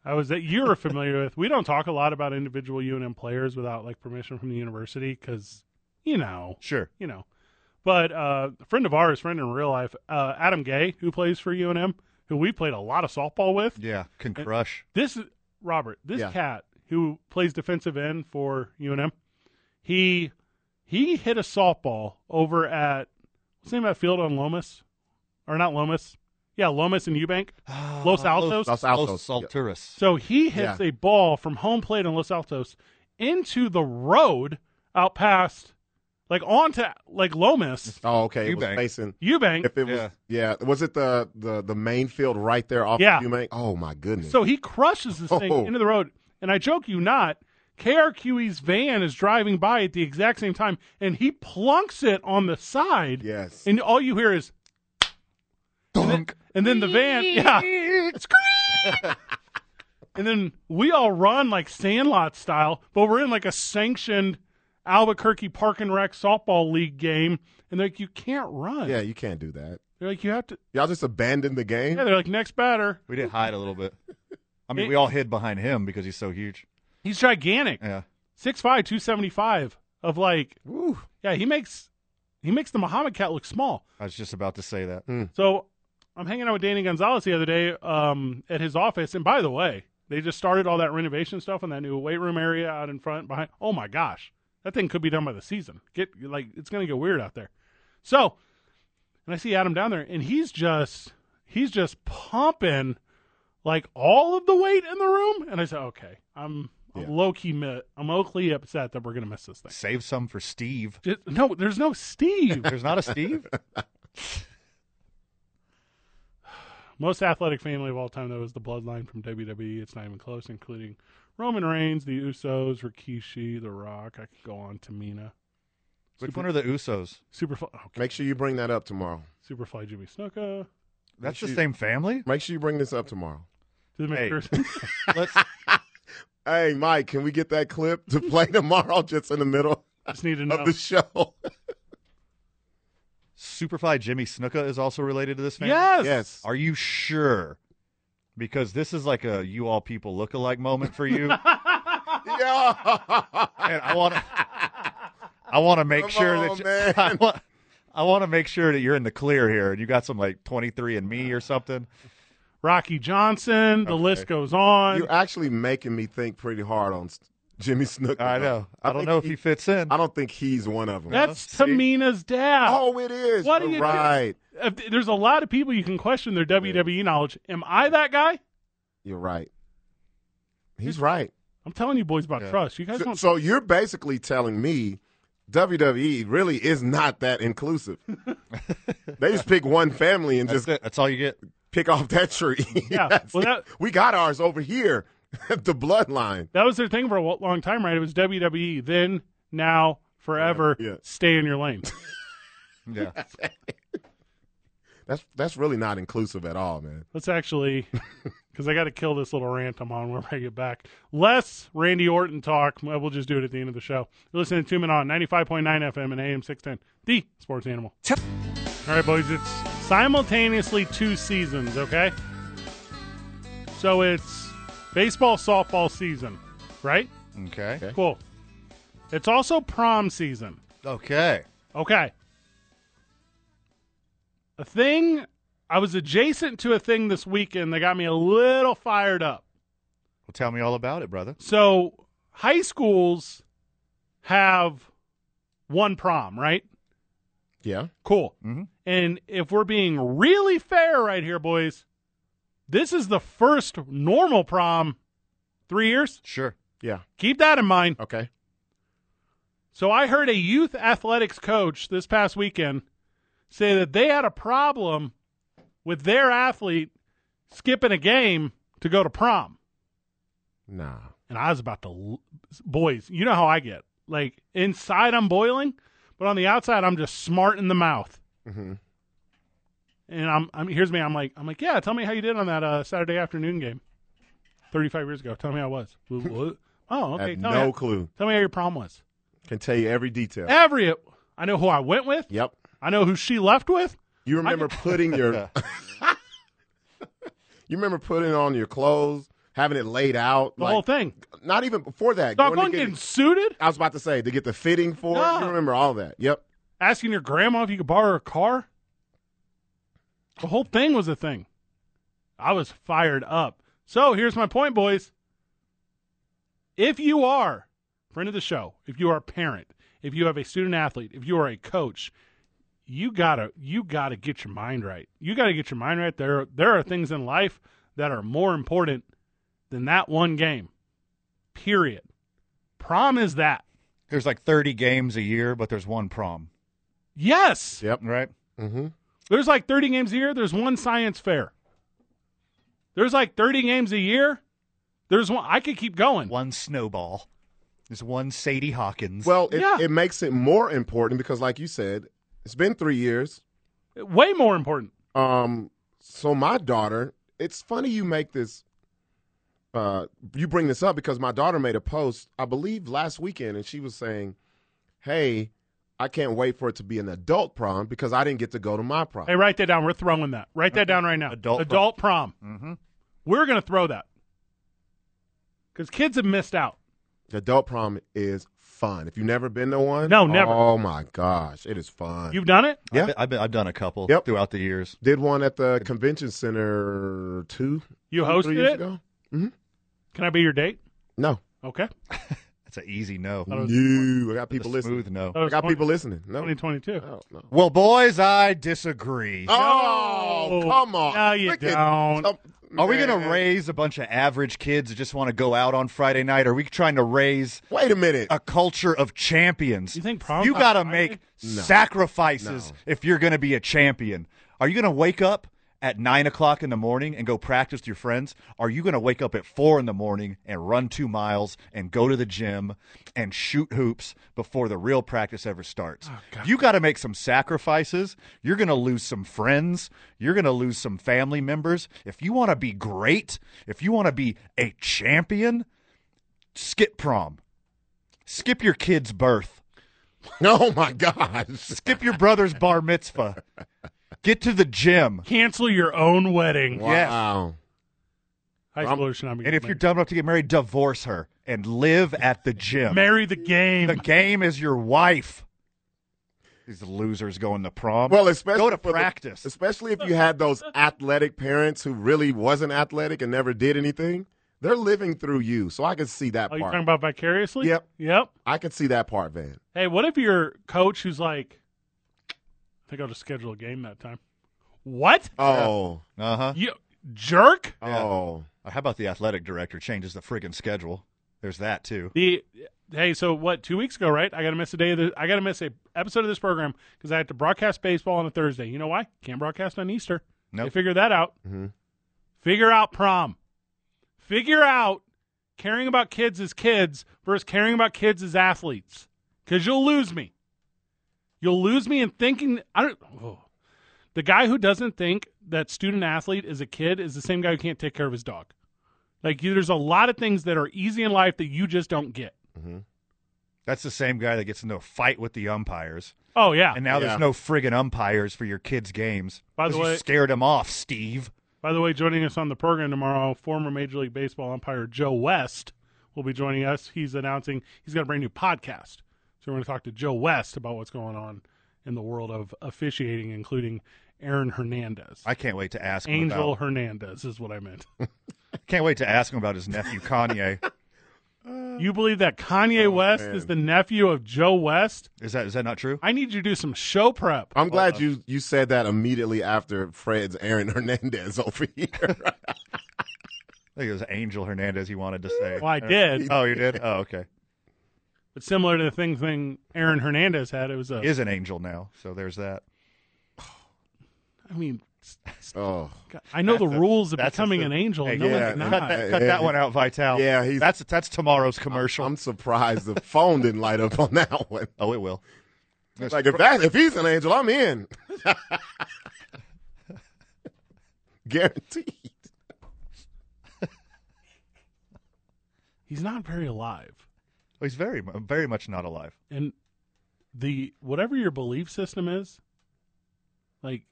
I was that you were familiar with. We don't talk a lot about individual UNM players without like permission from the university because you know,
Sure.
you know. But uh, a friend of ours, friend in real life, uh, Adam Gay, who plays for UNM, who we played a lot of softball with.
Yeah, can crush.
This is- Robert, this
Yeah.
cat who plays defensive end for UNM, he he hit a softball over at what's the name of that field on Lomas, or not Lomas? Yeah, Lomas and Eubank, Los Altos.
Los
Ah, Los
Altos.
Alturas.
So he hits a ball from home plate in Los Altos into the road out past, like onto like Lomas,
Oh, okay. It was
Eubank.
facing.
Eubank.
If it was, yeah. Was it the, the the main field right there off
Yeah.
of Eubank? Oh my goodness.
So he crushes this thing
Oh.
into the road. And I joke you not, KRQE's van is driving by at the exact same time and he plunks it on the side.
Yes.
And all you hear is Dunk. And then, the van yeah. and then we all run like Sandlot style, but we're in like a sanctioned Albuquerque Park and Rec softball league game, and they're like, you can't run.
Yeah, you can't do that.
They're like, you have to.
Y'all just abandoned the game.
Yeah, they're like next batter.
We did hide a little bit. I mean, we all hid behind him because he's so huge.
He's gigantic.
Yeah.
6'5", 275 of like. Yeah, he makes he makes the Muhammad cat look small.
I was just about to say that.
Hmm.
So I'm hanging out with Danny Gonzalez the other day um, at his office. And by the way, they just started all that renovation stuff in that new weight room area out in front behind. Oh my gosh, that thing could be done by the season. Get like it's going to get weird out there. So, and I see Adam down there, and he's just he's just pumping like all of the weight in the room. And I said, okay, I'm. I'm low key, mi- I'm low key upset that we're gonna miss this thing.
Save some for Steve.
no, there's no Steve.
there's not a Steve.
Most athletic family of all time, though, is the bloodline from WWE. It's not even close, including Roman Reigns, the Usos, Rikishi, The Rock. I could go on Tamina.
Which one are the Usos?
Superfly.
Make sure you bring that up tomorrow.
Superfly Jimmy Snuka.
Make sure you-
family.
Make sure you bring this up tomorrow.
Did it make
hey. hey, Mike, can we get that clip to play tomorrow? Just in the middle.
Just need to
know. of the show.
Superfly Jimmy Snuka is also related to this family.
Yes.
Yes.
Are you sure? Because this is like a you all people look alike moment for you.
and
I want to. I want to make
Come
sure that
on,
you,
man.
I want. I want to make sure that you're in the clear here, and you got some like 23 and Me or something.
Rocky Johnson. The list goes on.
You're actually making me think pretty hard on S- Jimmy Snook.
I know. I don't know if he fits in.
I don't think he's one of them.
That's Tamina's dad.
Oh, it is.
What do you do?
Right.
If- There's a lot of people you can question their WWE knowledge. Am I that guy?
You're right. He's right.
I'm telling you, boys, about trust. You guys
so,
don't.
so you're basically telling me WWE really is not that inclusive. they just pick one family and just
that's all you get.
Pick off that tree.
Yeah,
That's
well,
it. we got ours over here, the bloodline.
That was their thing for a wa- long time, right? It was WWE, then, now, forever. Stay in your lane.
Yeah.
That's that's really not inclusive at all, man.
Let's actually, because I got to kill this little rant I'm on whenever I get back. Less Randy Orton talk. We'll just do it at the end of the show. You're listening to Tumen on 95.9 FM and AM 610, the sports animal. All right, boys, it's simultaneously two seasons, okay? So it's baseball, softball season, right?
Okay.
Cool. It's also prom season.
Okay.
Okay. A thing I was adjacent to a thing this weekend that got me a little fired up.
Well, tell me all about it, brother.
So high schools have one prom, right?
Yeah.
Cool.
Mm-hmm.
And if we're being really fair right here, boys, this is the first normal prom three years.
Sure.
Yeah.
Keep that in mind.
Okay.
So I heard a youth athletics coach this past weekend say that they had a problem with their athlete skipping a game to go to prom.
Nah.
And I was about to, l- boys, you know how I get. Like inside, I'm boiling, but on the outside, I'm just smart in the mouth.
Mm-hmm.
And I'm, I'm here's me. I'm like, I'm like, yeah. Tell me how you did on that uh, Saturday afternoon game, 35 years ago. Tell me how I was. Wh- what? Oh,
Have
okay. tell me
no
how-
clue.
Tell me how your prom was.
Can tell you every detail.
Every, I know who I went with.
Yep.
I know who she left with.
You remember putting your You remember putting on your clothes, having it laid out,
The whole thing.
Not even before that.
Doggone
to get-
getting suited.
I was about to say to get the fitting for. it.
Nah.
You remember all that? Yep.
Asking your grandma if you could borrow her car. The whole thing was a thing. I was fired up. So here's my point, boys. If you are friend of the show, if you are a parent, if you have a student athlete, if you are a coach, you gotta you gotta get your mind right. You gotta get your mind right. There there are things in life that are more important than that one game. Period. Prom is that.
There's like 30 games a year, but there's one prom.
Yes.
Yep.
Right.
Mm-hmm.
There's like 30 games a year. There's one science fair. There's like 30 games a year. There's one. I could keep going.
One snowball. There's one Sadie Hawkins.
Well, it, it makes it more important because, like you said, it's been three years.
Way more important.
Um. So my daughter, it's funny you make this uh, you bring this up because my daughter made a post, I believe, last weekend, and she was saying, "Hey, I can't wait for it to be an adult prom because I didn't get to go to my prom."
Hey, write that down. We're throwing that. Write that down right now.
Adult prom.
adult prom. We're gonna throw that because kids have missed out.
Adult prom is fun. If you've never been to one,
No, never.
Oh my gosh, it is fun.
You've done it?
Yeah,
I've, been- I've, been, I've done a couple
Yep.
throughout the years.
Did one at the convention center two.
You
two,
hosted
three years
it?
ago? Mm-hmm.
Can I be your date?
No.
Okay.
That's an easy no.
Thought it was- No, I got people
That's a
listening.
Smooth no.
Thought it was I got 20 people listening. No.
2022.
Oh, no.
Well, boys, I disagree.
Oh, come on.
No, you
Look at-
don't.
Are we going to raise a bunch of average kids that just want to go out on Friday night? Are we trying to raise
Wait a minute.
a culture of champions? You
think prom-
You got to
on
make
No.
sacrifices if you're going to be a champion. Are you going to wake up at 9 o'clock in the morning and go practice with your friends? Are you going to wake up at 4 in the morning and run two miles and go to the gym and shoot hoops before the real practice ever starts? you got to make some sacrifices. You're going to lose some friends. You're going to lose some family members. If you want to be great, if you want to be a champion, skip prom. Skip your kid's birth.
Oh my gosh.
Skip your brother's bar mitzvah. Get to the gym.
Cancel your own wedding.
Wow.
High
Um,
schooler should not be
And if
getting
you're dumb enough to get married, divorce her and live at the gym.
Marry the game.
The game is your wife. These losers going to prom.
Well, especially
go to
for the-
practice.
especially if you had those athletic parents who really wasn't athletic and never did anything. They're living through you, so I can see that
Are you
part.
Oh, talking about vicariously?
Yep.
Yep.
I can see that part, Van.
Hey, what if your coach who's like, I think I'll just schedule a game that time. What?
Oh,
Uh huh.
You jerk.
oh.
Uh, How about the athletic director changes the friggin' schedule? There's that too.
The hey, so what? Two weeks ago, right? I got to miss a day. Of the, I got to miss a episode of this program because I had to broadcast baseball on a Thursday. You know why? Can't broadcast on Easter.
Nope.
They figure that out.
Mm-hmm.
Mhm.
Figure out prom. Figure out caring about kids as kids versus caring about kids as athletes. Because you'll lose me. You'll lose me in thinking. I don't. oh. The guy who doesn't think that student athlete is a kid is the same guy who can't take care of his dog. Like you- there's a lot of things that are easy in life that you just don't get.
Mm-hmm.
That's the same guy that gets into a fight with the umpires.
Oh yeah.
And now there's no friggin' umpires for your kids' games.
By the
'Cause
way-
you scared them off, Steve.
By the way, joining us on the program tomorrow, former Major League Baseball umpire Joe West will be joining us. He's announcing he's got a brand new podcast. So we're going to talk to Joe West about what's going on in the world of officiating, including Aaron Hernandez.
I can't wait to ask him
Angel
about.
Hernandez is what I meant.
Can't wait to ask him about his nephew Kanye. Uh,
you believe that Kanye West
man.
is the nephew of Joe West?
oh, Is that is that not true?
I need you to do some show prep.
I'm glad
Uh-huh.
you you said that immediately after Fred's Aaron Hernandez over here.
I think it was Angel Hernandez he wanted to say.
Well, I did.
Oh, you did? Oh, okay.
But similar to the thing thing Aaron Hernandez had, it was a.
He is an angel now, so there's that.
I mean,
oh,
I know the rules of
That's a-
becoming an angel.
Hey,
and no
yeah,
one's not.
Cut that, cut that one out, Vital.
yeah, he's.
That's that's tomorrow's commercial.
I'm surprised the phone didn't light up on that one.
oh, it will. That's
Like if that if he's an angel, I'm in. Guaranteed.
He's not very alive.
Oh, he's very mu- very much not alive.
and the whatever your belief system is, like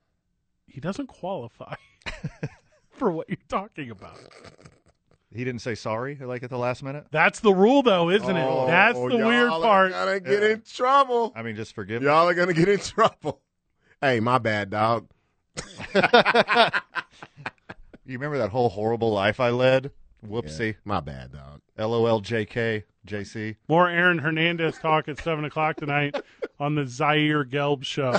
he doesn't qualify for what you're talking about.
He didn't say sorry like at the last minute.
That's the rule, though, isn't
Oh,
it? That's the
y'all
weird
are
part.
gonna get
Yeah.
in trouble.
I mean, just forgive. me.
Y'all are gonna get in trouble. Hey, my bad, dog.
You remember that whole horrible life I led? Whoopsie.
My bad, dog.
LOL. JK. JC.
More Aaron Hernandez talk at seven o'clock tonight on the Zaire Gelb Show.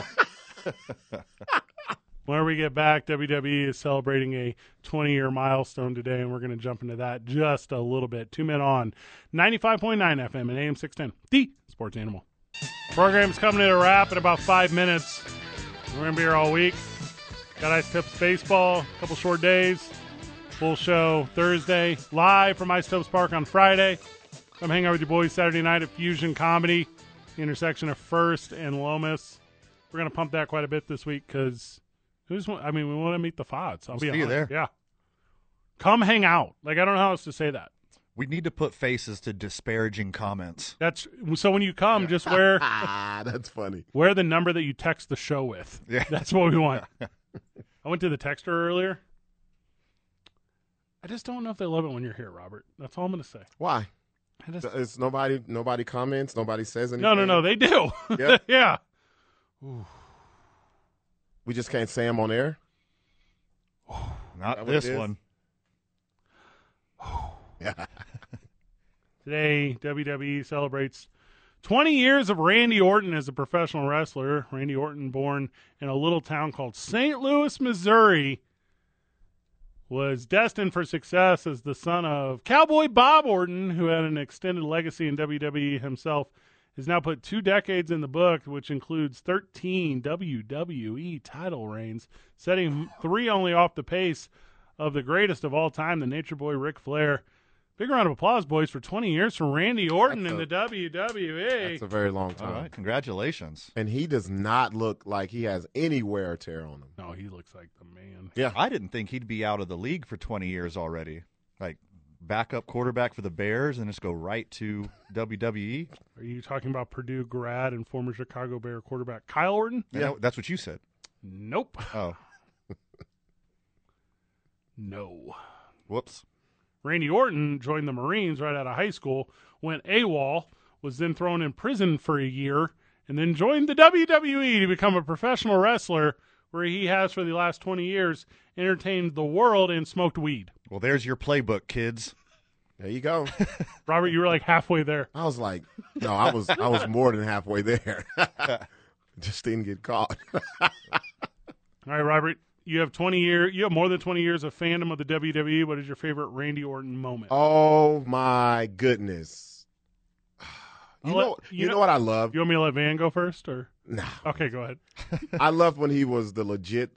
When we get back, WWE is celebrating a 20 year milestone today, and we're going to jump into that just a little bit. Two men on 95.9 FM and AM 610, the sports animal. Program's coming to a wrap in about five minutes. We're going to be here all week. Got Ice Tips Baseball, a couple short days. Full show Thursday, live from Ice Tips Park on Friday. Come hang out with your boys Saturday night at Fusion Comedy, the intersection of First and Lomas. We're going to pump that quite a bit this week because who's? I mean, we want to meet the Fods. I'll
We'll
be
see you
honest.
there.
Yeah, Come hang out. Like I don't know how else to say that.
We need to put faces to disparaging comments.
That's so when you come, just wear
that's funny.
wear the number that you text the show with.
Yeah.
That's what we want. I went to the texter earlier. I just don't know if they love it when you're here, Robert. That's all I'm going to say.
Why?
I just-
It's nobody. Nobody comments. Nobody says anything.
No, no, no. They do.
Yep.
yeah.
We just can't say them on air.
Not
what it
this
is?
one.
Today, WWE celebrates 20 years of Randy Orton as a professional wrestler. Randy Orton, born in a little town called St. Louis, Missouri, was destined for success as the son of Cowboy Bob Orton, who had an extended legacy in WWE himself. Has now put two decades in the book, which includes 13 WWE E title reigns, setting three only off the pace of the greatest of all time, the Nature Boy Ric Flair. Big round of applause, boys, for 20 years from Randy Orton in the E. WWE.
It's a very long time.
All right, congratulations.
And he does not look like he has any wear or tear on him.
no, he looks like the man.
Yeah.
I didn't think he'd be out of the league for 20 years already. Like backup quarterback for the Bears and just go right to E? WWE.
Are you talking about Purdue grad and former Chicago Bear quarterback Kyle Orton?
I know- that's what you said.
Nope.
Oh,
No.
whoops.
Randy Orton joined the Marines right out of high school, went AWOL, was then thrown in prison for a year, and then joined the WWE to become a professional wrestler, where he has for the last 20 years entertained the world and smoked weed.
Well, there's your playbook, kids.
There you go.
Robert, you were like halfway there.
I was like, no, I was I was more than halfway there. Just didn't get caught.
All right, Robert, you have 20 year, you have more than 20 years of fandom of the WWE. What is your favorite Randy Orton moment?
Oh my goodness. You
I'll let-
know,
you
you, know,
know-
what I love?
You want me to let Van go first, or
Nah.
okay, go ahead.
I love when he was the legit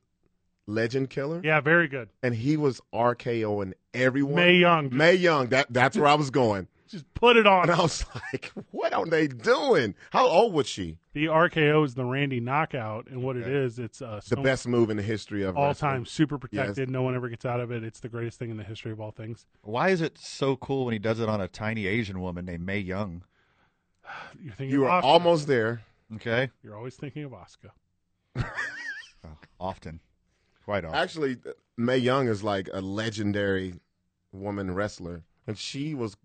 legend killer,
Yeah, very good.
and he was RKOing everyone.
May Young.
May Young. That that's where I was going.
Just put it on.
And I was like, what are they doing? How old was she?
The RKO is the Randy knockout, and what it is, it's uh,
The
so-
best move in the history of
all
wrestling.
time, super
Yes.
protected. No one ever gets out of it. It's the greatest thing in the history of all things.
Why is it so cool when he does it on a tiny Asian woman named May Young?
You're thinking
You
of
are
Asuka.
almost there.
Okay,
You're always thinking of Oscar.
Oh, often, quite often.
Actually, Mae Young is like a legendary woman wrestler, and she was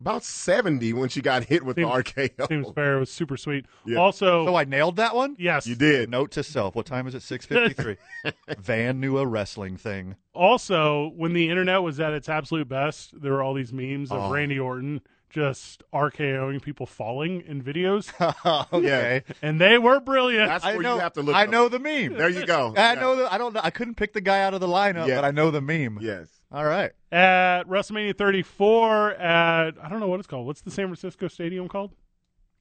about seventy when she got hit with
Seems-
the RKO.
Seems fair. It was super sweet.
Yeah.
Also,
So I nailed that one.
yes,
You did.
Note to self: What time is it? Six fifty-three. Van knew a wrestling thing.
also when the internet was at its absolute best, there were all these memes of
Oh.
Randy Orton just RKOing people falling in videos,
okay,
and they were brilliant.
That's
I
where
know.
you have to look.
I
up.
know the meme.
There you go.
I know. The, I don't. know. I couldn't pick the guy out of the lineup,
Yeah.
but I know the meme.
Yes.
All right.
at WrestleMania 34 at I don't know what it's called. What's the San Francisco stadium called?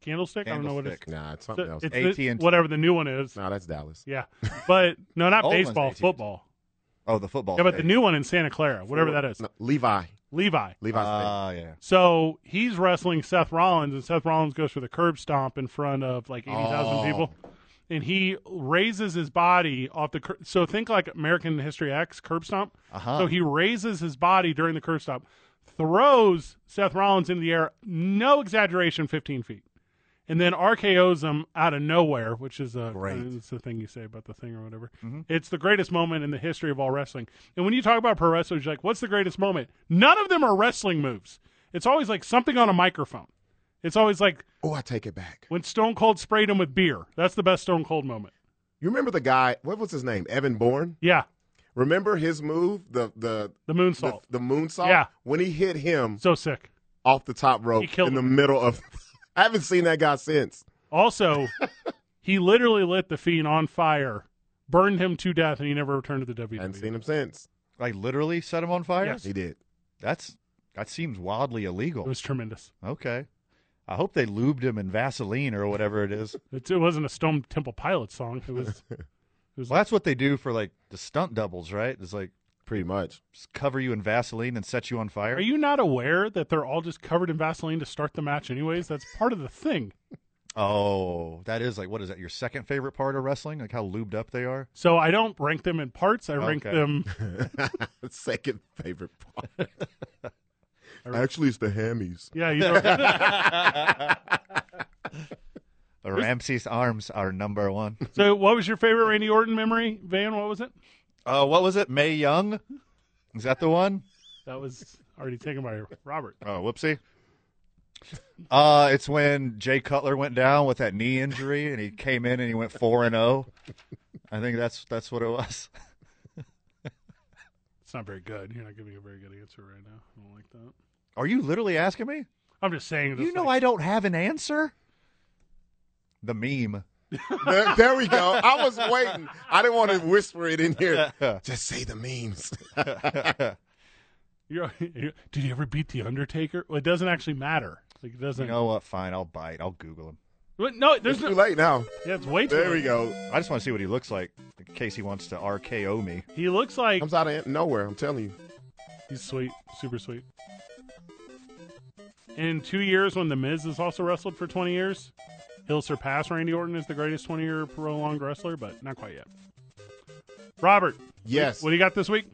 Candlestick. I don't know what it's.
Candlestick.
Nah, it's something else.
it's the-
AT&T.
whatever the new one is.
no, that's Dallas.
Yeah, but no, not
Old one's
baseball,
AT&T.
football.
Oh, the football.
Yeah, but the
thing.
new one in Santa Clara, whatever that is,
No, Levi.
Levi.
Levi's uh,
Ah, yeah.
So he's wrestling Seth Rollins, and Seth Rollins goes for the curb stomp in front of like eighty thousand
Oh.
people, and he raises his body off the. Cur- so think like American History X curb stomp.
Uh-huh.
So he raises his body during the curb stomp, throws Seth Rollins into the air, no exaggeration, fifteen feet, and then RKO's him out of nowhere, which is a uh,
Great. Mm-hmm.
it's the thing you say about the thing or whatever. It's the greatest moment in the history of all wrestling. And when you talk about pro wrestlers, you're like, what's the greatest moment? None of them are wrestling moves. It's always like something on a microphone. It's always like
Oh, I take it back.
when Stone Cold sprayed him with beer. That's the best Stone Cold moment.
You remember the guy? What was his name? Evan Bourne.
Yeah,
Remember his move? The the the,
the moonsault.
the moonsault.
Yeah.
When he hit him
so sick.
off the top
He
rope
killed
in the
him.
middle of, I haven't seen that guy since.
Also, he literally lit the Fiend on fire, burned him to death, and he never returned to the E. WWE.
haven't seen him since.
Like literally set him on fire.
Yes.
He did.
That's that seems wildly
It
illegal.
was tremendous.
Okay. I hope they lubed him in Vaseline or whatever it is.
It, it wasn't a Stone Temple Pilots song. It was. It was
Well, that's what they do for like the stunt doubles, right? It's like
Pretty much.
just cover you in Vaseline and set you on fire.
Are you not aware that they're all just covered in Vaseline to start the match, anyways? That's part of the thing.
Oh, that is like what is that? Your second favorite part of wrestling? Like how lubed up they are?
So I don't rank them in parts. I rank
Okay.
them.
Second favorite part. Actually, it's the hammies.
Yeah, you know.
Ramsey's arms are number one.
so what was your favorite Randy Orton memory, Van? What was it?
Uh, what was it? May Young? Is that the one?
That was already taken by Robert.
Oh, whoopsie. Uh, it's when Jay Cutler went down with that knee injury, and he came in and he went four and zero. I think that's that's what it was.
It's not very good. You're not giving a very good answer right now. I don't like that.
Are you literally asking me?
I'm just saying.
You
just
know
like-
I don't have an answer. The meme.
There, there we go. I was waiting. I didn't want to whisper it in here. Just say the memes.
You're, you're- did you ever beat the Undertaker? Well, it doesn't actually matter. Like it doesn't.
You know what? Fine, I'll bite. I'll Google him.
But no, there's no,
too late now.
Yeah, it's way too. late.
I just want to see what he looks like in case he wants to RKO me.
He looks like
comes out of nowhere. I'm telling you.
He's sweet, super sweet. In two years, when The Miz has also wrestled for 20 years, he'll surpass Randy Orton as the greatest 20 year prolonged wrestler, but not quite yet. Robert.
Yes.
What do you got this week?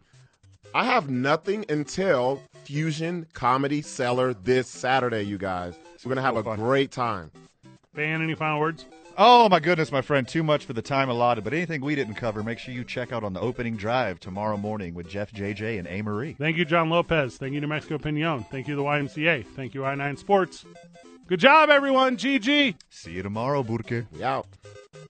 I have nothing until Fusion Comedy Cellar this Saturday, you guys. We're gonna have a great time.
Van, any final words?
Oh my goodness, my friend, too much for the time allotted, but anything we didn't cover, make sure you check out on the opening drive tomorrow morning with Jeff JJ and A Marie.
Thank you, John Lopez. Thank you, New Mexico Pinon. Thank you, the YMCA. Thank you, I 9 Sports. Good job, everyone. GG.
See you tomorrow, Burke.
We out.